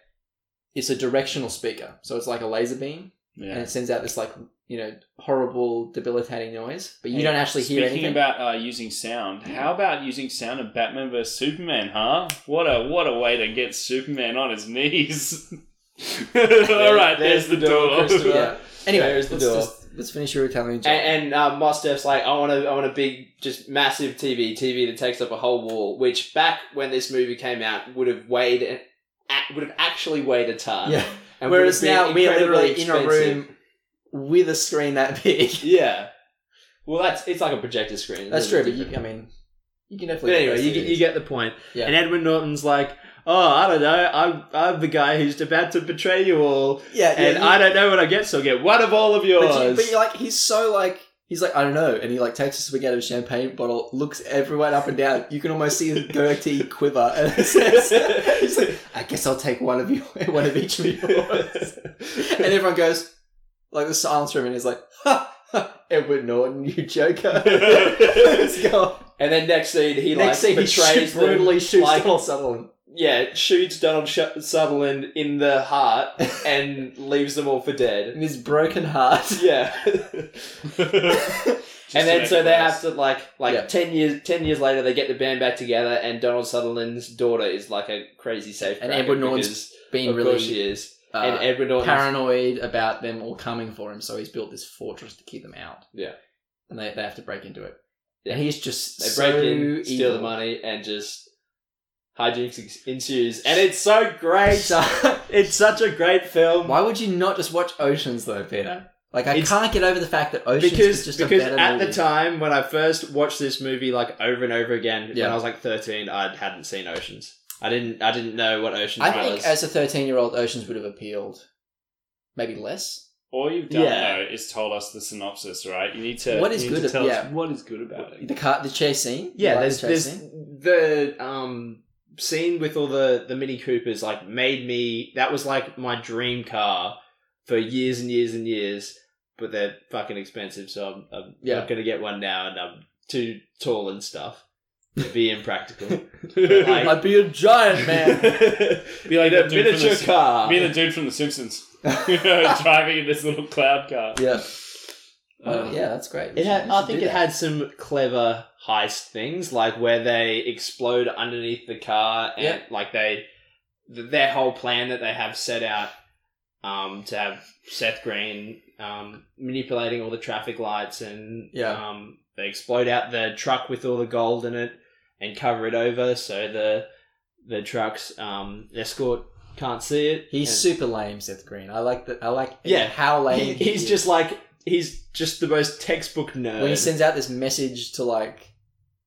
Speaker 1: it's a directional speaker, so it's like a laser beam, and
Speaker 3: yeah.
Speaker 1: it sends out this like you know horrible debilitating noise, but you
Speaker 3: Hey,
Speaker 1: don't actually hear
Speaker 3: Speaking
Speaker 1: anything.
Speaker 3: about uh, using sound, how about using sound in Batman vs Superman? Huh? What a what a way to get Superman on his knees. All right, there's, the, door.
Speaker 2: Christopher.
Speaker 1: yeah. Anyway,
Speaker 2: There's the
Speaker 1: let's,
Speaker 2: door.
Speaker 1: just- let's finish your Italian job.
Speaker 2: and, and uh, Mos Def's like, I want a, I want a big, just massive TV, TV that takes up a whole wall. Which back when this movie came out would have weighed, an, a, would have actually weighed a ton.
Speaker 1: yeah.
Speaker 2: And would
Speaker 1: Whereas
Speaker 2: have been
Speaker 1: now we are
Speaker 2: incredibly
Speaker 1: literally in a
Speaker 2: expensive.
Speaker 1: room with a screen that big.
Speaker 2: Yeah. Well, that's it's like a projector screen.
Speaker 1: That's
Speaker 2: There's
Speaker 1: true, but
Speaker 2: a
Speaker 1: you,
Speaker 2: different-
Speaker 1: I mean, you can definitely.
Speaker 2: But anyway, you, get- you get the point.
Speaker 1: Yeah.
Speaker 2: And Edwin Norton's like, oh, I don't know, I'm I'm the guy who's about to betray you all,
Speaker 1: yeah, yeah,
Speaker 2: and
Speaker 1: you-
Speaker 2: I don't know what I get, so I'll get one of all of yours.
Speaker 1: But, you, but you're like, he's so like, he's like, I don't know, and he like takes a swig out of a champagne bottle, looks everyone up and down. You can almost see his goatee quiver, and it says, he's like, I guess I'll take one of you, one of each of yours. and everyone goes, like the silence room, and he's like, ha, ha, Edward Norton, you joker. Let's go.
Speaker 2: And then next scene, he
Speaker 1: Next
Speaker 2: like
Speaker 1: thing, he
Speaker 2: betrays
Speaker 1: shoots,
Speaker 2: them,
Speaker 1: brutally shoots
Speaker 2: like-
Speaker 1: Donald Sutherland.
Speaker 2: yeah, shoots Donald Sh- Sutherland in the heart and leaves them all for
Speaker 1: in
Speaker 2: dead.
Speaker 1: his broken heart.
Speaker 2: Yeah,
Speaker 3: Just
Speaker 2: and
Speaker 3: to
Speaker 2: then
Speaker 3: make
Speaker 2: so
Speaker 3: it
Speaker 2: they
Speaker 3: worse.
Speaker 2: have to like like
Speaker 1: Yeah.
Speaker 2: ten years ten years later they get the band back together and Donald Sutherland's daughter is like a crazy safe
Speaker 1: And Edward Norton's
Speaker 2: because,
Speaker 1: Being
Speaker 2: of
Speaker 1: really
Speaker 2: course she is
Speaker 1: uh,
Speaker 2: and Edward Norton's
Speaker 1: paranoid about them all coming for him, so he's built this fortress to keep them out.
Speaker 2: Yeah.
Speaker 1: And they, they have to break into it.
Speaker 2: Yeah.
Speaker 1: And he's just
Speaker 2: They
Speaker 1: so
Speaker 2: break in, steal
Speaker 1: evil.
Speaker 2: the money, and just hijinks ex- ensues. And it's so great.
Speaker 1: So-
Speaker 2: it's such a great film.
Speaker 1: why would you not just watch Oceans though, Peter? Like I
Speaker 2: It's-
Speaker 1: can't get over the fact that Oceans
Speaker 2: Because,
Speaker 1: is just
Speaker 2: because
Speaker 1: a better
Speaker 2: at
Speaker 1: movie.
Speaker 2: the time when I first watched this movie like over and over again
Speaker 1: Yeah.
Speaker 2: when I was like thirteen I hadn't seen Oceans I didn't I didn't know what Oceans
Speaker 1: I
Speaker 2: was
Speaker 1: think as a thirteen-year-old, Oceans would have appealed. Maybe less.
Speaker 3: All you've done
Speaker 2: Yeah.
Speaker 3: though is told us the synopsis, right? You need to
Speaker 1: What is
Speaker 3: you
Speaker 1: good
Speaker 3: need to
Speaker 1: ab-
Speaker 3: tell us
Speaker 1: yeah.
Speaker 3: what is good about it.
Speaker 1: The car, the chase scene. You
Speaker 2: yeah
Speaker 1: like
Speaker 2: there's
Speaker 1: the chase
Speaker 2: there's
Speaker 1: scene?
Speaker 2: the um scene with all the the Mini Coopers like made me that was like my dream car for years and years and years but they're fucking expensive so I'm, I'm
Speaker 1: Yeah.
Speaker 2: not gonna get one now and I'm too tall and stuff it'd be impractical
Speaker 1: I'd be a giant man.
Speaker 3: Be like
Speaker 2: In a
Speaker 3: the dude from
Speaker 2: miniature
Speaker 3: the-
Speaker 2: car
Speaker 3: Be the dude from The Simpsons driving in this little cloud car.
Speaker 1: yeah,
Speaker 3: Uh,
Speaker 1: Oh, yeah, that's great. We
Speaker 2: It
Speaker 1: should-
Speaker 2: had,
Speaker 1: we
Speaker 2: I
Speaker 1: should
Speaker 2: think
Speaker 1: do
Speaker 2: it
Speaker 1: that.
Speaker 2: had some clever heist things, like where they explode underneath the car, and
Speaker 1: Yeah.
Speaker 2: like they, th- their whole plan that they have set out, um, to have Seth Green, um, manipulating all the traffic lights, and
Speaker 1: Yeah.
Speaker 2: um, they explode out the truck with all the gold in it, and cover it over so the, the truck's um escort can't see it.
Speaker 1: He's
Speaker 2: And-
Speaker 1: super lame, Seth Green. I like that. I like
Speaker 2: Yeah.
Speaker 1: how lame
Speaker 2: he-
Speaker 1: he
Speaker 2: he's
Speaker 1: is.
Speaker 2: just Uh, like he's just the most textbook nerd.
Speaker 1: when he sends out this message to like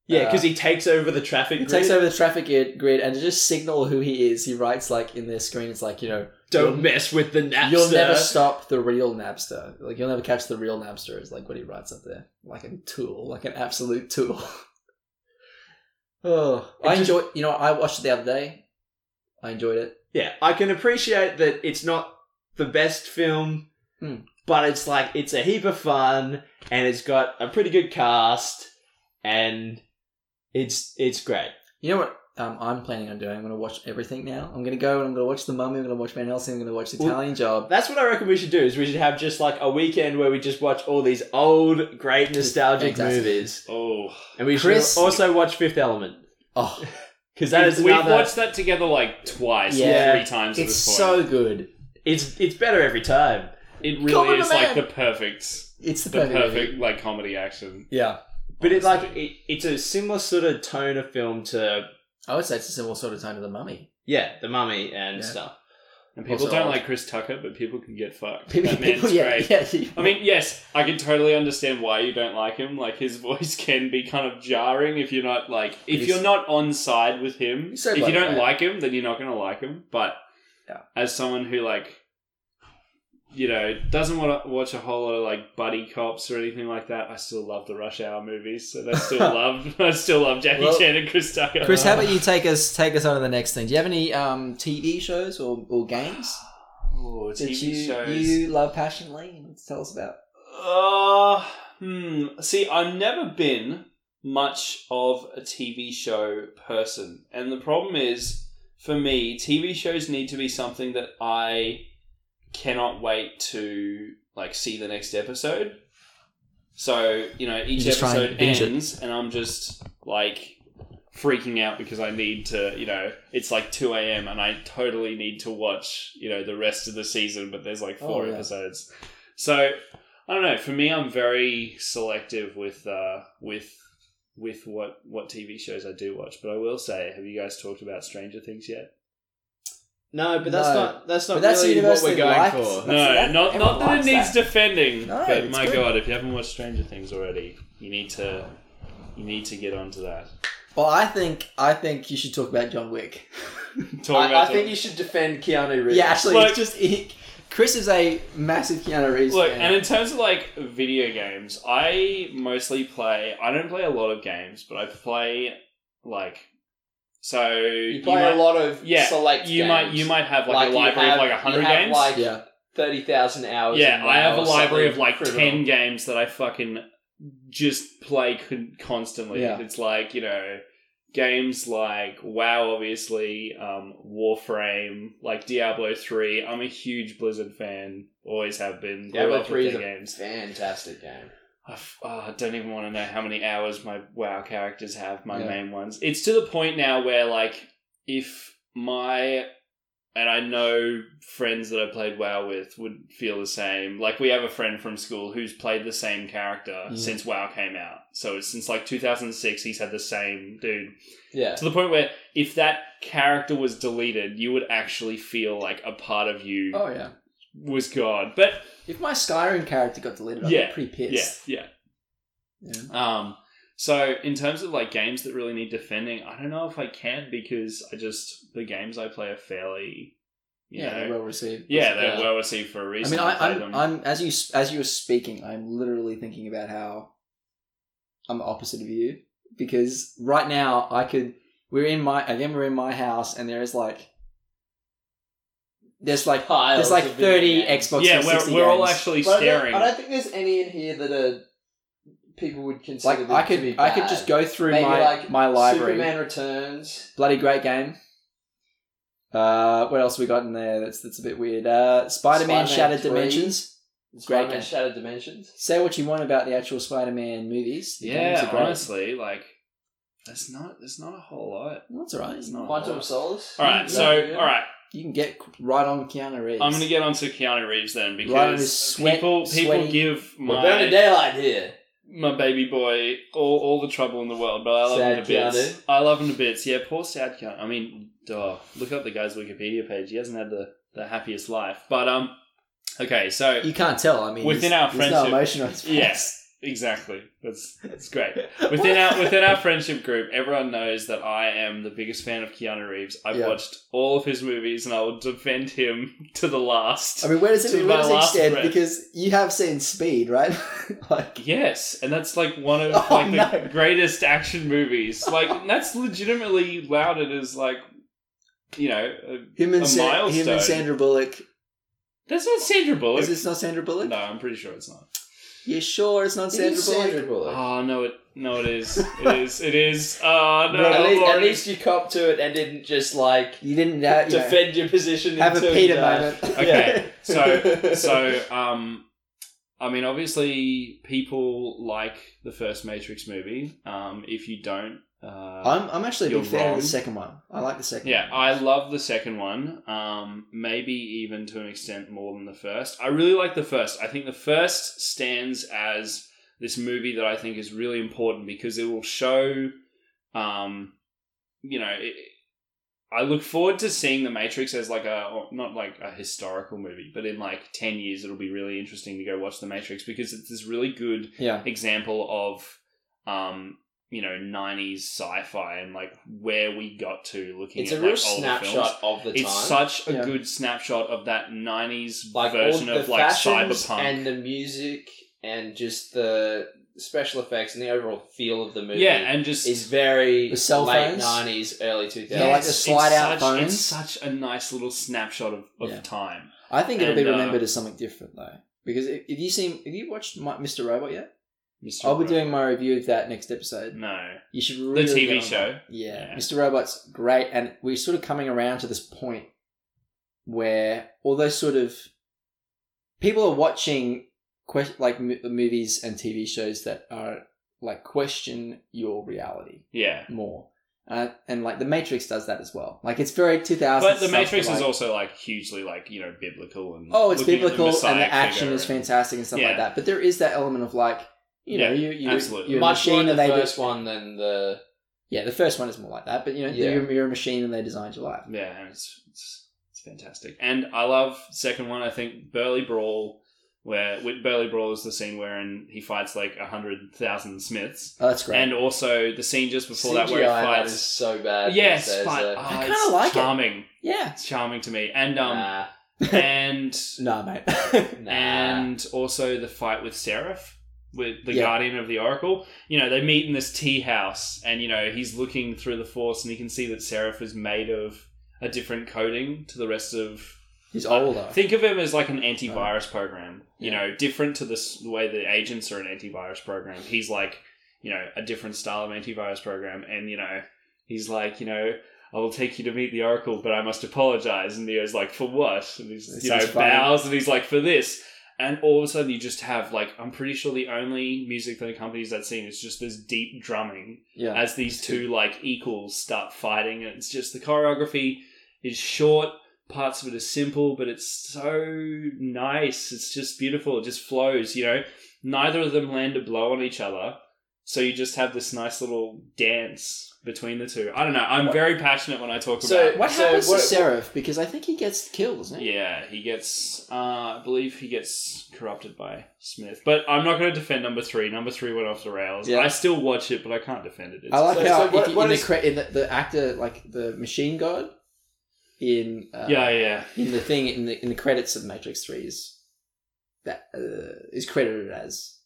Speaker 2: Yeah,
Speaker 1: Uh,
Speaker 2: because he takes over the traffic.
Speaker 1: he
Speaker 2: grid.
Speaker 1: takes over the traffic i- grid and to just signal who he is. He writes like in their screen, it's like you know
Speaker 2: Don't mess with the Napster.
Speaker 1: you'll never stop the real Napster. Like you'll never catch the real Napster is like what he writes up there, like a tool, like an absolute tool. oh,
Speaker 2: It
Speaker 1: I
Speaker 2: just-
Speaker 1: enjoy. You know, I watched it the other day. I enjoyed it.
Speaker 2: yeah, I can appreciate that it's not the best film,
Speaker 1: Hmm.
Speaker 2: but it's like it's a heap of fun, and it's got a pretty good cast, and it's it's great.
Speaker 1: You know what? Um, I'm planning on doing. I'm going to watch everything now. I'm going to go and I'm going to watch The Mummy. I'm going to watch Van Helsing. I'm going to watch The
Speaker 2: Well-
Speaker 1: Italian Job.
Speaker 2: That's what I reckon we should do. Is we should have just like a weekend where we just watch all these old, great, nostalgic
Speaker 1: Fantastic.
Speaker 2: movies,
Speaker 3: Oh,
Speaker 2: and we
Speaker 1: Chris-
Speaker 2: should also watch Fifth Element
Speaker 1: Oh,
Speaker 2: because that is
Speaker 3: we've
Speaker 2: another.
Speaker 3: watched that together like twice,
Speaker 1: Yeah.
Speaker 3: or three times at
Speaker 1: it's
Speaker 3: this point.
Speaker 1: so good.
Speaker 2: it's it's better every time.
Speaker 3: it really
Speaker 1: Common
Speaker 3: is like
Speaker 1: Man.
Speaker 3: the perfect,
Speaker 1: It's the,
Speaker 3: the
Speaker 1: perfect. movie.
Speaker 3: perfect like comedy action.
Speaker 1: Yeah,
Speaker 2: But it
Speaker 3: honestly.
Speaker 2: like it, it's a similar sort of tone of film to
Speaker 1: I would say it's a similar sort of tone to The Mummy.
Speaker 2: yeah, the mummy and
Speaker 1: Yeah.
Speaker 2: stuff.
Speaker 3: and people don't
Speaker 1: also-
Speaker 3: like Chris Tucker, but people can get fucked.
Speaker 1: People,
Speaker 3: that man's
Speaker 1: people, yeah,
Speaker 3: great.
Speaker 1: yeah.
Speaker 3: I mean, yes, I can totally understand why you don't like him. Like his voice can be kind of jarring if you're not like if
Speaker 1: He's-
Speaker 3: you're not on side with him.
Speaker 1: He's so
Speaker 3: if you don't
Speaker 1: bloody bad.
Speaker 3: like him, then you're not going to like him. But
Speaker 1: Yeah.
Speaker 3: as someone who like you know doesn't want to watch a whole lot of like buddy cops or anything like that, I still love the Rush Hour movies. So I still love I still love Jackie
Speaker 1: Well,
Speaker 3: Chan and Chris Tucker.
Speaker 1: Chris, how about you take us take us on to the next thing? Do you have any um, TV shows or, or games
Speaker 3: Oh,
Speaker 1: that
Speaker 3: TV
Speaker 1: you
Speaker 3: shows.
Speaker 1: you love passionately and tell us about?
Speaker 3: Uh, hmm. See, I've never been much of a TV show person. And the problem is, for me, TV shows need to be something that I cannot wait to like see the next episode. So, you know, each
Speaker 1: You just try and
Speaker 3: episode
Speaker 1: binge it.
Speaker 3: ends and I'm just like freaking out because I need to, you know, it's like 2 a.m. and I totally need to watch, you know, the rest of the season, but there's like four
Speaker 1: Oh, yeah.
Speaker 3: episodes. So, I don't know. For me, I'm very selective with uh, with with what what TV shows I do watch. But I will say, have you guys talked about Stranger Things yet?
Speaker 2: No, but that's
Speaker 1: No.
Speaker 2: not that's not
Speaker 1: But that's
Speaker 2: really what we're
Speaker 1: universally
Speaker 2: going
Speaker 1: liked. That's-
Speaker 2: for.
Speaker 3: no,
Speaker 1: that-
Speaker 3: not
Speaker 1: everyone
Speaker 3: not that it
Speaker 1: likes
Speaker 3: needs
Speaker 1: that.
Speaker 3: defending.
Speaker 1: No,
Speaker 3: but
Speaker 1: it's
Speaker 3: my
Speaker 1: good.
Speaker 3: god, if you haven't watched Stranger Things already, you need to you need to get onto that.
Speaker 1: Well, I think I think you should talk about John Wick.
Speaker 3: Talk
Speaker 2: I, I
Speaker 3: about
Speaker 2: think
Speaker 3: the-
Speaker 2: you should defend Keanu Reeves.
Speaker 1: yeah, actually,
Speaker 3: Like-
Speaker 1: it's just he, Chris is a massive Keanu Reeves
Speaker 3: Look,
Speaker 1: fan.
Speaker 3: and in terms of like video games, I mostly play. I don't play a lot of games, but I play like so.
Speaker 2: you play
Speaker 3: might-
Speaker 2: a lot of
Speaker 3: yeah,
Speaker 2: select.
Speaker 3: you
Speaker 2: games.
Speaker 3: might you might have like,
Speaker 2: Like,
Speaker 3: a
Speaker 2: you
Speaker 3: library
Speaker 2: have-
Speaker 3: of like
Speaker 2: you
Speaker 3: hundred
Speaker 2: have,
Speaker 3: games.
Speaker 2: like,
Speaker 1: yeah,
Speaker 2: thirty thousand hours.
Speaker 3: yeah,
Speaker 2: in
Speaker 3: I have a
Speaker 2: WoW or
Speaker 3: library of
Speaker 2: something
Speaker 3: like
Speaker 2: criminal.
Speaker 3: ten games that I fucking just play con- constantly.
Speaker 1: Yeah.
Speaker 3: It's like you know games like WoW, obviously, um, Warframe, like Diablo three. I'm a huge Blizzard fan. Always have been. Grew
Speaker 2: Diablo
Speaker 3: up with
Speaker 2: 3 is
Speaker 3: their
Speaker 2: a-
Speaker 3: games.
Speaker 2: Fantastic game.
Speaker 3: I f- oh, I don't even want to know how many hours my WoW characters have, my
Speaker 1: Yeah.
Speaker 3: main ones. It's to the point now where, like, if my and I know friends that I played WoW with would feel the same. Like we have a friend from school who's played the same character
Speaker 1: Yeah.
Speaker 3: since WoW came out. So it's since like 2006, he's had the same dude
Speaker 1: Yeah.
Speaker 3: to the point where if that character was deleted, you would actually feel like a part of you
Speaker 1: Oh yeah.
Speaker 3: was gone. But
Speaker 1: If my Skyrim character got deleted, I'd
Speaker 3: Yeah.
Speaker 1: be pretty pissed.
Speaker 3: yeah,
Speaker 1: Yeah.
Speaker 3: yeah. Um, so in terms of like games that really need defending, I don't know if I can because I just the games I play are fairly, you
Speaker 1: Yeah,
Speaker 3: know,
Speaker 1: they're well received.
Speaker 3: Yeah, they're
Speaker 1: Yeah.
Speaker 3: well received for a
Speaker 1: I
Speaker 3: reason.
Speaker 1: mean,
Speaker 3: I
Speaker 1: I,
Speaker 3: played
Speaker 1: I'm,
Speaker 3: them.
Speaker 1: I'm as you as you were speaking, I'm literally thinking about how I'm the opposite of you because right now I could we're in my again we're in my house and there is like there's like there's like 30 Xbox.
Speaker 3: yeah, we're,
Speaker 1: 360
Speaker 3: we're all
Speaker 1: games.
Speaker 3: actually
Speaker 2: But I don't-
Speaker 3: staring.
Speaker 2: I don't think there's any in here that are people would consider.
Speaker 1: like
Speaker 2: them
Speaker 1: I
Speaker 2: to
Speaker 1: could
Speaker 2: be
Speaker 1: I could
Speaker 2: bad.
Speaker 1: just go through
Speaker 2: Maybe
Speaker 1: my
Speaker 2: like
Speaker 1: my library.
Speaker 2: Superman Returns.
Speaker 1: Bloody great game. Uh, what else we got in there? That's that's a bit weird. Uh, Spider-Man,
Speaker 2: Spider-Man
Speaker 1: Shattered
Speaker 2: 3.
Speaker 1: Dimensions.
Speaker 2: Great
Speaker 1: game.
Speaker 2: Shattered Dimensions.
Speaker 1: Say what you want about the actual Spider-Man movies. The games
Speaker 3: yeah,
Speaker 1: are great.
Speaker 3: honestly, like that's not there's not a whole lot.
Speaker 1: Well, that's alright.
Speaker 3: It's not a whole
Speaker 2: Quantum of
Speaker 3: lot.
Speaker 2: Solace.
Speaker 3: All right,
Speaker 1: Yeah.
Speaker 3: so all right,
Speaker 1: You can get right on Keanu Reeves.
Speaker 3: I'm gonna get onto Keanu Reeves then because
Speaker 1: Right, it's sweat-
Speaker 3: people people
Speaker 1: sweaty-
Speaker 3: give
Speaker 2: We're burning
Speaker 3: my
Speaker 2: daylight here.
Speaker 3: my baby boy all, all the trouble in the world, but I love him to
Speaker 2: Sad
Speaker 3: bits.
Speaker 2: Keanu.
Speaker 3: I love him to bits. Yeah, poor sad Keanu. I mean, duh. Look up the guy's Wikipedia page. He hasn't had the the happiest life. But um, okay, so
Speaker 1: You can't tell. I mean,
Speaker 3: Within
Speaker 1: there's-
Speaker 3: our
Speaker 1: there's
Speaker 3: friendship-
Speaker 1: no emotion on his face.
Speaker 3: Yes, exactly. That's that's great. Within our within our friendship group, everyone knows that I am the biggest fan of Keanu Reeves. I've
Speaker 1: Yeah.
Speaker 3: watched all of his movies, and I will defend him to the last.
Speaker 1: I mean, where does
Speaker 3: To
Speaker 1: it, where
Speaker 3: my
Speaker 1: does it
Speaker 3: last
Speaker 1: extend?
Speaker 3: breath.
Speaker 1: Because you have seen Speed, right? like,
Speaker 3: Yes, and that's like one of
Speaker 1: Oh,
Speaker 3: like the
Speaker 1: no.
Speaker 3: greatest action movies. Like that's legitimately lauded as like, you know, uh,
Speaker 1: him and,
Speaker 3: A
Speaker 1: Sa- him
Speaker 3: milestone.
Speaker 1: and Sandra Bullock.
Speaker 3: that's not Sandra Bullock.
Speaker 1: Is this not Sandra Bullock?
Speaker 3: No, I'm pretty sure it's not.
Speaker 1: You sure it's not Sandra Bullock?
Speaker 3: Oh no, it no, it is, it is, it is. Oh no,
Speaker 2: at, least, at
Speaker 3: Lawrence.
Speaker 2: least you cop to it and didn't just like
Speaker 1: You didn't have, you know,
Speaker 2: defend your position.
Speaker 1: have a
Speaker 2: until
Speaker 1: Peter
Speaker 2: you die.
Speaker 1: moment.
Speaker 3: Okay, so so um i mean obviously people like the first matrix movie um if you don't uh
Speaker 1: I'm, I'm actually a
Speaker 3: You're
Speaker 1: big fan
Speaker 3: wrong.
Speaker 1: of the second one. I like the second
Speaker 3: yeah
Speaker 1: one.
Speaker 3: i love the second one um maybe even to an extent more than the first i really like the first i think the first stands as this movie that i think is really important because it will show um you know it, i look forward to seeing the matrix as like a or not like a historical movie but in like 10 years it'll be really interesting to go watch the matrix because it's this really good
Speaker 1: Yeah.
Speaker 3: example of um you know 90s sci-fi and like where we got to looking
Speaker 2: It's
Speaker 3: at
Speaker 2: a real
Speaker 3: like, older films.
Speaker 2: snapshot of the time.
Speaker 3: it's such a
Speaker 1: Yeah.
Speaker 3: good snapshot of that 90s
Speaker 2: like
Speaker 3: version
Speaker 2: all the
Speaker 3: of like
Speaker 2: fashions
Speaker 3: cyberpunk
Speaker 2: and the music and just the special effects and the overall feel of the movie.
Speaker 3: yeah and just
Speaker 2: is very
Speaker 1: The cell
Speaker 2: late
Speaker 1: phones?
Speaker 2: nineties, early two
Speaker 1: Yeah, like
Speaker 2: thousands.
Speaker 1: the slide
Speaker 3: it's
Speaker 1: out
Speaker 3: such,
Speaker 1: phones.
Speaker 3: It's such a nice little snapshot of, of
Speaker 1: Yeah.
Speaker 3: time.
Speaker 1: I think it'll
Speaker 3: And,
Speaker 1: be
Speaker 3: uh,
Speaker 1: remembered as something different, though. Because if, if you seen, have you watched My, Mr. Robot yet?
Speaker 3: Mr.
Speaker 1: I'll be
Speaker 3: Robot.
Speaker 1: doing my review of that next episode.
Speaker 3: no
Speaker 1: You should really
Speaker 3: the
Speaker 1: get
Speaker 3: TV
Speaker 1: on that.
Speaker 3: show.
Speaker 1: Yeah.
Speaker 3: Yeah.
Speaker 1: Mr. Robot's great, and we're sort of coming around to this point where all those sort of people are watching que- like m- movies and TV shows that are like question your reality
Speaker 3: Yeah,
Speaker 1: more, uh, and like The Matrix does that as well. Like it's very two thousand.
Speaker 3: but the Matrix is also like hugely like you know biblical and
Speaker 1: oh, it's
Speaker 3: looking at the
Speaker 1: biblical, and
Speaker 3: Messiah
Speaker 1: the action
Speaker 3: figure
Speaker 1: is
Speaker 3: and-
Speaker 1: fantastic and stuff
Speaker 3: Yeah.
Speaker 1: like that. But there is that element of like you know
Speaker 3: Yeah,
Speaker 1: you you
Speaker 3: absolutely.
Speaker 1: you're a
Speaker 2: Much more
Speaker 1: machine
Speaker 2: the
Speaker 1: and they do-
Speaker 2: first one than the
Speaker 1: Yeah, the first one is more like that, but you know
Speaker 2: Yeah.
Speaker 1: you're, you're a machine and they designed your life.
Speaker 3: Yeah, and it's, it's it's fantastic. And I love second one. I think Burly Brawl, where with Burly Brawl is the scene wherein he fights like a hundred thousand Smiths,
Speaker 1: Oh, that's great.
Speaker 3: and also the scene just before that
Speaker 2: CGI.
Speaker 3: where he
Speaker 2: that is
Speaker 3: fights.
Speaker 2: so bad.
Speaker 3: yes,
Speaker 2: There's
Speaker 3: but
Speaker 2: a-
Speaker 3: oh,
Speaker 1: I
Speaker 3: it's
Speaker 1: kinda like it.
Speaker 3: charming.
Speaker 1: yeah.
Speaker 3: It's charming to me, and um,
Speaker 2: nah,
Speaker 3: and
Speaker 1: No, mate.
Speaker 2: nah.
Speaker 3: and also the fight with Seraph, with the
Speaker 1: Yeah.
Speaker 3: Guardian of the Oracle. You know, they meet in this tea house, and you know he's looking through the Force, and he can see that Seraph is made of a different coating to the rest of.
Speaker 1: He's older.
Speaker 3: Think of him as like an antivirus program. You
Speaker 1: Yeah.
Speaker 3: know, different to the, s- the way the agents are an antivirus program. He's like, you know, a different style of antivirus program, and you know, he's like, you know. I will take you to meet the Oracle, but I must apologize. And Neo's like, for what? And he's,
Speaker 1: This
Speaker 3: you know,
Speaker 1: is funny.
Speaker 3: bows, and he's like, for this. And all of a sudden, you just have like, I'm pretty sure the only music that accompanies that scene is just this deep drumming
Speaker 1: yeah.
Speaker 3: as these two like equals start fighting. And it's just the choreography is short Parts of it are simple, but it's so nice. It's just beautiful. It just flows, you know. Neither of them land a blow on each other. So you just have this nice little dance between the two. I don't know. I'm very passionate when I talk
Speaker 2: So-
Speaker 3: about
Speaker 1: What
Speaker 2: So
Speaker 1: happens
Speaker 2: what-
Speaker 1: to Seraph? Because I think he gets killed, doesn't he?
Speaker 3: Yeah, he gets. Uh, I believe he gets corrupted by Smith. But I'm not going to defend number three. Number three went off the rails.
Speaker 1: Yeah.
Speaker 3: I still watch it, but I can't defend it. It's
Speaker 1: I like
Speaker 2: So-
Speaker 1: how
Speaker 2: so
Speaker 1: if
Speaker 2: what-
Speaker 1: you-
Speaker 2: what
Speaker 1: in,
Speaker 2: is-
Speaker 1: the, cre- in the, the actor, like the machine god, in uh,
Speaker 3: yeah, yeah.
Speaker 1: in the thing in the in the credits of Matrix Three is that uh, is credited as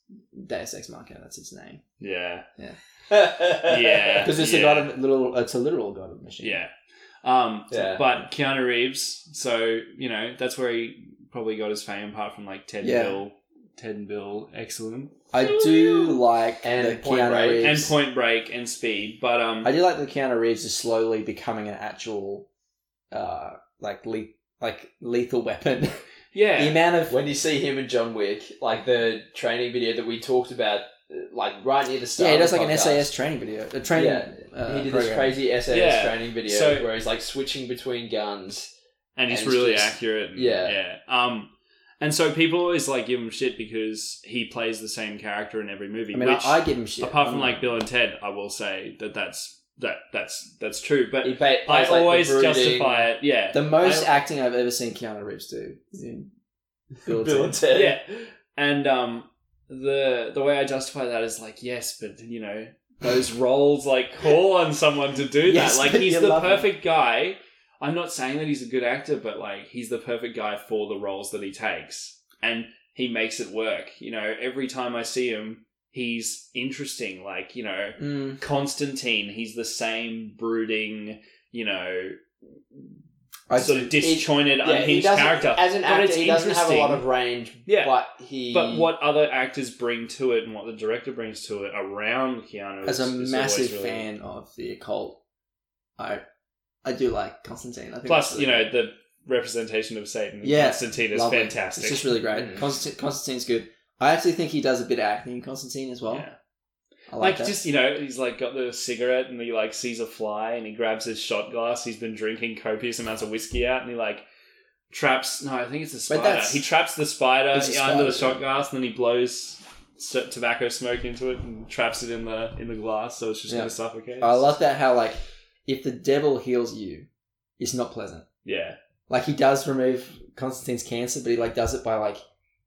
Speaker 1: Deus Ex Machina. That's its name
Speaker 3: Yeah.
Speaker 2: yeah.
Speaker 1: because it's a
Speaker 3: Yeah.
Speaker 1: god of little. It's a literal god of machine.
Speaker 3: Yeah. Um,
Speaker 2: Yeah.
Speaker 3: But Keanu Reeves, so, you know, that's where he probably got his fame, apart from like Ted
Speaker 1: Yeah.
Speaker 3: and Bill. Ted and Bill, excellent.
Speaker 1: I do like
Speaker 2: And
Speaker 1: the
Speaker 2: Point
Speaker 1: Keanu
Speaker 2: Break.
Speaker 1: Reeves.
Speaker 3: And Point Break and Speed. But um,
Speaker 1: I do like the Keanu Reeves is slowly becoming an actual, uh, like le- like lethal weapon.
Speaker 3: yeah.
Speaker 1: the amount of
Speaker 2: When you see him and John Wick, like the training video that we talked about, uh, like right near the start.
Speaker 1: yeah, he
Speaker 2: of
Speaker 1: does
Speaker 2: the
Speaker 1: like an
Speaker 2: podcast,
Speaker 1: SAS training video, a training.
Speaker 2: Yeah,
Speaker 1: uh,
Speaker 2: he did this
Speaker 1: program.
Speaker 2: crazy SAS
Speaker 3: Yeah.
Speaker 2: training video
Speaker 3: So-
Speaker 2: where he's like switching between guns.
Speaker 3: and he's
Speaker 2: And it's
Speaker 3: really
Speaker 2: just-
Speaker 3: accurate. and-
Speaker 2: yeah.
Speaker 3: yeah. Um, and so people always like give him shit because he plays the same character in every movie.
Speaker 1: I mean,
Speaker 3: which,
Speaker 1: I, I give him shit.
Speaker 3: apart from
Speaker 1: I'm-
Speaker 3: like Bill and Ted, I will say that that's that that's that's true. But
Speaker 2: He play,
Speaker 3: I
Speaker 2: plays, like, the
Speaker 3: always
Speaker 2: brooding-
Speaker 3: justify it. Yeah,
Speaker 1: the most
Speaker 3: I-
Speaker 1: acting I've ever seen Keanu Reeves do is in Bill and
Speaker 2: Bill
Speaker 1: Ted.
Speaker 2: and Ted.
Speaker 3: Yeah. and um, the the way I justify that is like yes, but you know those roles like call on someone to do
Speaker 1: Yes,
Speaker 3: that. Like
Speaker 1: but
Speaker 3: he's
Speaker 1: you
Speaker 3: the
Speaker 1: love him.
Speaker 3: perfect guy. I'm not saying that he's a good actor, but like he's the perfect guy for the roles that he takes, and he makes it work. You know, every time I see him, he's interesting. Like you know,
Speaker 1: Mm.
Speaker 3: Constantine, he's the same brooding, you know,
Speaker 1: I-
Speaker 3: sort of
Speaker 2: he-
Speaker 3: disjointed,
Speaker 2: Yeah, he
Speaker 3: unhinged
Speaker 2: doesn't-
Speaker 3: character.
Speaker 2: As an
Speaker 3: But
Speaker 2: actor,
Speaker 3: it's
Speaker 2: he doesn't have a lot
Speaker 3: interesting.
Speaker 2: of range.
Speaker 3: Yeah.
Speaker 2: but he.
Speaker 3: But what other actors bring to it and what the director brings to it around Keanu
Speaker 1: as a
Speaker 3: is- is
Speaker 1: massive
Speaker 3: always really-
Speaker 1: fan of the occult, I I do like Constantine. I think
Speaker 3: Plus,
Speaker 1: that's
Speaker 3: you
Speaker 1: really-
Speaker 3: know, the representation of Satan in
Speaker 1: Yeah,
Speaker 3: Constantine is
Speaker 1: lovely.
Speaker 3: fantastic.
Speaker 1: it's just really great.
Speaker 2: Mm.
Speaker 1: Constant, Constantine's good. I actually think he does a bit of acting in Constantine as well.
Speaker 3: Yeah.
Speaker 1: I
Speaker 3: Like,
Speaker 1: like, that.
Speaker 3: just, you know, he's like got the cigarette and he like sees a fly and he grabs his shot glass. He's been drinking copious amounts of whiskey out and he like traps. No, I think it's a spider.
Speaker 1: that's-
Speaker 3: He traps the spider
Speaker 1: It's a
Speaker 3: under the
Speaker 1: spider.
Speaker 3: shot glass and then he blows s- tobacco smoke into it and traps it in the in the glass so it's just
Speaker 1: Yeah.
Speaker 3: going to suffocate.
Speaker 1: I love that how like if the devil heals you, it's not pleasant.
Speaker 3: Yeah.
Speaker 1: Like he does remove Constantine's cancer, but he like does it by like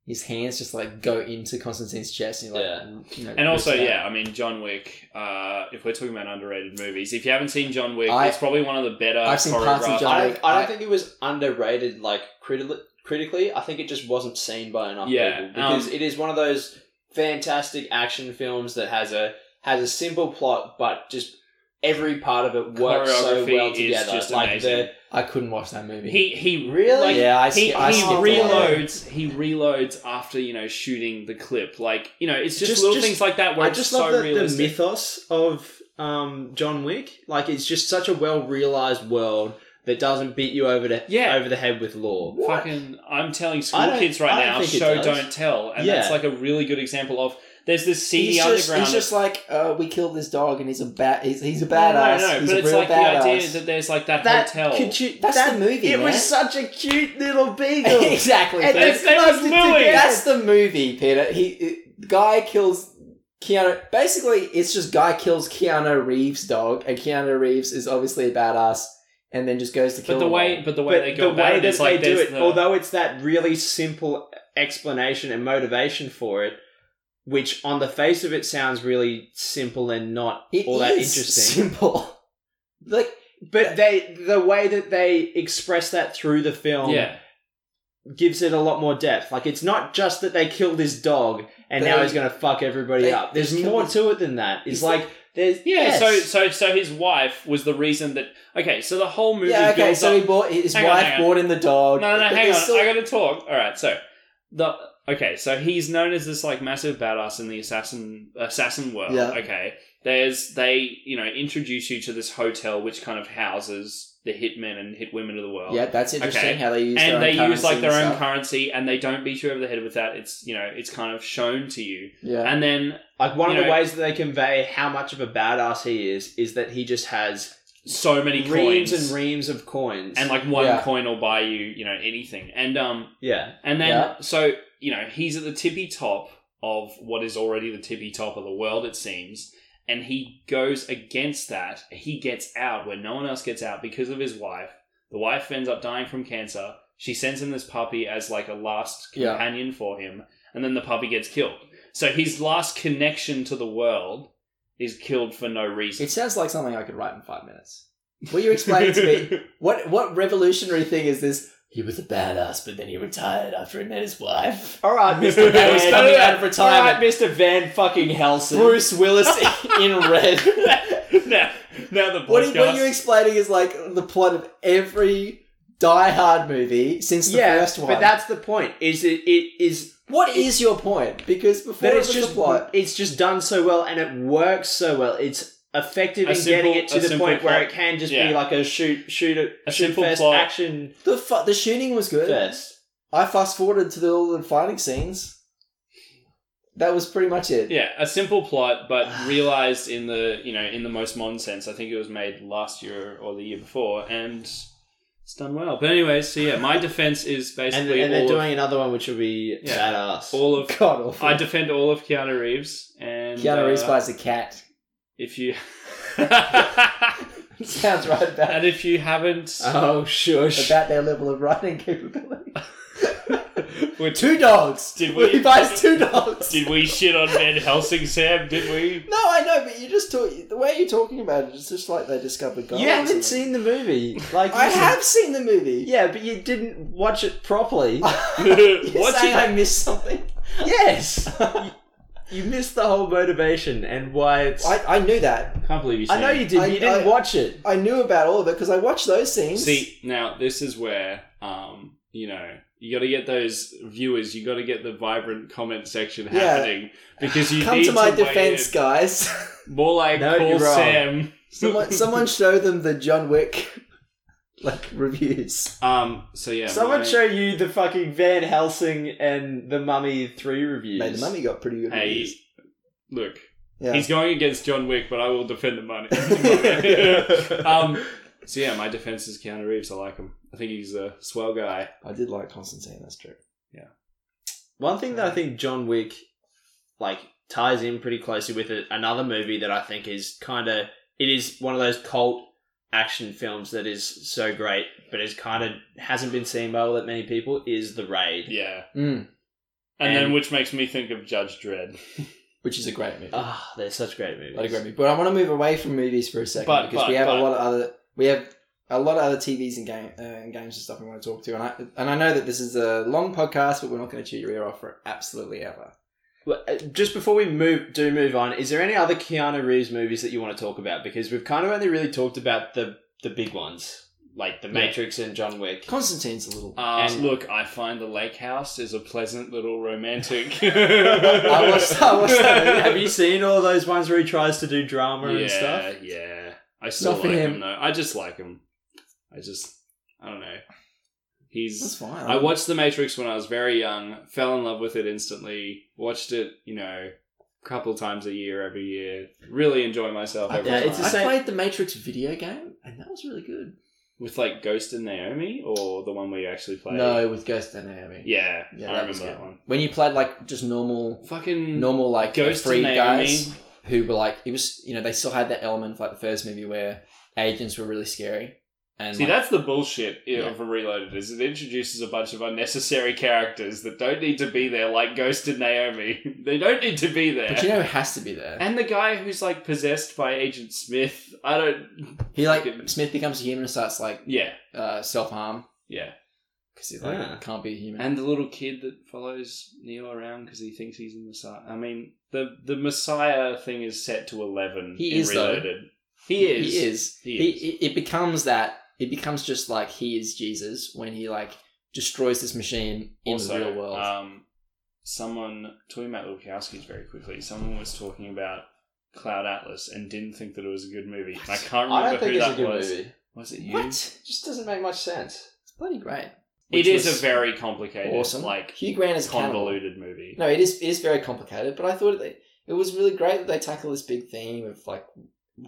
Speaker 1: his hands just like go into Constantine's chest and he, like you know,
Speaker 3: And also,
Speaker 1: rips it out.
Speaker 3: yeah, I mean, John Wick. Uh, if we're talking about underrated movies, if you haven't seen John Wick,
Speaker 1: I-
Speaker 3: it's probably one of the better.
Speaker 1: I've seen parts of
Speaker 3: choreographed-
Speaker 1: John
Speaker 2: I
Speaker 1: Wick,
Speaker 2: don't, I
Speaker 1: I-
Speaker 2: don't think it was underrated, like criti- critically. I think it just wasn't seen by enough
Speaker 3: Yeah,
Speaker 2: people because
Speaker 3: um,
Speaker 2: it is one of those fantastic action films that has a has a simple plot, but just every part of it works so
Speaker 3: Choreography
Speaker 2: well
Speaker 3: is
Speaker 2: together.
Speaker 3: just
Speaker 2: like
Speaker 3: amazing.
Speaker 1: I couldn't watch that movie.
Speaker 3: He he
Speaker 2: the really,
Speaker 3: Like,
Speaker 1: yeah, I,
Speaker 3: he,
Speaker 1: skip, I
Speaker 3: he
Speaker 1: skipped a lot.
Speaker 3: reloads. He reloads after you know shooting the clip. Like you know, it's just,
Speaker 2: Just-
Speaker 3: little
Speaker 2: just-
Speaker 3: things like that where
Speaker 2: I
Speaker 3: it's
Speaker 2: just
Speaker 3: so
Speaker 2: love the, the
Speaker 3: realistic.
Speaker 2: mythos of um, John Wick. Like it's just such a well realized world that doesn't beat you over the
Speaker 3: Yeah.
Speaker 2: over the head with law.
Speaker 3: Fucking, I'm telling
Speaker 2: I
Speaker 3: school
Speaker 2: don't-
Speaker 3: kids
Speaker 2: I
Speaker 3: right
Speaker 2: don't
Speaker 3: now,
Speaker 2: think it
Speaker 3: show
Speaker 2: does.
Speaker 3: don't tell, and
Speaker 2: Yeah.
Speaker 3: that's like a really good example of. There's this seedy
Speaker 1: he's just,
Speaker 3: underground.
Speaker 1: he's just like uh, we killed this dog and he's a bad he's, he's a
Speaker 3: No,
Speaker 1: badass
Speaker 3: No, no,
Speaker 1: he's
Speaker 3: but
Speaker 1: a
Speaker 3: it's
Speaker 1: real
Speaker 3: like
Speaker 1: badass.
Speaker 3: the idea that there's like that,
Speaker 2: That
Speaker 3: hotel.
Speaker 2: could you,
Speaker 1: That's
Speaker 2: that,
Speaker 1: the movie,
Speaker 2: It
Speaker 1: man.
Speaker 2: was such a cute little beagle.
Speaker 1: exactly
Speaker 2: And
Speaker 1: Peter.
Speaker 2: they
Speaker 3: His name was
Speaker 2: clubbed it
Speaker 3: Louis.
Speaker 2: together.
Speaker 1: that's the movie Peter he it- guy kills Keanu basically it's just guy kills Keanu Reeves dog and Keanu Reeves is obviously a badass and then just goes to kill
Speaker 3: but the
Speaker 1: him all.
Speaker 3: way, but the way they go about it
Speaker 2: that
Speaker 3: is like
Speaker 2: they do
Speaker 3: there's
Speaker 2: it,
Speaker 3: the-
Speaker 2: although it's that really simple explanation and motivation for it, which on the face of it sounds really simple and not
Speaker 1: It
Speaker 2: all that
Speaker 1: is
Speaker 2: interesting.
Speaker 1: simple like
Speaker 2: But they, the way that they express that through the film,
Speaker 3: yeah,
Speaker 2: gives it a lot more depth. Like it's not just that they killed this dog and
Speaker 1: They-
Speaker 2: now he's gonna fuck everybody
Speaker 1: they-
Speaker 2: up. There's
Speaker 1: they killed
Speaker 2: more
Speaker 1: this-
Speaker 2: to it than that. It's
Speaker 1: He's
Speaker 2: like there's
Speaker 3: Yeah,
Speaker 2: yes.
Speaker 3: so so so his wife was the reason that okay, so the whole movie
Speaker 1: yeah okay
Speaker 3: builds
Speaker 1: so
Speaker 3: up.
Speaker 1: he bought his
Speaker 3: Hang on,
Speaker 1: wife
Speaker 3: hang on.
Speaker 1: bought in the dog
Speaker 3: no, no,
Speaker 1: but
Speaker 3: hang
Speaker 1: they're
Speaker 3: on,
Speaker 1: still-
Speaker 3: I gotta talk. All right, so the okay, so he's known as this like massive badass in the assassin assassin world.
Speaker 1: Yeah.
Speaker 3: Okay, there's they you know introduce you to this hotel which kind of houses the hitmen and hit women of the world.
Speaker 1: yeah that's interesting
Speaker 3: Okay.
Speaker 1: how they use their
Speaker 3: And they
Speaker 1: own
Speaker 3: use like
Speaker 1: currency
Speaker 3: their
Speaker 1: and
Speaker 3: own
Speaker 1: stuff.
Speaker 3: currency, and they don't beat you over the head with that. It's you know, it's kind of shown to you,
Speaker 1: yeah
Speaker 3: and then
Speaker 2: like one
Speaker 3: you
Speaker 2: of the
Speaker 3: know-
Speaker 2: ways that they convey how much of a badass he is is that he just has
Speaker 3: so many
Speaker 2: reams
Speaker 3: coins
Speaker 2: and reams of coins.
Speaker 3: and like one
Speaker 1: Yeah.
Speaker 3: coin will buy you you know anything and um
Speaker 2: yeah,
Speaker 3: and then,
Speaker 1: Yeah.
Speaker 3: so, you know, he's at the tippy top of what is already the tippy top of the world, it seems. And he goes against that. He gets out where no one else gets out because of his wife. The wife ends up dying from cancer. She sends him this puppy as like a last
Speaker 1: Yeah.
Speaker 3: companion for him. And then the puppy gets killed. So his last connection to the world is killed for no reason.
Speaker 1: It sounds like something I could write in five minutes. Will you explain to me what what revolutionary thing is this? He was a badass, but then he retired after he met his wife.
Speaker 2: all right, Mister
Speaker 1: Mr. Van
Speaker 2: Van,
Speaker 1: was coming out of
Speaker 2: all
Speaker 1: retirement.
Speaker 2: right, Mister Van fucking Helsing.
Speaker 1: Bruce Willis in red.
Speaker 3: now, now the podcast.
Speaker 1: What, what you're explaining is like the plot of every Die Hard movie since the
Speaker 2: yeah,
Speaker 1: first one.
Speaker 2: but that's the point. Is it? It is
Speaker 1: what is your point? Because before
Speaker 2: that it's
Speaker 1: it was
Speaker 2: just
Speaker 1: the plot,
Speaker 2: it's just done so well and it works so well. It's effective
Speaker 3: A
Speaker 2: in
Speaker 3: simple-
Speaker 2: getting it
Speaker 3: a
Speaker 2: to the
Speaker 3: simple
Speaker 2: point where
Speaker 3: plot.
Speaker 2: it can just
Speaker 3: Yeah.
Speaker 2: be like a shoot shoot a,
Speaker 3: A
Speaker 2: shoot
Speaker 3: simple
Speaker 2: first
Speaker 3: plot.
Speaker 2: action
Speaker 1: the fu- the shooting was good.
Speaker 2: first.
Speaker 1: I fast forwarded to the, all the fighting scenes. That was pretty much it.
Speaker 3: Yeah, a simple plot, but realized in the you know in the most modern sense. I think it was made last year or the year before, and it's done well. But anyways, so yeah, my defense is
Speaker 2: And,
Speaker 3: basically
Speaker 2: and they're
Speaker 3: all,
Speaker 2: doing another one which will be
Speaker 3: Yeah.
Speaker 2: badass.
Speaker 3: of, all of.
Speaker 1: God awful.
Speaker 3: I defend all of Keanu Reeves, and
Speaker 1: Keanu Reeves
Speaker 3: uh,
Speaker 1: buys a cat.
Speaker 3: If you
Speaker 1: Sounds right about
Speaker 3: and if you haven't,
Speaker 2: oh sure, sure.
Speaker 1: about their level of writing capability.
Speaker 3: we're
Speaker 1: two dogs.
Speaker 3: Did we-
Speaker 1: He buys two dogs.
Speaker 3: did we shit on Van Helsing, Sam? Did we?
Speaker 1: no, I know, but you just talk. The way you're talking about it, it's just like they discovered gold.
Speaker 2: You
Speaker 1: or
Speaker 2: haven't
Speaker 1: something.
Speaker 2: seen the movie. Like
Speaker 1: I
Speaker 2: listen-
Speaker 1: have seen the movie.
Speaker 2: Yeah, but you didn't watch it properly.
Speaker 1: You're
Speaker 3: What's
Speaker 1: saying I
Speaker 3: it?
Speaker 1: missed something?
Speaker 2: yes. you, you missed the whole motivation and why it's I,
Speaker 1: I, I knew that.
Speaker 3: can't believe you.
Speaker 2: know you did,
Speaker 1: I-
Speaker 2: but you didn't
Speaker 1: I-
Speaker 2: watch it.
Speaker 1: I knew about all of it because I watched those scenes.
Speaker 3: See, now this is where um, you know, you got to get those viewers. You got to get the vibrant comment section
Speaker 1: Yeah.
Speaker 3: happening because you
Speaker 1: come
Speaker 3: need
Speaker 1: to my
Speaker 3: weigh
Speaker 1: defense,
Speaker 3: in.
Speaker 1: guys.
Speaker 3: More like
Speaker 2: No,
Speaker 3: call
Speaker 2: you're wrong.
Speaker 3: Sam.
Speaker 1: someone, someone show them the John Wick like reviews.
Speaker 3: Um. So yeah,
Speaker 2: Someone
Speaker 3: my-
Speaker 2: show you the fucking Van Helsing and the Mummy 3 reviews.
Speaker 1: Mate, the mummy got pretty good
Speaker 3: Hey,
Speaker 1: reviews.
Speaker 3: look,
Speaker 1: Yeah.
Speaker 3: he's going against John Wick, but I will defend the money. um. So yeah, my defense is Keanu Reeves. I like him. I think he's a swell guy.
Speaker 1: I did like Constantine. That's true.
Speaker 2: One thing
Speaker 3: Mm.
Speaker 2: that I think John Wick like ties in pretty closely with it, another movie that I think is kind of it is one of those cult action films that is so great, but is kind of hasn't been seen by all that many people is The Raid.
Speaker 3: Yeah.
Speaker 1: Mm.
Speaker 3: And, then,
Speaker 2: And-
Speaker 3: which makes me think of Judge Dredd.
Speaker 1: Which is a great movie.
Speaker 2: Ah, they're such great movies.
Speaker 1: What a great movie. But I want to move away from movies for a second
Speaker 3: But-
Speaker 1: because we
Speaker 3: but-
Speaker 1: have
Speaker 3: but-
Speaker 1: a lot of other we have a lot of other TVs and game uh, and games and stuff we want to talk to. And I and I know that this is a long podcast, but we're not going to chew your ear off for absolutely ever.
Speaker 2: Well, uh, Just before we move, do move on. Is there any other Keanu Reeves movies that you want to talk about? Because we've kind of only really talked about the the big ones, like The
Speaker 3: Yeah.
Speaker 2: Matrix and John Wick.
Speaker 1: Constantine's a little.
Speaker 3: Uh,
Speaker 2: And-
Speaker 3: look, I find the lake house is a pleasant little romantic.
Speaker 2: I
Speaker 1: watched- I watched that movie.
Speaker 2: Have you seen all those ones where he tries to do drama
Speaker 3: yeah,
Speaker 2: and stuff?
Speaker 3: Yeah, I still
Speaker 1: Not
Speaker 3: like
Speaker 1: for
Speaker 3: him.
Speaker 1: him.
Speaker 3: though. I just like him. I just, I don't know.
Speaker 1: That's
Speaker 3: He's.
Speaker 1: fine.
Speaker 3: I watched The Matrix when I was very young. Fell in love with it instantly. Watched it, you know, a couple times a year, every year. Really enjoy myself. Every
Speaker 1: Yeah,
Speaker 3: time.
Speaker 1: it's the
Speaker 2: I
Speaker 1: same. I
Speaker 2: played
Speaker 1: played the Matrix video game, and that was really good.
Speaker 3: with like Ghost and Naomi, or the one where you actually play.
Speaker 1: No, with Ghost and Naomi.
Speaker 3: Yeah,
Speaker 1: Yeah,
Speaker 3: I
Speaker 1: that
Speaker 3: remember
Speaker 1: was
Speaker 3: that
Speaker 1: good.
Speaker 3: one.
Speaker 1: When you played like just normal,
Speaker 3: Fucking
Speaker 1: normal like
Speaker 3: Ghost
Speaker 1: free
Speaker 3: and Naomi.
Speaker 1: guys who were like it was you know they still had that element of like the first movie where agents were really scary. And
Speaker 3: See,
Speaker 1: like,
Speaker 3: that's the bullshit
Speaker 1: Yeah.
Speaker 3: of Reloaded is it introduces a bunch of unnecessary characters that don't need to be there, like Ghost and Naomi. they don't need to be there.
Speaker 1: But you know, it has to be there.
Speaker 3: and the guy who's like possessed by Agent Smith, I don't.
Speaker 1: He like
Speaker 3: Fucking-
Speaker 1: Smith becomes a human and starts like
Speaker 3: Yeah,
Speaker 1: uh, self harm
Speaker 3: yeah.
Speaker 1: because he like
Speaker 2: Ah.
Speaker 1: can't be a human.
Speaker 3: And the little kid that follows Neo around because he thinks he's the Messiah. I mean, the the Messiah thing is set to eleven.
Speaker 1: He
Speaker 3: in
Speaker 1: is, though.
Speaker 3: Reloaded. He is.
Speaker 1: He is.
Speaker 3: He
Speaker 1: He,
Speaker 3: is.
Speaker 1: it- it becomes that. It becomes just like he is Jesus when he like destroys this machine in
Speaker 3: also,
Speaker 1: the real world.
Speaker 3: Um, someone talking about Lukowski's very quickly. Someone was talking about Cloud Atlas and didn't think that it was a good movie. And I can't remember
Speaker 2: I don't
Speaker 3: who
Speaker 2: think it's
Speaker 3: that
Speaker 2: a good
Speaker 3: was.
Speaker 2: movie.
Speaker 3: Was it you?
Speaker 1: what?
Speaker 2: It just doesn't make much sense.
Speaker 1: It's bloody great.
Speaker 3: It
Speaker 1: Which
Speaker 3: is
Speaker 1: was
Speaker 3: a very complicated,
Speaker 1: awesome.
Speaker 3: like
Speaker 1: Hugh Grant is a cannibal.
Speaker 3: convoluted movie.
Speaker 1: No, it is. It is very complicated, but I thought it, it was really great that they tackle this big theme of like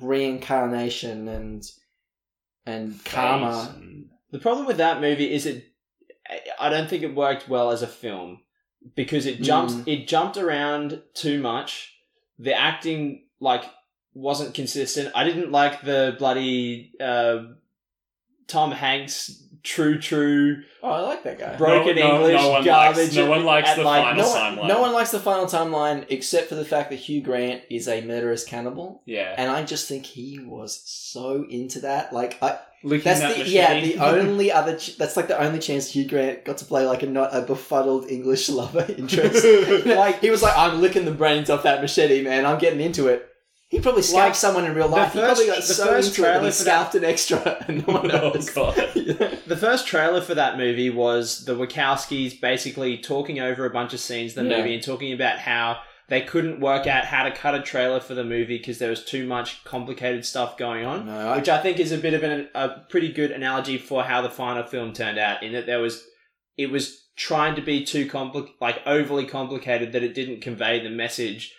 Speaker 1: reincarnation and and karma.
Speaker 2: The problem with that movie is it. I- I don't think it worked well as a film because it jumps.
Speaker 1: Mm.
Speaker 2: It jumped around too much. The acting like wasn't consistent. I didn't like the bloody uh, Tom Hanks true true
Speaker 1: Oh, I like that guy.
Speaker 2: broken
Speaker 3: no- no
Speaker 2: English
Speaker 3: one likes-
Speaker 2: garbage.
Speaker 3: no one likes
Speaker 2: at,
Speaker 3: the
Speaker 2: like,
Speaker 3: final
Speaker 2: no
Speaker 3: song.
Speaker 2: one-
Speaker 3: timeline.
Speaker 1: no one likes the final timeline except for the fact that Hugh Grant is a murderous cannibal,
Speaker 3: Yeah,
Speaker 1: and I just think he was so into that. Like, I,
Speaker 3: Licking
Speaker 1: that's
Speaker 3: that
Speaker 1: the yeah,
Speaker 3: machine.
Speaker 1: the only other. Ch- that's like the only chance Hugh Grant got to play like a not a befuddled English lover interest. like he was like, I'm licking the brains off that machete, man. I'm getting into it. He probably scalped
Speaker 2: Like,
Speaker 1: someone in real
Speaker 2: the
Speaker 1: life. he probably
Speaker 2: first-
Speaker 1: got
Speaker 2: the
Speaker 1: so
Speaker 2: first
Speaker 1: into it that
Speaker 2: trailer
Speaker 1: he
Speaker 2: for
Speaker 1: scalped an extra and no one
Speaker 3: Oh,
Speaker 1: else.
Speaker 3: God.
Speaker 2: The first trailer for that movie was the Wachowskis basically talking over a bunch of scenes in the
Speaker 1: Yeah.
Speaker 2: movie and talking about how they couldn't work out how to cut a trailer for the movie because there was too much complicated stuff going on.
Speaker 1: No, I-
Speaker 2: Which I think is a bit of an, a pretty good analogy for how the final film turned out, in that there was, it was trying to be too compli- like overly complicated that it didn't convey the message,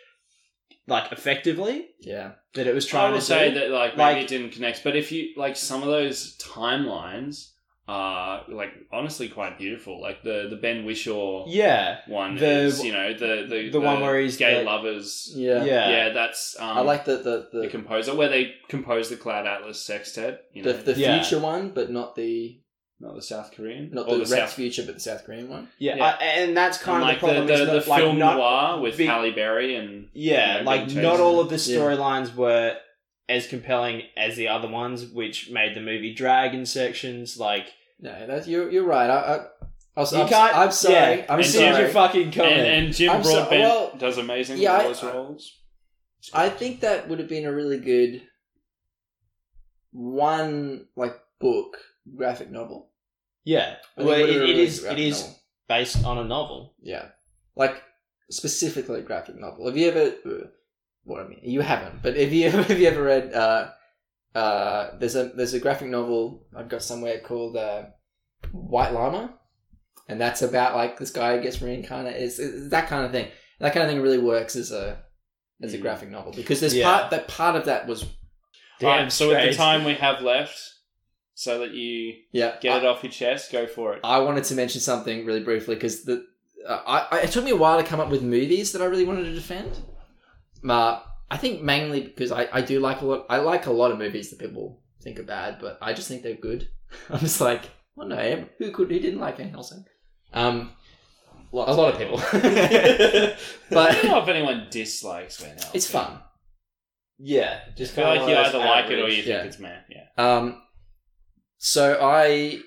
Speaker 2: like effectively
Speaker 1: yeah.
Speaker 2: that it was
Speaker 3: I
Speaker 2: trying
Speaker 3: would
Speaker 2: to
Speaker 3: say
Speaker 2: do.
Speaker 3: that like maybe
Speaker 2: Like-
Speaker 3: it didn't connect, but if you like some of those timelines are like honestly quite beautiful. Like the the Ben Wishaw
Speaker 2: Yeah,
Speaker 3: one
Speaker 2: The-
Speaker 3: is you know the the,
Speaker 2: the one where he's
Speaker 3: gay
Speaker 2: the-
Speaker 3: lovers.
Speaker 1: yeah,
Speaker 2: yeah.
Speaker 3: Yeah, that's um,
Speaker 1: I like the the
Speaker 3: the
Speaker 1: the,
Speaker 3: composer where they composed the Cloud Atlas sextet. You know,
Speaker 1: the, the
Speaker 2: Yeah.
Speaker 1: future one, but not the
Speaker 3: not the South Korean,
Speaker 1: not
Speaker 3: or
Speaker 1: the, Rex
Speaker 3: South.
Speaker 1: future, but the South Korean one.
Speaker 2: Yeah,
Speaker 3: Yeah.
Speaker 2: I, and that's kind
Speaker 3: and
Speaker 2: of
Speaker 3: like
Speaker 2: the problem.
Speaker 3: the,
Speaker 2: is
Speaker 3: the,
Speaker 2: that, like,
Speaker 3: film
Speaker 2: not,
Speaker 3: noir with
Speaker 2: big-
Speaker 3: Halle Berry and
Speaker 2: Yeah,
Speaker 3: you know,
Speaker 2: like
Speaker 3: being
Speaker 2: not
Speaker 3: chosen.
Speaker 2: all of the
Speaker 1: Yeah.
Speaker 2: storylines were as compelling as the other ones, which made the movie drag in sections. Like
Speaker 1: No, that's you're you're right. I, I, I was,
Speaker 2: you
Speaker 1: I'm,
Speaker 2: can't.
Speaker 1: I'm sorry.
Speaker 2: yeah,
Speaker 1: I'm
Speaker 2: as soon as
Speaker 1: sorry.
Speaker 2: you fucking
Speaker 3: and,
Speaker 2: comment.
Speaker 3: and Jim
Speaker 1: I'm so-
Speaker 3: Broadbent
Speaker 1: well,
Speaker 3: does amazing
Speaker 1: yeah, I-
Speaker 3: with those roles.
Speaker 1: I think that would have been a really good one, like book graphic novel.
Speaker 2: yeah,
Speaker 1: I think
Speaker 2: well,
Speaker 1: would've
Speaker 2: it,
Speaker 1: been a
Speaker 2: it
Speaker 1: really
Speaker 2: is
Speaker 1: good
Speaker 2: it
Speaker 1: graphic
Speaker 2: is
Speaker 1: novel.
Speaker 2: based on a novel.
Speaker 1: yeah, like specifically graphic novel. Have you ever? What I mean, you haven't, but have you have you ever read? Uh, uh, there's a there's a graphic novel I've got somewhere called uh, White Llama, and that's about like this guy gets reincarnated. It's, it's that kind of thing. That kind of thing really works as a as a
Speaker 3: Mm.
Speaker 1: graphic novel because there's
Speaker 2: Yeah.
Speaker 1: part that part of that was
Speaker 3: Right, so at the
Speaker 2: straight.
Speaker 3: time we have left, so that you
Speaker 1: yeah
Speaker 3: get it off your chest, go for it.
Speaker 1: I wanted to mention something really briefly because the uh, I, I, it took me a while to come up with movies that I really wanted to defend. Uh, I think mainly because I, I do like a lot I like a lot of movies that people think are bad, but I just think they're good. I'm just like, well, no, em- who could who didn't like Van Helsing? Um,
Speaker 2: Lots
Speaker 1: a lot of people,
Speaker 3: I don't
Speaker 1: but
Speaker 3: know if anyone dislikes Van Helsing.
Speaker 1: it's fun.
Speaker 2: yeah,
Speaker 3: I
Speaker 2: just
Speaker 3: feel
Speaker 2: kinda
Speaker 3: like
Speaker 2: one
Speaker 3: you
Speaker 2: of those
Speaker 3: either like it or you
Speaker 2: average-
Speaker 3: think
Speaker 1: yeah.
Speaker 3: it's man. Yeah.
Speaker 1: Um, so I,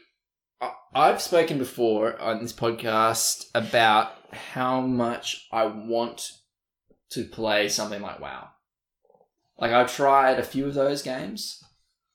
Speaker 1: I I've spoken before on this podcast about how much I want to play something like WoW. Like I've tried a few of those games,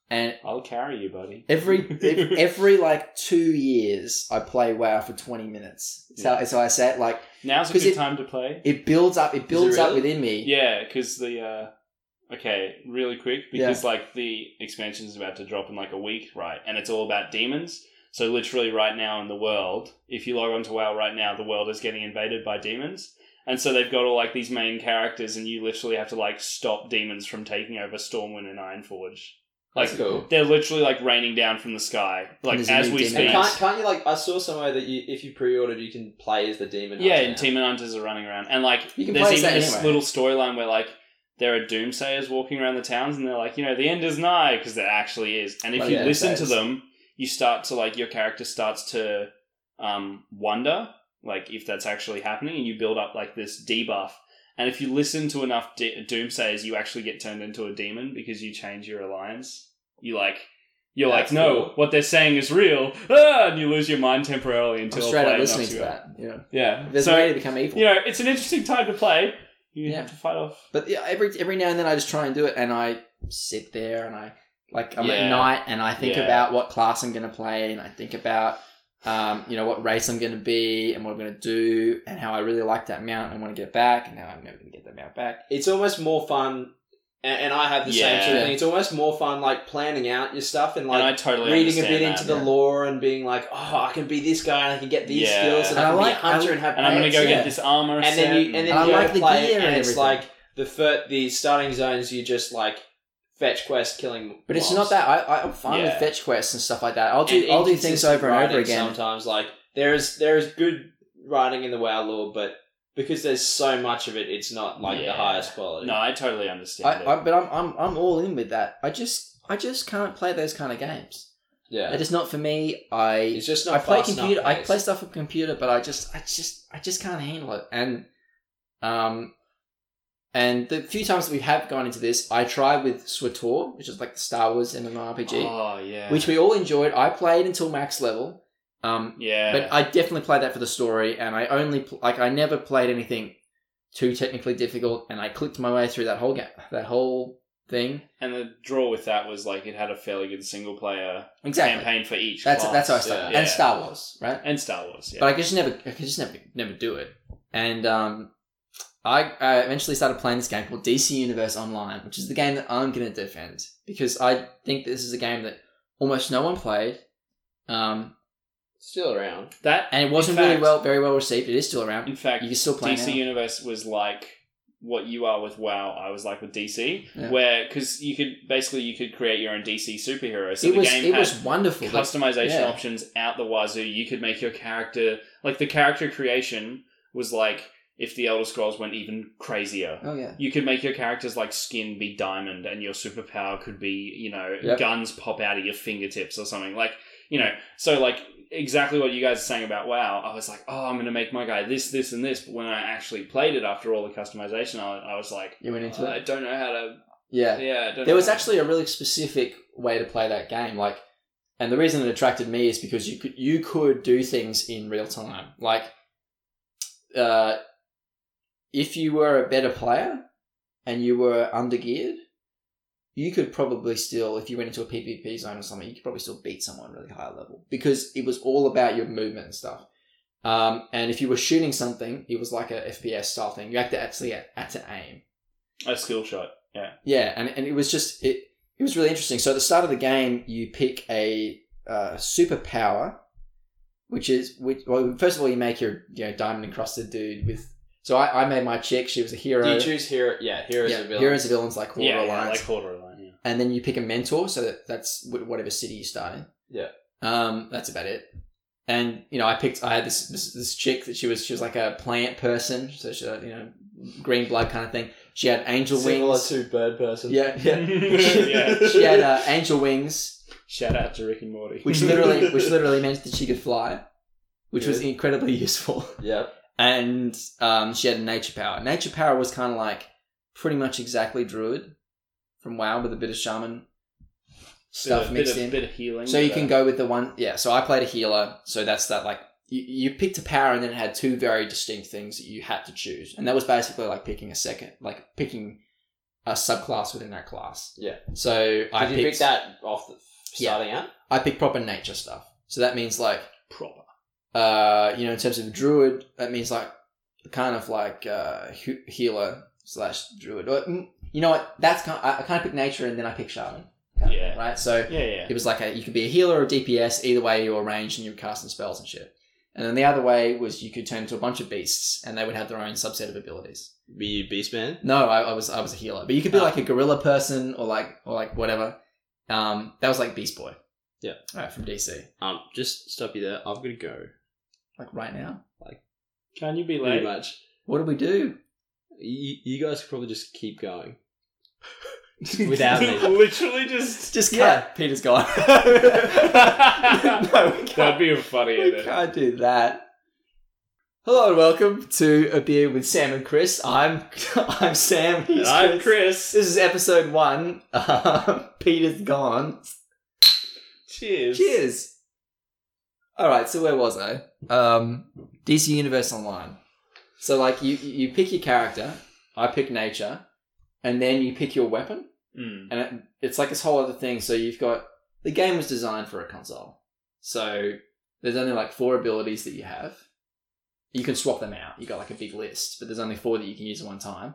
Speaker 1: and
Speaker 3: I'll carry you, buddy.
Speaker 1: every ev- every like two years I play WoW for twenty minutes. So
Speaker 3: Yeah.
Speaker 1: so I say it like
Speaker 3: Now's a
Speaker 1: 'Cause
Speaker 3: good
Speaker 1: it-
Speaker 3: time to play.
Speaker 1: it builds up. It builds up
Speaker 2: really?
Speaker 1: within me.
Speaker 3: Yeah, because the uh, okay, really quick because like the expansion is about to drop in like a week, right? And it's all about demons. So literally, right now in the world, if you log on to WoW right now, the world is getting invaded by demons. And so they've got all like these main characters, and you literally have to like stop demons from taking over Stormwind and Ironforge. Like
Speaker 1: cool.
Speaker 3: they're literally like raining down from the sky, like
Speaker 1: There's a
Speaker 3: as
Speaker 1: new
Speaker 3: we
Speaker 1: demon.
Speaker 3: speak.
Speaker 2: And
Speaker 1: Yes.
Speaker 2: can't, can't you like? I saw somewhere that you, if you pre-ordered, you can play as the demon.
Speaker 3: Yeah,
Speaker 2: hunter
Speaker 3: and
Speaker 2: now.
Speaker 3: Demon Hunters are running around. And like
Speaker 1: You can
Speaker 3: there's
Speaker 1: play as
Speaker 3: even
Speaker 1: that
Speaker 3: this
Speaker 1: anyway.
Speaker 3: little storyline where like there are doomsayers walking around the towns and they're like, you know, the end is nigh because there actually is. And if
Speaker 1: Bloody
Speaker 3: you listen to
Speaker 1: doomsayers.
Speaker 3: them, you start to like your character starts to um wonder like if that's actually happening and you build up like this debuff. And if you listen to enough de- doomsayers, you actually get turned into a demon because you change your alliance. You like you're
Speaker 2: That's
Speaker 3: like, no,
Speaker 2: cool.
Speaker 3: what they're saying is real, ah, and you lose your mind temporarily
Speaker 1: I'm
Speaker 3: until
Speaker 1: straight
Speaker 3: play
Speaker 1: up listening
Speaker 3: knocks
Speaker 1: to
Speaker 3: you out.
Speaker 1: that. You know,
Speaker 3: Yeah.
Speaker 1: there's
Speaker 3: so,
Speaker 1: a way to become evil.
Speaker 3: you know, it's an interesting time to play. You
Speaker 1: Yeah.
Speaker 3: have to fight off.
Speaker 1: But yeah, every every now and then I just try and do it, and I sit there and I like I'm
Speaker 3: Yeah.
Speaker 1: at night and I think
Speaker 3: Yeah.
Speaker 1: about what class I'm going to play, and I think about um, you know what race I'm going to be and what I'm going to do, and how I really like that mount and want to get it back, and how I'm never going to get that mount back.
Speaker 2: it's almost more fun. And, and I have the same sort
Speaker 3: Yeah.
Speaker 2: of thing. It's almost more fun like planning out your stuff and like
Speaker 3: and I totally
Speaker 2: reading a
Speaker 3: understand
Speaker 2: bit into
Speaker 3: that.
Speaker 2: the lore and being like, oh, I can be this guy and I can get these
Speaker 3: Yeah.
Speaker 2: skills and,
Speaker 1: And I
Speaker 2: I can
Speaker 1: like-
Speaker 2: be a hunter
Speaker 1: I-
Speaker 2: and have
Speaker 3: and I'm gonna
Speaker 2: pants.
Speaker 3: go
Speaker 1: Yeah.
Speaker 3: get this armor
Speaker 2: and
Speaker 3: set.
Speaker 2: then you and then
Speaker 1: I
Speaker 2: you
Speaker 1: like
Speaker 2: go
Speaker 1: the
Speaker 2: play
Speaker 1: gear
Speaker 2: it
Speaker 1: and
Speaker 2: and it's
Speaker 1: everything.
Speaker 2: like the fir- the starting zones you just like fetch quest killing.
Speaker 1: But it's not
Speaker 2: mobs.
Speaker 1: that. I, I- I'm fine with
Speaker 2: Yeah.
Speaker 1: fetch quests and stuff like that. I'll do
Speaker 2: And
Speaker 1: I'll do things
Speaker 2: inconsistent
Speaker 1: over and over
Speaker 2: writing
Speaker 1: again.
Speaker 2: Sometimes, like there's there's good writing in the WoW lore, but because there's so much of it, it's not like the
Speaker 3: Yeah.
Speaker 2: highest quality.
Speaker 3: No, I totally understand.
Speaker 1: I,
Speaker 3: it.
Speaker 1: I, but I'm, I'm I'm all in with that. I just I just can't play those kind of games.
Speaker 2: yeah,
Speaker 1: They're just not for me. I
Speaker 2: it's just not.
Speaker 1: I play
Speaker 2: fast enough
Speaker 1: computer. I
Speaker 2: paced.
Speaker 1: play stuff on computer, but I just I just I just can't handle it. And um, and the few times that we have gone into this, I tried with Swator, which is like the Star Wars MMORPG,
Speaker 3: Oh yeah.
Speaker 1: which we all enjoyed. I played until max level. Um,
Speaker 3: yeah.
Speaker 1: but I definitely played that for the story, and I only pl- like I never played anything too technically difficult, and I clicked my way through that whole ga- that whole thing.
Speaker 3: and the draw with that was like it had a fairly good single player
Speaker 1: Exactly.
Speaker 3: campaign for each.
Speaker 1: That's
Speaker 3: class.
Speaker 1: that's how I started,
Speaker 3: Yeah.
Speaker 1: and Star Wars, right?
Speaker 3: And Star Wars. Yeah.
Speaker 1: But I just never, I could just never, never do it. And um, I, I eventually started playing this game called DC Universe Online, which is the game that I'm going to defend because I think this is a game that almost no one played, um,
Speaker 2: still around.
Speaker 3: that
Speaker 1: and it wasn't
Speaker 3: In fact-
Speaker 1: really well, very well received. It is still around.
Speaker 3: in fact
Speaker 1: You can still play
Speaker 3: DC
Speaker 1: now.
Speaker 3: Universe was like what you are with WoW. I was like with DC,
Speaker 1: Yeah.
Speaker 3: where because you could basically you could create your own DC superhero. So
Speaker 1: it
Speaker 3: the
Speaker 1: was,
Speaker 3: game
Speaker 1: it
Speaker 3: had
Speaker 1: was wonderful. Like,
Speaker 3: customization
Speaker 1: yeah.
Speaker 3: options out the wazoo. You could make your character like the character creation was like if the Elder Scrolls went even crazier.
Speaker 1: oh yeah,
Speaker 3: You could make your character's like skin be diamond, and your superpower could be you know
Speaker 1: Yep.
Speaker 3: guns pop out of your fingertips or something like you know. So like exactly what you guys are saying about WoW, I was like, oh, I'm gonna make my guy this, this, and this. But when I actually played it after all the customization, I, I was like,
Speaker 1: you went into
Speaker 3: I
Speaker 1: it.
Speaker 3: don't know how to.
Speaker 1: Yeah,
Speaker 3: Yeah, I don't
Speaker 1: there
Speaker 3: know
Speaker 1: was
Speaker 3: how-
Speaker 1: actually a really specific way to play that game like and the reason it attracted me is because you could you could do things in real time like uh if you were a better player and you were undergeared you could probably still if you went into a pvp zone or something you could probably still beat someone really high level because it was all about your movement and stuff um, and if you were shooting something it was like a fps style thing you had to actually had to aim
Speaker 3: a skill shot. Yeah,
Speaker 1: yeah, and, and it was just it it was really interesting. So at the start of the game, you pick a uh, superpower, which is which. Well, first of all, you make your you know diamond encrusted dude with. So I, I made my chick. She was a hero.
Speaker 2: Do you choose hero? Yeah, heroes
Speaker 1: yeah,
Speaker 2: a villain.
Speaker 1: heroes and villains like War
Speaker 3: yeah, yeah,
Speaker 1: Alliance,
Speaker 3: like quarter line. Yeah.
Speaker 1: and then you pick a mentor. So that, that's wh- whatever city you start in.
Speaker 2: Yeah.
Speaker 1: um, that's about it. And you know, I picked. I had this this, this chick that she was she was like a plant person, so she had, you know green blood kind of thing. She had angel
Speaker 2: Similar
Speaker 1: wings.
Speaker 2: to bird person.
Speaker 1: Yeah, yeah.
Speaker 3: yeah.
Speaker 1: she had uh, angel wings,
Speaker 3: Shout out to Rick and Morty.
Speaker 1: which literally, which literally meant that she could fly, which was incredibly useful.
Speaker 2: yeah.
Speaker 1: And um, she had a nature power. Nature power was kind of like pretty much exactly druid from WoW with a bit of shaman stuff
Speaker 3: bit of,
Speaker 1: mixed
Speaker 3: bit of,
Speaker 1: in.
Speaker 3: bit of healing.
Speaker 1: so you can
Speaker 3: but- uh,
Speaker 1: go with the one, yeah. So I played a healer, so that's that like. You you picked a power and then it had two very distinct things that you had to choose. And that was basically like picking a second, like picking a subclass within that class.
Speaker 2: Yeah.
Speaker 1: So I
Speaker 2: Did you
Speaker 1: picked
Speaker 2: pick that off the
Speaker 1: Yeah.
Speaker 2: starting out?
Speaker 1: I pick proper nature stuff. So that means like,
Speaker 3: proper.
Speaker 1: uh, you know, in terms of druid, that means like kind of like uh, he- healer slash druid. Or, mm, you know what? That's kind. I, I kind of pick nature and then I pick shaman. kind of
Speaker 3: Yeah.
Speaker 1: thing, right. So
Speaker 3: Yeah, yeah.
Speaker 1: it was like a, you could be a healer or a DPS. Either way, you were ranged and you were casting spells and shit. And then the other way was you could turn into a bunch of beasts, and they would have their own subset of abilities.
Speaker 2: Be you Beastman?
Speaker 1: No, I, I was I was a healer, but you could be
Speaker 2: Ah.
Speaker 1: like a gorilla person or like or like whatever. Um, that was like Beast Boy.
Speaker 2: Yeah.
Speaker 1: right from DC.
Speaker 2: Um, just stop you there. I'm gonna go.
Speaker 1: Like right now.
Speaker 3: Can you be
Speaker 2: Pretty
Speaker 3: late?
Speaker 2: much.
Speaker 1: What do we do?
Speaker 2: You, you guys could probably just keep going without me.
Speaker 3: Literally just.
Speaker 1: Just cut.
Speaker 2: Yeah.
Speaker 1: Peter's gone.
Speaker 3: That'd
Speaker 1: no, we can't,
Speaker 3: be a funny
Speaker 1: we
Speaker 3: edit.
Speaker 1: can't do that. Hello and welcome to a beer with Sam and Chris. I'm I'm Sam.
Speaker 3: And
Speaker 1: he's
Speaker 3: I'm Chris.
Speaker 1: This is episode one. Um, Peter's gone.
Speaker 3: Cheers.
Speaker 1: Cheers. All right, so where was I? Um, DC Universe Online. So like you you pick your character. I pick nature, and then you pick your weapon.
Speaker 3: Mm.
Speaker 1: and it, it's like this whole other thing. So you've got the game was designed for a console, so there's only like four abilities that you have. You can swap them out. You got like a big list, but there's only four that you can use at one time.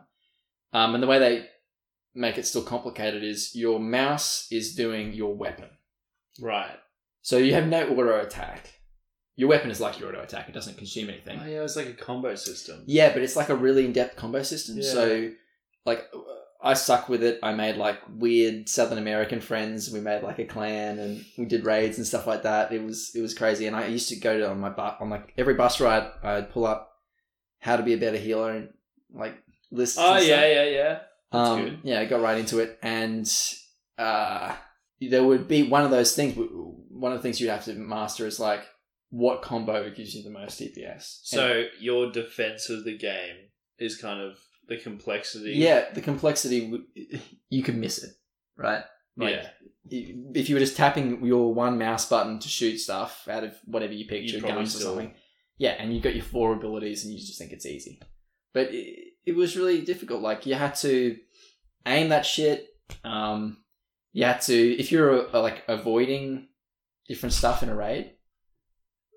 Speaker 1: Um, and the way they make it still complicated is your mouse is doing your weapon,
Speaker 3: Right.
Speaker 1: so you have no auto attack. Your weapon is like your auto attack; it doesn't consume anything.
Speaker 3: Oh, yeah, it's like a combo system.
Speaker 1: Yeah, but it's like a really in depth combo system.
Speaker 3: Yeah.
Speaker 1: So, like, I suck with it. I made like weird Southern American friends. We made like a clan, and we did raids and stuff like that. It was it was crazy. And I used to go to on my bu- on like every bus ride, I'd pull up how to be a better healer and like lists.
Speaker 2: Oh
Speaker 1: and stuff.
Speaker 2: yeah, yeah, yeah. That's
Speaker 1: um,
Speaker 2: good.
Speaker 1: Yeah, I got right into it, and uh, there would be one of those things. One of the things you'd have to master is like what combo gives you the most DPS. And-
Speaker 3: So your defense of the game is kind of the complexity.
Speaker 1: yeah, the complexity w- you could miss it, right? Like,
Speaker 3: yeah.
Speaker 1: If you were just tapping your one mouse button to shoot stuff out of whatever you picked,
Speaker 3: You'd
Speaker 1: your
Speaker 3: probably
Speaker 1: guns or
Speaker 3: still-
Speaker 1: something, yeah, and you got your four abilities and you just think it's easy, but it, it was really difficult. Like you had to aim that shit. Um, you had to if you're uh, like avoiding different stuff in a raid.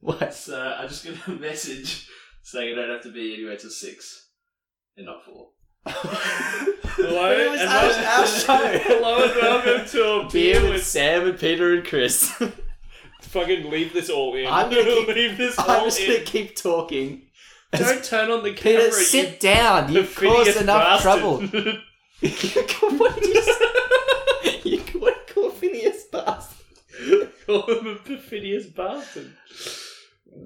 Speaker 1: what?
Speaker 3: So uh, I just got a message saying I don't have to be anywhere till six and not four.
Speaker 2: Hello,
Speaker 1: But it was
Speaker 2: and
Speaker 1: our-
Speaker 2: welcome-
Speaker 1: our show.
Speaker 2: Hello and welcome to a beer with.
Speaker 1: Sam and Peter and Chris.
Speaker 2: Fucking leave this all in.
Speaker 1: I'm gonna keep-
Speaker 2: leave this
Speaker 1: I'm
Speaker 2: all
Speaker 1: just gonna
Speaker 2: in.
Speaker 1: keep talking.
Speaker 3: Don't turn on the camera.
Speaker 1: Peter, sit down. You've caused
Speaker 3: perfidious
Speaker 1: enough
Speaker 3: bastard.
Speaker 1: trouble. what did you say? you called call Phineas bastard.
Speaker 3: Call him a perfidious bastard.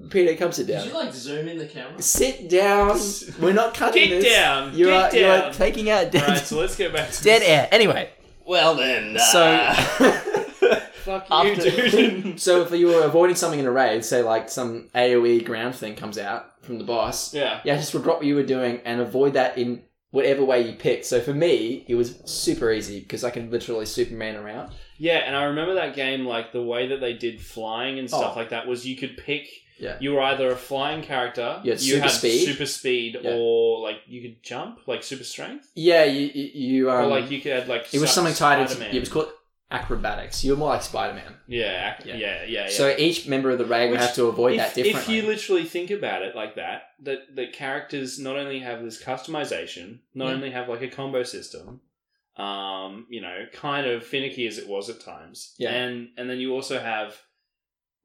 Speaker 1: Peter, come sit down.
Speaker 3: like zoom in the camera?
Speaker 1: Sit down. We're not cutting
Speaker 3: Get
Speaker 1: this.
Speaker 3: down.
Speaker 1: You
Speaker 3: get
Speaker 1: are, you
Speaker 3: down.
Speaker 1: are taking out dead,
Speaker 2: All right, so let's get back to
Speaker 1: dead air. Anyway,
Speaker 3: Well then. uh,
Speaker 1: so.
Speaker 3: fuck
Speaker 1: you,
Speaker 3: you,
Speaker 1: After-
Speaker 3: dude.
Speaker 1: so if you were avoiding something in a raid, say like some AOE ground thing comes out from the boss,
Speaker 2: Yeah.
Speaker 1: Yeah, just regret what you were doing and avoid that in whatever way you picked. So for me, it was super easy because I can literally Superman around.
Speaker 3: Yeah, and I remember that game, like the way that they did flying and stuff like that was you could pick.
Speaker 1: Oh. Yeah.
Speaker 3: You were either a flying character,
Speaker 1: You had super
Speaker 3: had
Speaker 1: speed.
Speaker 3: super speed,
Speaker 1: Yeah.
Speaker 3: or like you could jump, like super strength,
Speaker 1: Yeah, you you, you um,
Speaker 3: or like you could add like
Speaker 1: it was
Speaker 3: Sa-
Speaker 1: something tied
Speaker 3: Spider-Man.
Speaker 1: into it was called acrobatics. You were more like Spider Man.
Speaker 3: yeah, ac-
Speaker 1: Yeah.
Speaker 3: yeah, yeah, yeah.
Speaker 1: So each member of the raid would
Speaker 3: Which-
Speaker 1: have to avoid
Speaker 3: if,
Speaker 1: that
Speaker 3: if
Speaker 1: differently.
Speaker 3: you literally think about it like that, that the characters not only have this customization, not
Speaker 1: Yeah.
Speaker 3: only have like a combo system, um, you know, kind of finicky as it was at times,
Speaker 1: Yeah.
Speaker 3: and and then you also have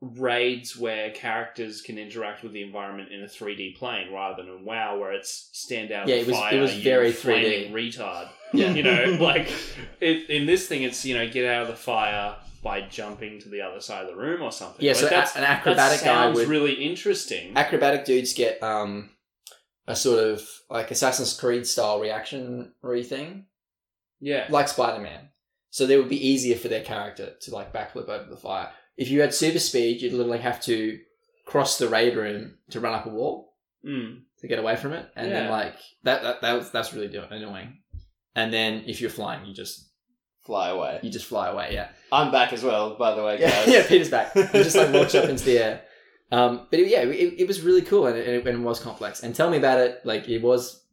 Speaker 3: raids where characters can interact with the environment in a 3D plane rather than in WoW where it's stand out.
Speaker 1: Yeah,
Speaker 3: of
Speaker 1: it was- it
Speaker 3: fire,
Speaker 1: was
Speaker 3: you
Speaker 1: very
Speaker 3: flaming retard.
Speaker 1: Yeah.
Speaker 3: You know, like it, in this thing, it's you know get out of the fire by jumping to the other side of the room or something.
Speaker 1: yeah,
Speaker 3: Like,
Speaker 1: so a-
Speaker 3: that's
Speaker 1: an acrobatic
Speaker 3: that
Speaker 1: guy
Speaker 3: sounds
Speaker 1: would
Speaker 3: really interesting.
Speaker 1: acrobatic dudes get um a sort of like Assassin's Creed style reactionary thing,
Speaker 3: yeah,
Speaker 1: like Spider Man. So they would be easier for their character to like backflip over the fire. If you had super speed, you'd literally have to cross the raid room to run up a wall
Speaker 3: mm.
Speaker 1: to get away from it, and then
Speaker 3: Yeah.
Speaker 1: like that that, that was, that's really do- annoying. And then if you're flying, you just
Speaker 2: Fly away.
Speaker 1: you just fly away. Yeah,
Speaker 2: I'm back as well, by the way,
Speaker 1: yeah,
Speaker 2: guys.
Speaker 1: yeah. Peter's back. You just like launch up into the air. Um, but yeah, it, it was really cool and it, and it was complex. And tell me about it. Like it was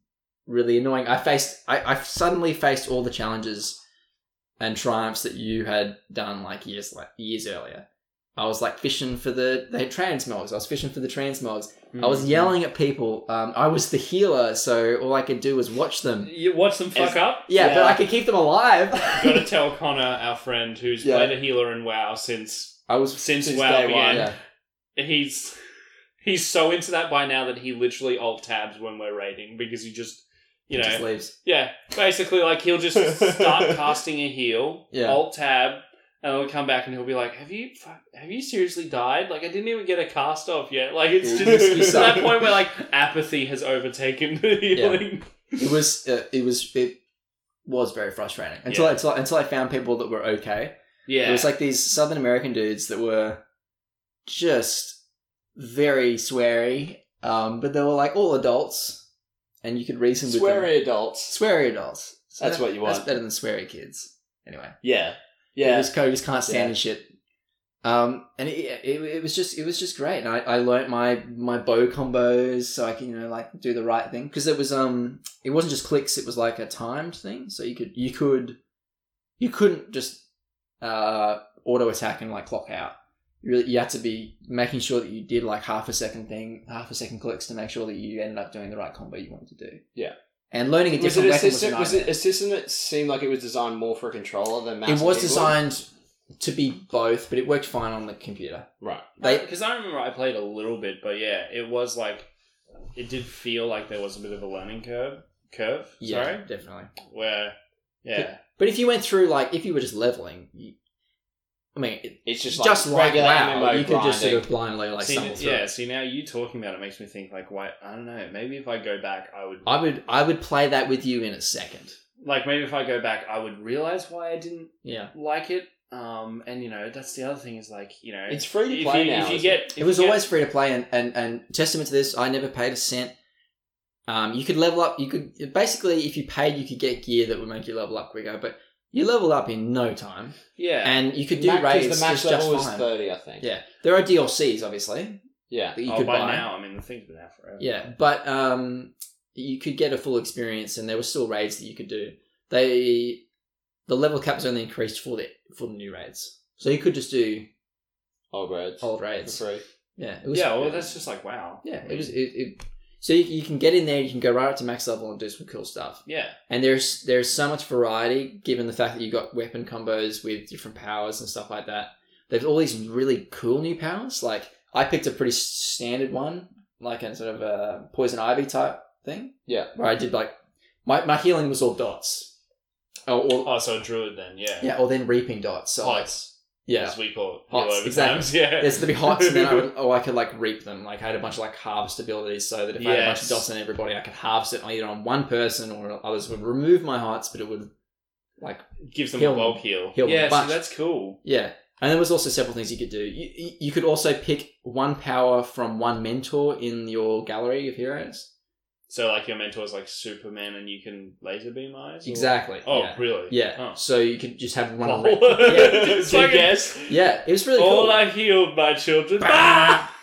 Speaker 1: really annoying. I faced. I, I suddenly faced all the challenges and triumphs that you had done like years like years earlier. I was like fishing for the they had transmogs. I was fishing for the transmogs.
Speaker 3: Hmm.
Speaker 1: I
Speaker 3: Mm,
Speaker 1: was yelling at people. Um, I was the healer, so all I could do was watch them.
Speaker 3: You watch them fuck
Speaker 2: As-
Speaker 3: up.
Speaker 1: Yeah, but
Speaker 2: Yeah.
Speaker 1: I could keep them alive.
Speaker 3: Gotta tell Connor, our friend, who's
Speaker 1: Yeah.
Speaker 3: played a healer in WoW since
Speaker 1: I was
Speaker 3: since,
Speaker 2: Since
Speaker 3: WoW
Speaker 2: day
Speaker 3: began.
Speaker 2: one.
Speaker 1: yeah.
Speaker 3: He's he's so into that by now that he literally alt tabs when we're raiding because he just you know
Speaker 1: just leaves.
Speaker 3: yeah basically like he'll just start casting a heal
Speaker 1: Yeah.
Speaker 3: alt tab. And he'll come back and he'll be like, "Have you, fuck- have you seriously died? Like, I didn't even get a cast off yet. Like, it's just
Speaker 1: You
Speaker 3: to
Speaker 1: suck.
Speaker 3: that point where like apathy has overtaken the healing.
Speaker 1: it was uh, it was it was very frustrating until I, until I, until I found people that were okay.
Speaker 3: Yeah.
Speaker 1: It was like these Southern American dudes that were just very sweary, um, but they were like all adults, and you could reason with them.
Speaker 2: Sweary adults.
Speaker 1: sweary adults. So
Speaker 2: That's
Speaker 1: that-
Speaker 2: what you
Speaker 1: That's
Speaker 2: want.
Speaker 1: better than sweary kids. Anyway,
Speaker 2: Yeah.
Speaker 1: yeah,
Speaker 2: Yeah.
Speaker 1: just code just can't stand
Speaker 2: Yeah.
Speaker 1: his shit. Um, and it, it, it was just it was just great, and I, I learnt my my bow combos so I can you know like do the right thing because it was um it wasn't just clicks it was like a timed thing so you could you could you couldn't just uh auto attack and like clock out you really you had to be making sure that you did like half a second thing half a second clicks to make sure that you ended up doing the right combo you wanted to do
Speaker 2: Yeah.
Speaker 1: and learning a
Speaker 2: was
Speaker 1: different
Speaker 2: it a
Speaker 1: weapon was, a
Speaker 2: system? Was
Speaker 1: nightmare
Speaker 2: it a system that seemed like it was designed more for controller than? Mass
Speaker 1: it was
Speaker 2: Evil?
Speaker 1: designed to be both, but it worked fine on the computer.
Speaker 2: right.
Speaker 1: They,
Speaker 3: because I remember I played a little bit, but yeah, it was like it did feel like there was a bit of a learning curve curve.
Speaker 1: Yeah,
Speaker 3: Sorry,
Speaker 1: definitely.
Speaker 3: where yeah,
Speaker 1: But if you went through like if you were just leveling, you, I mean, it,
Speaker 2: It's just like
Speaker 1: just like
Speaker 2: regular
Speaker 1: WoW,
Speaker 2: MMO
Speaker 1: you could just sort
Speaker 2: grinding.
Speaker 1: of blindly like
Speaker 3: see,
Speaker 1: stumble through.
Speaker 3: yeah.
Speaker 1: it.
Speaker 3: See now you talking about it makes me think like why I don't know. Maybe if I go back, I would
Speaker 1: I would I would play that with you in a second.
Speaker 3: like maybe if I go back, I would realize why I didn't
Speaker 1: Yeah,
Speaker 3: like it. Um, and you know that's the other thing is like you know
Speaker 2: It's free to
Speaker 3: if
Speaker 2: play
Speaker 3: you,
Speaker 2: now.
Speaker 3: if you
Speaker 2: isn't it?
Speaker 3: get if
Speaker 1: it was
Speaker 3: you get-
Speaker 1: always free to play, and, and and testament to this, I never paid a cent. Um, you could level up. You could basically, if you paid, you could get gear that would make you level up quicker. But you level up in no time,
Speaker 3: yeah
Speaker 1: and you could do
Speaker 2: Max- 'cause
Speaker 1: raids
Speaker 2: the max
Speaker 1: just,
Speaker 2: level
Speaker 1: just
Speaker 2: was
Speaker 1: fine.
Speaker 2: thirty, I think.
Speaker 1: Yeah, there are DLCs obviously
Speaker 2: yeah.
Speaker 1: that you
Speaker 3: oh,
Speaker 1: could
Speaker 3: by
Speaker 1: buy.
Speaker 3: now I mean the thing's been out forever.
Speaker 1: Yeah, but um, you could get a full experience, and there were still raids that you could do. They the level caps only increased for the for the new raids, so you could just do
Speaker 2: Old raids.
Speaker 1: old
Speaker 2: For
Speaker 1: raids.
Speaker 2: free.
Speaker 1: Yeah, it was.
Speaker 3: yeah. Well, that's just like wow.
Speaker 1: yeah, it was. It, it, so you, you can get in there, you can go right up to max level and do some cool stuff.
Speaker 3: Yeah,
Speaker 1: And there's there's so much variety given the fact that you've got weapon combos with different powers and stuff like that. There's all these really cool new powers. Like I picked a pretty s- standard one, like a sort of a poison ivy type thing.
Speaker 2: Yeah.
Speaker 1: Where I did like my, my healing was all dots. Oh, or,
Speaker 3: Oh, so a druid then, yeah.
Speaker 1: yeah, or then reaping dots. So like,
Speaker 3: Hots,
Speaker 1: yeah.
Speaker 3: as we call it.
Speaker 1: Hots,
Speaker 3: all over
Speaker 1: exactly.
Speaker 3: times, Yeah.
Speaker 1: There's to be hots, and then I would, oh, I could like reap them. Like I had a bunch of like harvest abilities, so that if I had a bunch
Speaker 3: Yes.
Speaker 1: of dots on everybody, I could harvest it either on one person or others would remove my hots, but it would like
Speaker 3: Gives them
Speaker 1: Heal
Speaker 3: a bulk heal.
Speaker 1: heal
Speaker 3: yeah,
Speaker 1: a bunch.
Speaker 3: so that's cool.
Speaker 1: Yeah. And there was also several things you could do. You, you- you could also pick one power from one mentor in your gallery of heroes.
Speaker 3: So like your mentor's like Superman and you can laser beam eyes? or-
Speaker 1: Exactly.
Speaker 3: Oh,
Speaker 1: yeah.
Speaker 3: really?
Speaker 1: Yeah.
Speaker 3: Oh.
Speaker 1: So you could just have one.
Speaker 3: Wow.
Speaker 1: rep-
Speaker 3: It's
Speaker 1: So
Speaker 3: like a-
Speaker 1: Yeah, it was really
Speaker 3: All
Speaker 1: cool.
Speaker 3: I healed my children. Ah!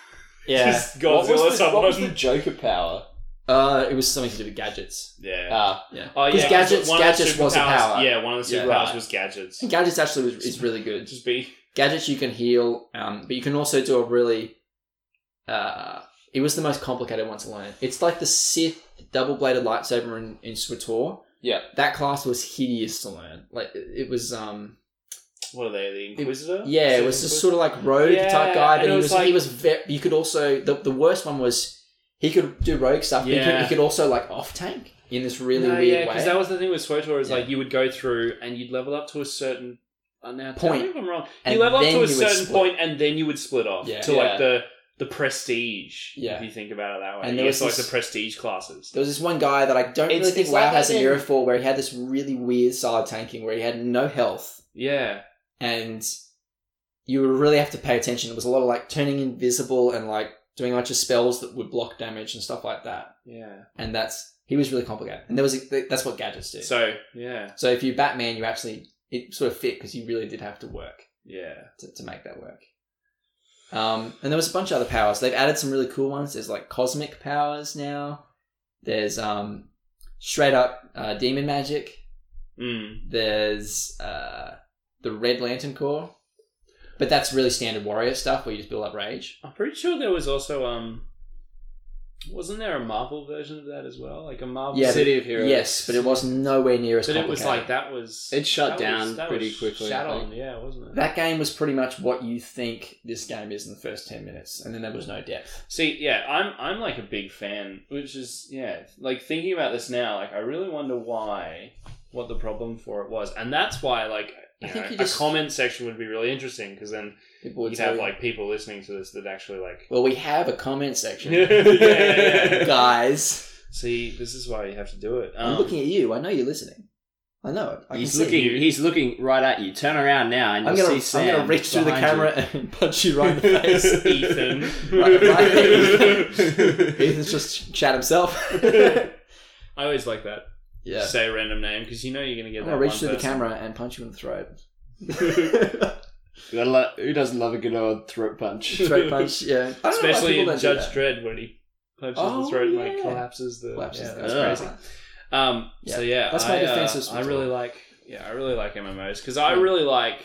Speaker 1: yeah.
Speaker 3: Just
Speaker 2: What
Speaker 3: Godzilla
Speaker 2: was, the, what was the
Speaker 3: someone.
Speaker 2: Joker power?
Speaker 1: Uh, it was something to do with gadgets.
Speaker 3: Yeah.
Speaker 2: Ah,
Speaker 1: Yeah.
Speaker 3: oh, yeah.
Speaker 1: Uh, 'cause
Speaker 3: 'cause
Speaker 1: gadgets-
Speaker 3: one of the
Speaker 1: gadgets was a
Speaker 3: superpowers-
Speaker 1: power.
Speaker 3: Yeah, one of the
Speaker 1: Yeah.
Speaker 3: superpowers
Speaker 2: Right.
Speaker 3: was gadgets.
Speaker 1: And gadgets actually was, is really good.
Speaker 3: Just be.
Speaker 1: gadgets you can heal, um, but you can also do a really. Uh, it was the most complicated one to learn. It's like the Sith double bladed lightsaber in, in Swator.
Speaker 2: Yeah.
Speaker 1: that class was hideous to learn. Like it it was, um,
Speaker 3: What are they? The Inquisitor?
Speaker 1: yeah, it was just sort of like rogue type guy. But
Speaker 3: and
Speaker 1: he
Speaker 3: it
Speaker 1: was,
Speaker 3: was like-
Speaker 1: he was very. You could also the the worst one was he could do rogue stuff. But he, could,
Speaker 3: Yeah.
Speaker 1: he could also like off tank in this really
Speaker 3: no, yeah,
Speaker 1: weird way.
Speaker 3: because that was the thing with Swotor is
Speaker 1: Yeah.
Speaker 3: like you would go through and you'd level up to a certain. Uh, now tell
Speaker 1: Point.
Speaker 3: me if I'm wrong.
Speaker 1: And
Speaker 3: you level up
Speaker 1: then
Speaker 3: to a
Speaker 1: you would
Speaker 3: certain
Speaker 1: split.
Speaker 3: point and then you would split off
Speaker 1: Yeah.
Speaker 3: to
Speaker 2: Yeah.
Speaker 3: like the the prestige.
Speaker 1: Yeah.
Speaker 3: if you think about it that way.
Speaker 1: And
Speaker 3: And
Speaker 1: there
Speaker 3: there
Speaker 1: was
Speaker 3: like
Speaker 1: this-
Speaker 3: the prestige classes.
Speaker 1: There was this one guy that I don't
Speaker 2: It's-
Speaker 1: really think
Speaker 2: it's
Speaker 1: WoW
Speaker 2: like that
Speaker 1: has an
Speaker 2: in-
Speaker 1: era for, where he had this really weird side tanking where he had no health.
Speaker 3: Yeah,
Speaker 1: and you would really have to pay attention. It was a lot of like turning invisible and like doing a bunch of spells that would block damage and stuff like that.
Speaker 3: yeah.
Speaker 1: And that's he was really complicated. And there was a, that's what gadgets do. So,
Speaker 3: So yeah,
Speaker 1: if you Batman, you actually it sort of fit because you really did have to work
Speaker 3: yeah.
Speaker 1: to, to make that work. Um, and there was a bunch of other powers. They've added some really cool ones. There's like cosmic powers now. There's um, straight up uh, demon magic.
Speaker 3: Mm.
Speaker 1: There's uh, the Red Lantern Corps, but that's really standard warrior stuff where you just build up rage.
Speaker 3: I'm pretty sure there was also um. Wasn't there a Marvel version of that as well? Like a Marvel
Speaker 1: Yeah,
Speaker 3: City
Speaker 2: City of Heroes.
Speaker 1: Yes, but it was nowhere near as
Speaker 3: But it was like
Speaker 1: complicated.
Speaker 3: that was
Speaker 2: It shut
Speaker 3: that
Speaker 2: down
Speaker 3: that
Speaker 2: pretty
Speaker 3: was
Speaker 2: quickly, I
Speaker 3: Shut on,
Speaker 2: think.
Speaker 3: yeah, wasn't it?
Speaker 1: That game was pretty much what you think this game is in the first ten minutes, and then there was no depth.
Speaker 3: See, yeah, I'm I'm like a big fan, which is yeah, like thinking about this now, like I really wonder why, what the problem for it was, and that's why like you
Speaker 1: I think
Speaker 3: know,
Speaker 1: you just-
Speaker 3: a comment section would be really interesting because then
Speaker 1: People would
Speaker 3: you'd have
Speaker 1: say,
Speaker 3: like people listening to this that actually like.
Speaker 1: "Well, we have a comment section,
Speaker 3: Yeah, yeah, yeah.
Speaker 1: guys.
Speaker 3: See, this is why you have to do it. Um,
Speaker 1: I'm looking at you. I know you're listening. I know it. I
Speaker 2: he's
Speaker 1: can see
Speaker 2: looking.
Speaker 1: you.
Speaker 2: He's looking right at you. Turn around now, and
Speaker 1: I'm
Speaker 2: you'll
Speaker 1: gonna,
Speaker 2: see Sam
Speaker 1: I'm gonna reach through the
Speaker 2: behind you.
Speaker 1: camera and punch you right in the face,
Speaker 3: Ethan.
Speaker 1: Right, right. Ethan's just chat himself.
Speaker 3: I always like that.
Speaker 1: yeah.
Speaker 3: Say a random name because you know you're gonna get
Speaker 1: I'm
Speaker 3: that.
Speaker 1: gonna reach
Speaker 3: one
Speaker 1: through the
Speaker 3: person.
Speaker 1: camera and punch you in the throat.
Speaker 2: Gotta lo- Who doesn't love a good old throat punch?
Speaker 1: throat punch, yeah. I don't know why
Speaker 3: especially
Speaker 1: people
Speaker 3: in
Speaker 1: don't do
Speaker 3: Judge
Speaker 1: that.
Speaker 3: Dredd when he punches
Speaker 1: Oh,
Speaker 3: the throat and
Speaker 1: yeah.
Speaker 3: like collapses the.
Speaker 1: Collapses,
Speaker 3: yeah,
Speaker 1: that's
Speaker 3: ugh.
Speaker 1: crazy.
Speaker 3: Um. So yeah,
Speaker 1: That's my
Speaker 3: I, uh,
Speaker 1: defensive
Speaker 3: I
Speaker 1: switch
Speaker 3: really
Speaker 1: on.
Speaker 3: like. Yeah, I really like MMOs because I
Speaker 1: Mm.
Speaker 3: really like.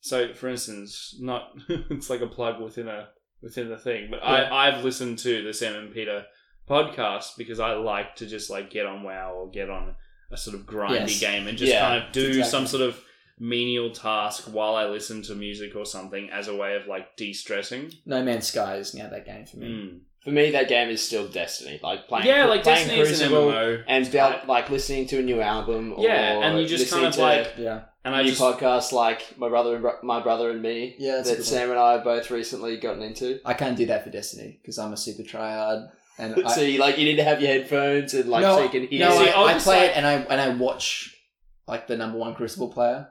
Speaker 3: So, for instance, not it's like a plug within a within the thing, but I I've listened to the Sam and Peter podcast because I like to just like get on WoW or get on a sort of grindy
Speaker 1: Yes.
Speaker 3: game and just
Speaker 2: Yeah,
Speaker 3: kind of do
Speaker 1: exactly.
Speaker 3: some sort of menial task while I listen to music or something as a way of like de stressing.
Speaker 1: No Man's Sky is now that game for me.
Speaker 3: Mm.
Speaker 2: for me, that game is still Destiny. Like playing,
Speaker 3: yeah, like
Speaker 2: playing
Speaker 3: Destiny is an
Speaker 2: Crucible
Speaker 3: MMO,
Speaker 2: and
Speaker 3: Right.
Speaker 2: about, like listening to a new album. Or
Speaker 3: Yeah, and you just kind
Speaker 2: listening
Speaker 3: of,
Speaker 2: to
Speaker 3: like,
Speaker 1: Yeah,
Speaker 3: and I
Speaker 2: new
Speaker 3: just
Speaker 2: podcasts like my brother and Bro- my brother and me
Speaker 1: yeah. That's a
Speaker 2: that
Speaker 1: good one.
Speaker 2: Sam and I have both recently gotten into.
Speaker 1: I can't do that for Destiny because I'm a super triad, and I,
Speaker 2: so you, like you need to have your headphones and like
Speaker 1: No,
Speaker 2: so you can hear.
Speaker 1: no,
Speaker 3: see,
Speaker 2: it
Speaker 3: I was
Speaker 1: I, I
Speaker 3: just
Speaker 1: play
Speaker 3: like-
Speaker 1: it and I and I watch like the number one Crucible player.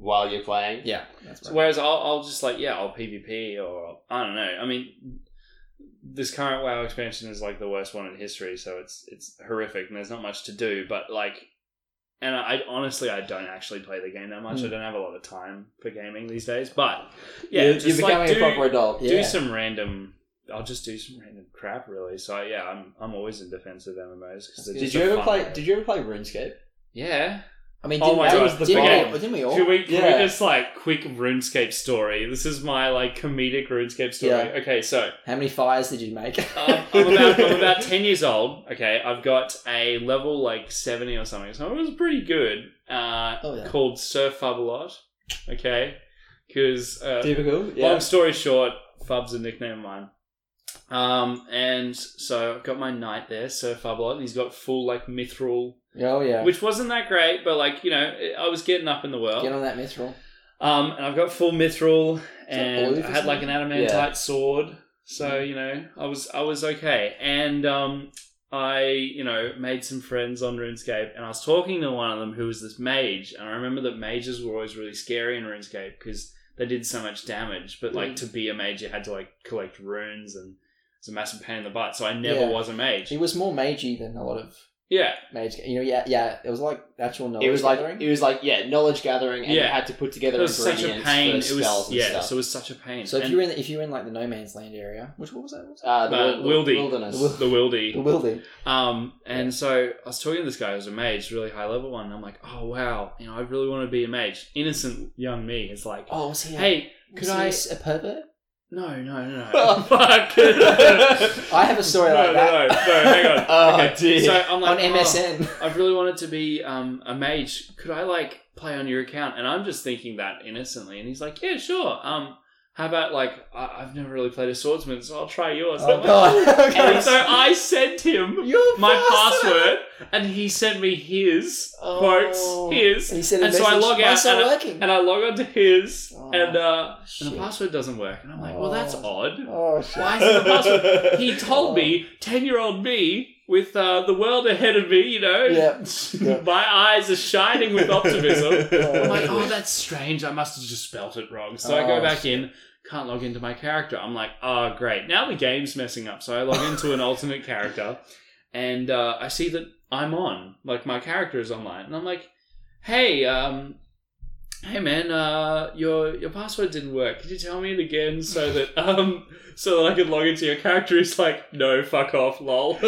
Speaker 2: while you're playing.
Speaker 1: Yeah, that's
Speaker 3: So
Speaker 1: right.
Speaker 3: whereas I'll, I'll just like yeah I'll PvP or I don't know I mean this current WoW expansion is like the worst one in history so it's it's horrific and there's not much to do but like and I, I honestly I don't actually play the game that much
Speaker 1: Hmm.
Speaker 3: I don't have a lot of time for gaming these days but yeah
Speaker 2: You're, you're
Speaker 3: just
Speaker 2: becoming
Speaker 3: like
Speaker 2: a
Speaker 3: do,
Speaker 2: proper adult.
Speaker 1: Yeah.
Speaker 3: do some random I'll just do some random crap really so yeah I'm I'm always in defense of MMOs because
Speaker 2: Did you ever play? Did you ever play RuneScape?
Speaker 3: yeah
Speaker 1: I mean,
Speaker 3: Oh
Speaker 1: didn't,
Speaker 3: my
Speaker 1: that
Speaker 3: God,
Speaker 1: was
Speaker 3: the
Speaker 1: didn't, we,
Speaker 3: game.
Speaker 1: all- didn't we all?
Speaker 3: Should we, can
Speaker 2: Yeah.
Speaker 3: we just like quick RuneScape story? This is my like comedic RuneScape story.
Speaker 1: Yeah.
Speaker 3: Okay, so
Speaker 1: How many fires did you make?
Speaker 3: um, I'm, about, I'm about 10 years old. Okay, I've got a level like 70 or something, so it was pretty good. Uh,
Speaker 1: Oh, yeah.
Speaker 3: Called Sir Fubalot. Okay, because uh,
Speaker 2: Typical.
Speaker 3: Long story short, Fub's a nickname of mine. Um, and so I've got my knight there, Sir Fubalot, and he's got full like mithril,
Speaker 1: Oh yeah,
Speaker 3: which wasn't that great, but like you know, I was getting up in the world.
Speaker 1: get on that mithril.
Speaker 3: Um, and I've got full mithril,
Speaker 1: that
Speaker 3: and
Speaker 1: blue
Speaker 3: I had like an adamantite
Speaker 2: Yeah.
Speaker 3: sword. So you know, I was I was okay, and um, I you know made some friends on RuneScape, and I was talking to one of them who was this mage, and I remember that mages were always really scary in RuneScape because they did so much damage, but like
Speaker 1: Mm.
Speaker 3: to be a mage, you had to like collect runes, and it's a massive pain in the butt. So I never
Speaker 1: Yeah.
Speaker 3: was a mage.
Speaker 1: He was more magey than a lot of
Speaker 3: Yeah,
Speaker 1: mage. You know, yeah, yeah. It was like actual knowledge.
Speaker 2: It was like
Speaker 1: gathering.
Speaker 2: it was like yeah, knowledge gathering, and you
Speaker 3: Yeah.
Speaker 2: had to put
Speaker 3: it
Speaker 2: together
Speaker 3: was such
Speaker 2: ingredients
Speaker 3: a pain.
Speaker 2: for
Speaker 3: It
Speaker 2: spells
Speaker 3: was
Speaker 2: and
Speaker 3: yeah,
Speaker 2: stuff.
Speaker 3: so it was such a pain.
Speaker 1: so if
Speaker 3: And-
Speaker 1: you were in the, if you were in like the no man's land area, which what was that? What was that?
Speaker 2: uh, the
Speaker 3: Uh,
Speaker 2: wil-
Speaker 3: Wildy.
Speaker 2: wilderness.
Speaker 1: The
Speaker 3: the wildy,
Speaker 1: the wilding.
Speaker 3: Um, and
Speaker 1: Yeah.
Speaker 3: so I was talking to this guy who's a mage, really high level one. And I'm like, oh wow, you know, I really want to be a mage. Innocent young me is like,
Speaker 1: Oh, was he? a-
Speaker 3: hey, could
Speaker 1: was he
Speaker 3: I?
Speaker 1: a s- a pervert?
Speaker 3: No, no, no, no. Fuck.
Speaker 1: I have a story
Speaker 3: no,
Speaker 1: like
Speaker 3: no,
Speaker 1: that
Speaker 3: no, no, hang on.
Speaker 2: Oh
Speaker 3: Okay,
Speaker 2: dear.
Speaker 3: So I'm
Speaker 1: on
Speaker 3: like, oh,
Speaker 1: MSN.
Speaker 3: I've really wanted to be um, a mage. Could I like play on your account? And I'm just thinking that innocently. And he's like, yeah, sure. Um, how about like I- I've never really played a swordsman, so I'll try yours.
Speaker 1: Oh god.
Speaker 3: And so I sent him
Speaker 1: You're
Speaker 3: my
Speaker 1: faster.
Speaker 3: password, and he sent me his
Speaker 1: Oh.
Speaker 3: quotes, his,
Speaker 1: And he said,
Speaker 3: and so I log out
Speaker 1: not
Speaker 3: and I-
Speaker 1: working.
Speaker 3: and I log on to his,
Speaker 1: Oh,
Speaker 3: and uh, and the
Speaker 1: Shit.
Speaker 3: password doesn't work, and I'm like, well, that's
Speaker 1: Oh.
Speaker 3: odd.
Speaker 1: Oh shit.
Speaker 3: Why is the password? He told me, ten year old me, with uh, the world ahead of me, you know,
Speaker 1: Yeah. Yeah.
Speaker 3: my eyes are shining with optimism. I'm like,
Speaker 1: shit.
Speaker 3: oh, that's strange. I must have just spelt it wrong. So I
Speaker 1: Oh,
Speaker 3: go back in. Can't log into my character. I'm like, oh, great. Now the game's messing up. So I log into an alternate character, and uh, I see that I'm on. Like my character is online, and I'm like, hey, um, hey, man, uh, your your password didn't work. Could you tell me it again so that um, so that I can log into your character? He's like, no, fuck off, lol.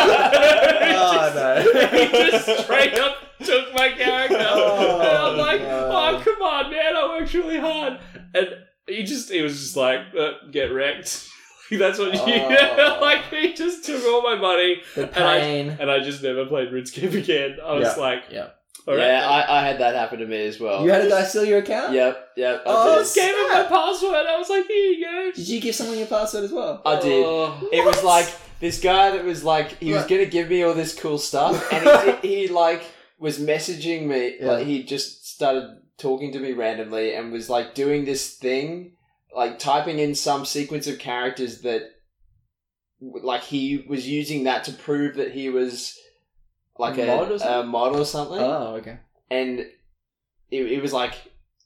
Speaker 1: Oh, no.
Speaker 3: he just straight up took my character.
Speaker 1: Oh,
Speaker 3: and I'm like,
Speaker 1: no.
Speaker 3: oh come on, man, I worked really hard. And he just he was just like, uh, get wrecked. That's what you
Speaker 1: Oh.
Speaker 3: like. He just took all my money,
Speaker 1: The
Speaker 3: And I-
Speaker 1: pain.
Speaker 3: and I just never played RuneScape again. I was
Speaker 1: Yeah.
Speaker 3: like,
Speaker 1: Yeah.
Speaker 3: all right.
Speaker 2: yeah, I, I had that happen to me as well.
Speaker 1: You had a guy steal your account?
Speaker 2: Yep, yep. I
Speaker 1: Oh,
Speaker 2: did.
Speaker 1: it's-
Speaker 3: gave him my password. I was like, here you go.
Speaker 1: Did you give someone your password as well?
Speaker 2: I did.
Speaker 3: Oh.
Speaker 2: It was like this guy that was like he was
Speaker 1: Right.
Speaker 2: gonna give me all this cool stuff, and he, he like was messaging me.
Speaker 1: Yeah.
Speaker 2: Like he just started talking to me randomly and was like doing this thing, like typing in some sequence of characters that, like he was using that to prove that he was like
Speaker 1: A
Speaker 2: a,
Speaker 1: mod or
Speaker 2: a
Speaker 1: something?
Speaker 2: mod or something,
Speaker 1: Oh, okay.
Speaker 2: and it, it was like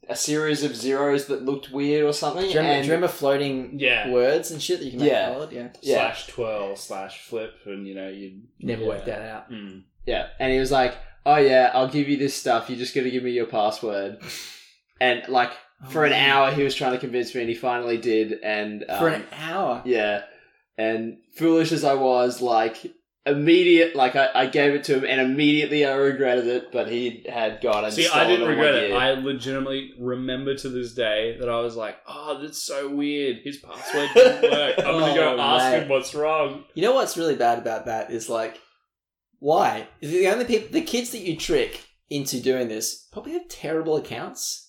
Speaker 2: a series of zeros that looked weird or something.
Speaker 1: Do you remember,
Speaker 2: and
Speaker 1: do you remember floating
Speaker 3: yeah,
Speaker 1: words and shit that you can make
Speaker 2: Yeah.
Speaker 1: forward? Yeah.
Speaker 2: yeah.
Speaker 3: slash twirl slash flip, and you know you
Speaker 1: Never
Speaker 3: yeah.
Speaker 1: worked that out.
Speaker 2: Hmm.
Speaker 3: Mm.
Speaker 2: Yeah, and he was like, "Oh yeah, I'll give you this stuff. You're just gonna give me your password." And like
Speaker 1: Oh,
Speaker 2: for an hour, he was trying to convince me, and he finally did. And um,
Speaker 1: For an hour.
Speaker 2: yeah, and foolish as I was, like immediate, like I, I gave it to him, and immediately I regretted it. But he had gone and
Speaker 3: See, I
Speaker 2: stolen
Speaker 3: didn't
Speaker 2: all my
Speaker 3: regret it.
Speaker 2: gear.
Speaker 3: I legitimately remember to this day that I was like, "Oh, that's so weird. His password didn't work. I'm gonna go
Speaker 1: Oh,
Speaker 3: ask
Speaker 1: mate.
Speaker 3: him what's wrong."
Speaker 1: You know what's really bad about that is like, why? The only people, the kids that you trick into doing this probably have terrible accounts.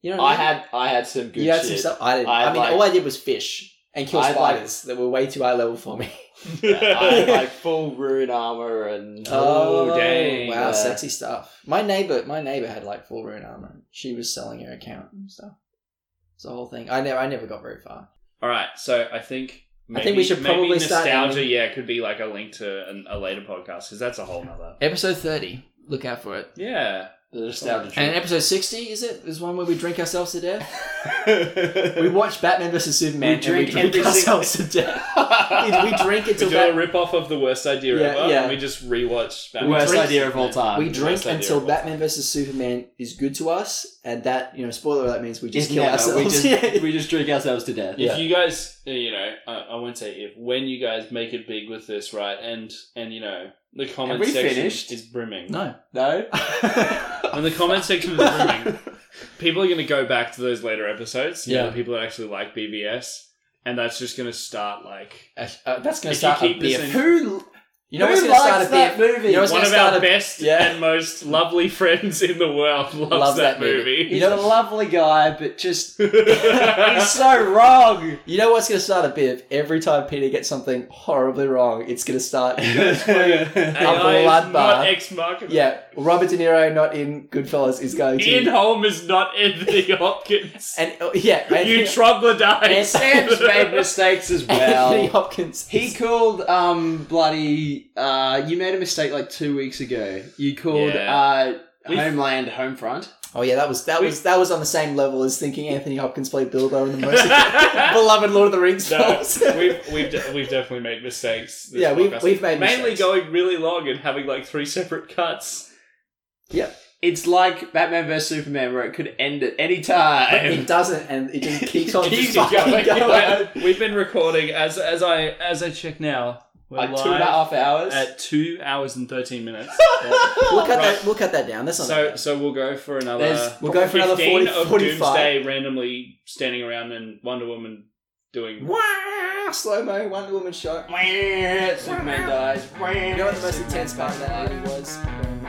Speaker 1: You know what
Speaker 2: I
Speaker 1: I mean?
Speaker 2: had I had some good
Speaker 1: you had
Speaker 2: shit.
Speaker 1: some stuff. I didn't.
Speaker 2: I
Speaker 1: I,
Speaker 2: had,
Speaker 1: mean,
Speaker 2: like-
Speaker 1: all I did was fish. and kill
Speaker 2: I'd like-
Speaker 1: spiders that were way too high level for me.
Speaker 2: I had, like full rune armor and
Speaker 4: Oh, dang.
Speaker 1: Wow,
Speaker 2: Yeah.
Speaker 1: sexy stuff. My neighbor, my neighbor had like full rune armor. She was selling her account and stuff. It's the whole thing. I never, I never got very far.
Speaker 4: All right, so I think maybe,
Speaker 1: I think we should
Speaker 4: maybe
Speaker 1: probably start
Speaker 4: nostalgia.
Speaker 1: ending-
Speaker 4: yeah, could be like a link to an, a later podcast because that's a whole nother.
Speaker 1: Episode thirty. Look out for it.
Speaker 4: Yeah,
Speaker 2: the nostalgia
Speaker 1: And episode sixty is it? Is one where we drink ourselves to death. we watch Batman vs Superman.
Speaker 2: We
Speaker 1: and
Speaker 2: drink
Speaker 1: we drink
Speaker 2: every single-
Speaker 1: ourselves to death. We- we drink
Speaker 3: We
Speaker 1: until
Speaker 3: do
Speaker 1: that.
Speaker 3: a rip off of the worst idea
Speaker 1: Yeah,
Speaker 3: ever,
Speaker 1: yeah.
Speaker 3: and we just rewatch. Batman.
Speaker 2: Worst
Speaker 1: drink-
Speaker 2: idea of all time.
Speaker 1: We drink
Speaker 3: Worst idea
Speaker 1: until
Speaker 3: of all time.
Speaker 1: Batman vs Superman is good to us, and that you know, spoiler alert means we just
Speaker 2: Just
Speaker 1: kill
Speaker 2: We
Speaker 1: ourselves.
Speaker 2: just,
Speaker 1: Yeah.
Speaker 2: we just drink ourselves to death.
Speaker 3: If you guys, uh, you know, I, I won't say if when you guys make it big with this, right? And and you know, the comment
Speaker 2: we
Speaker 3: section
Speaker 2: finished?
Speaker 3: is brimming.
Speaker 1: no.
Speaker 2: No?
Speaker 3: When the comment section is brimming, people are going to go back to those later episodes. Yeah,
Speaker 1: Yeah.
Speaker 3: the people that actually like BBS, and that's just going to start like
Speaker 1: Uh, uh, that's going
Speaker 3: If
Speaker 1: to
Speaker 3: you
Speaker 1: start a
Speaker 3: keep this
Speaker 1: beef.
Speaker 3: in-
Speaker 1: Who? You know
Speaker 2: Who
Speaker 1: what's going to start a
Speaker 2: likes
Speaker 1: beef?
Speaker 2: that movie?
Speaker 1: You know what's
Speaker 3: one
Speaker 1: going to
Speaker 3: of our
Speaker 1: start a beef?
Speaker 3: best
Speaker 1: yeah.
Speaker 3: and most lovely friends in the world loves,
Speaker 1: Loves that
Speaker 3: that,
Speaker 1: movie.
Speaker 3: movie.
Speaker 2: He's a lovely guy, but just he's
Speaker 3: He's-
Speaker 2: so wrong.
Speaker 1: You know what's going to start a beef? Every time Peter gets something horribly wrong, it's going to start.
Speaker 3: AI is
Speaker 1: bloodbath.
Speaker 3: not X Mark.
Speaker 1: yeah, Robert De Niro not in Goodfellas is going to.
Speaker 3: Ian Holm is not Anthony Hopkins.
Speaker 1: and oh, yeah,
Speaker 3: you
Speaker 1: Anthony,
Speaker 2: And
Speaker 3: troglodytes.
Speaker 2: Sam's made mistakes as
Speaker 1: Anthony
Speaker 2: well.
Speaker 1: Hopkins.
Speaker 2: He called um bloody uh you made a mistake like two weeks ago. You called
Speaker 3: Yeah.
Speaker 2: uh
Speaker 3: We've-
Speaker 2: Homeland Homefront.
Speaker 1: Oh yeah, that was that
Speaker 3: We-
Speaker 1: was that was on the same level as thinking Anthony Hopkins played Bilbo in the most beloved Lord of the Rings
Speaker 3: No,
Speaker 1: films.
Speaker 3: we've we've de- we've definitely made mistakes. this
Speaker 1: yeah, we've
Speaker 3: podcast.
Speaker 1: we've made
Speaker 3: mainly
Speaker 1: mistakes.
Speaker 3: going really long and having like three separate cuts.
Speaker 2: It's like Batman vs Superman where it could end at any time.
Speaker 1: It doesn't, and it just keeps on
Speaker 2: Keeps
Speaker 1: Oh, just fucking
Speaker 2: going.
Speaker 1: going.
Speaker 3: But we've been recording as as I as I check now. We're
Speaker 2: Like two
Speaker 3: live
Speaker 2: and a half hours.
Speaker 3: at two hours and thirteen minutes.
Speaker 1: We'll cut
Speaker 3: Right.
Speaker 1: that. We'll cut that down. That's not.
Speaker 3: so
Speaker 1: bad.
Speaker 3: so we'll go for another.
Speaker 2: There's-
Speaker 1: we'll go for another 40,
Speaker 3: 15 of
Speaker 1: 45.
Speaker 3: Doomsday randomly standing around and Wonder Woman doing.
Speaker 1: Wow, slow mo Wonder Woman shot.
Speaker 2: Superman dies.
Speaker 1: You know what the most intense part of that movie was? When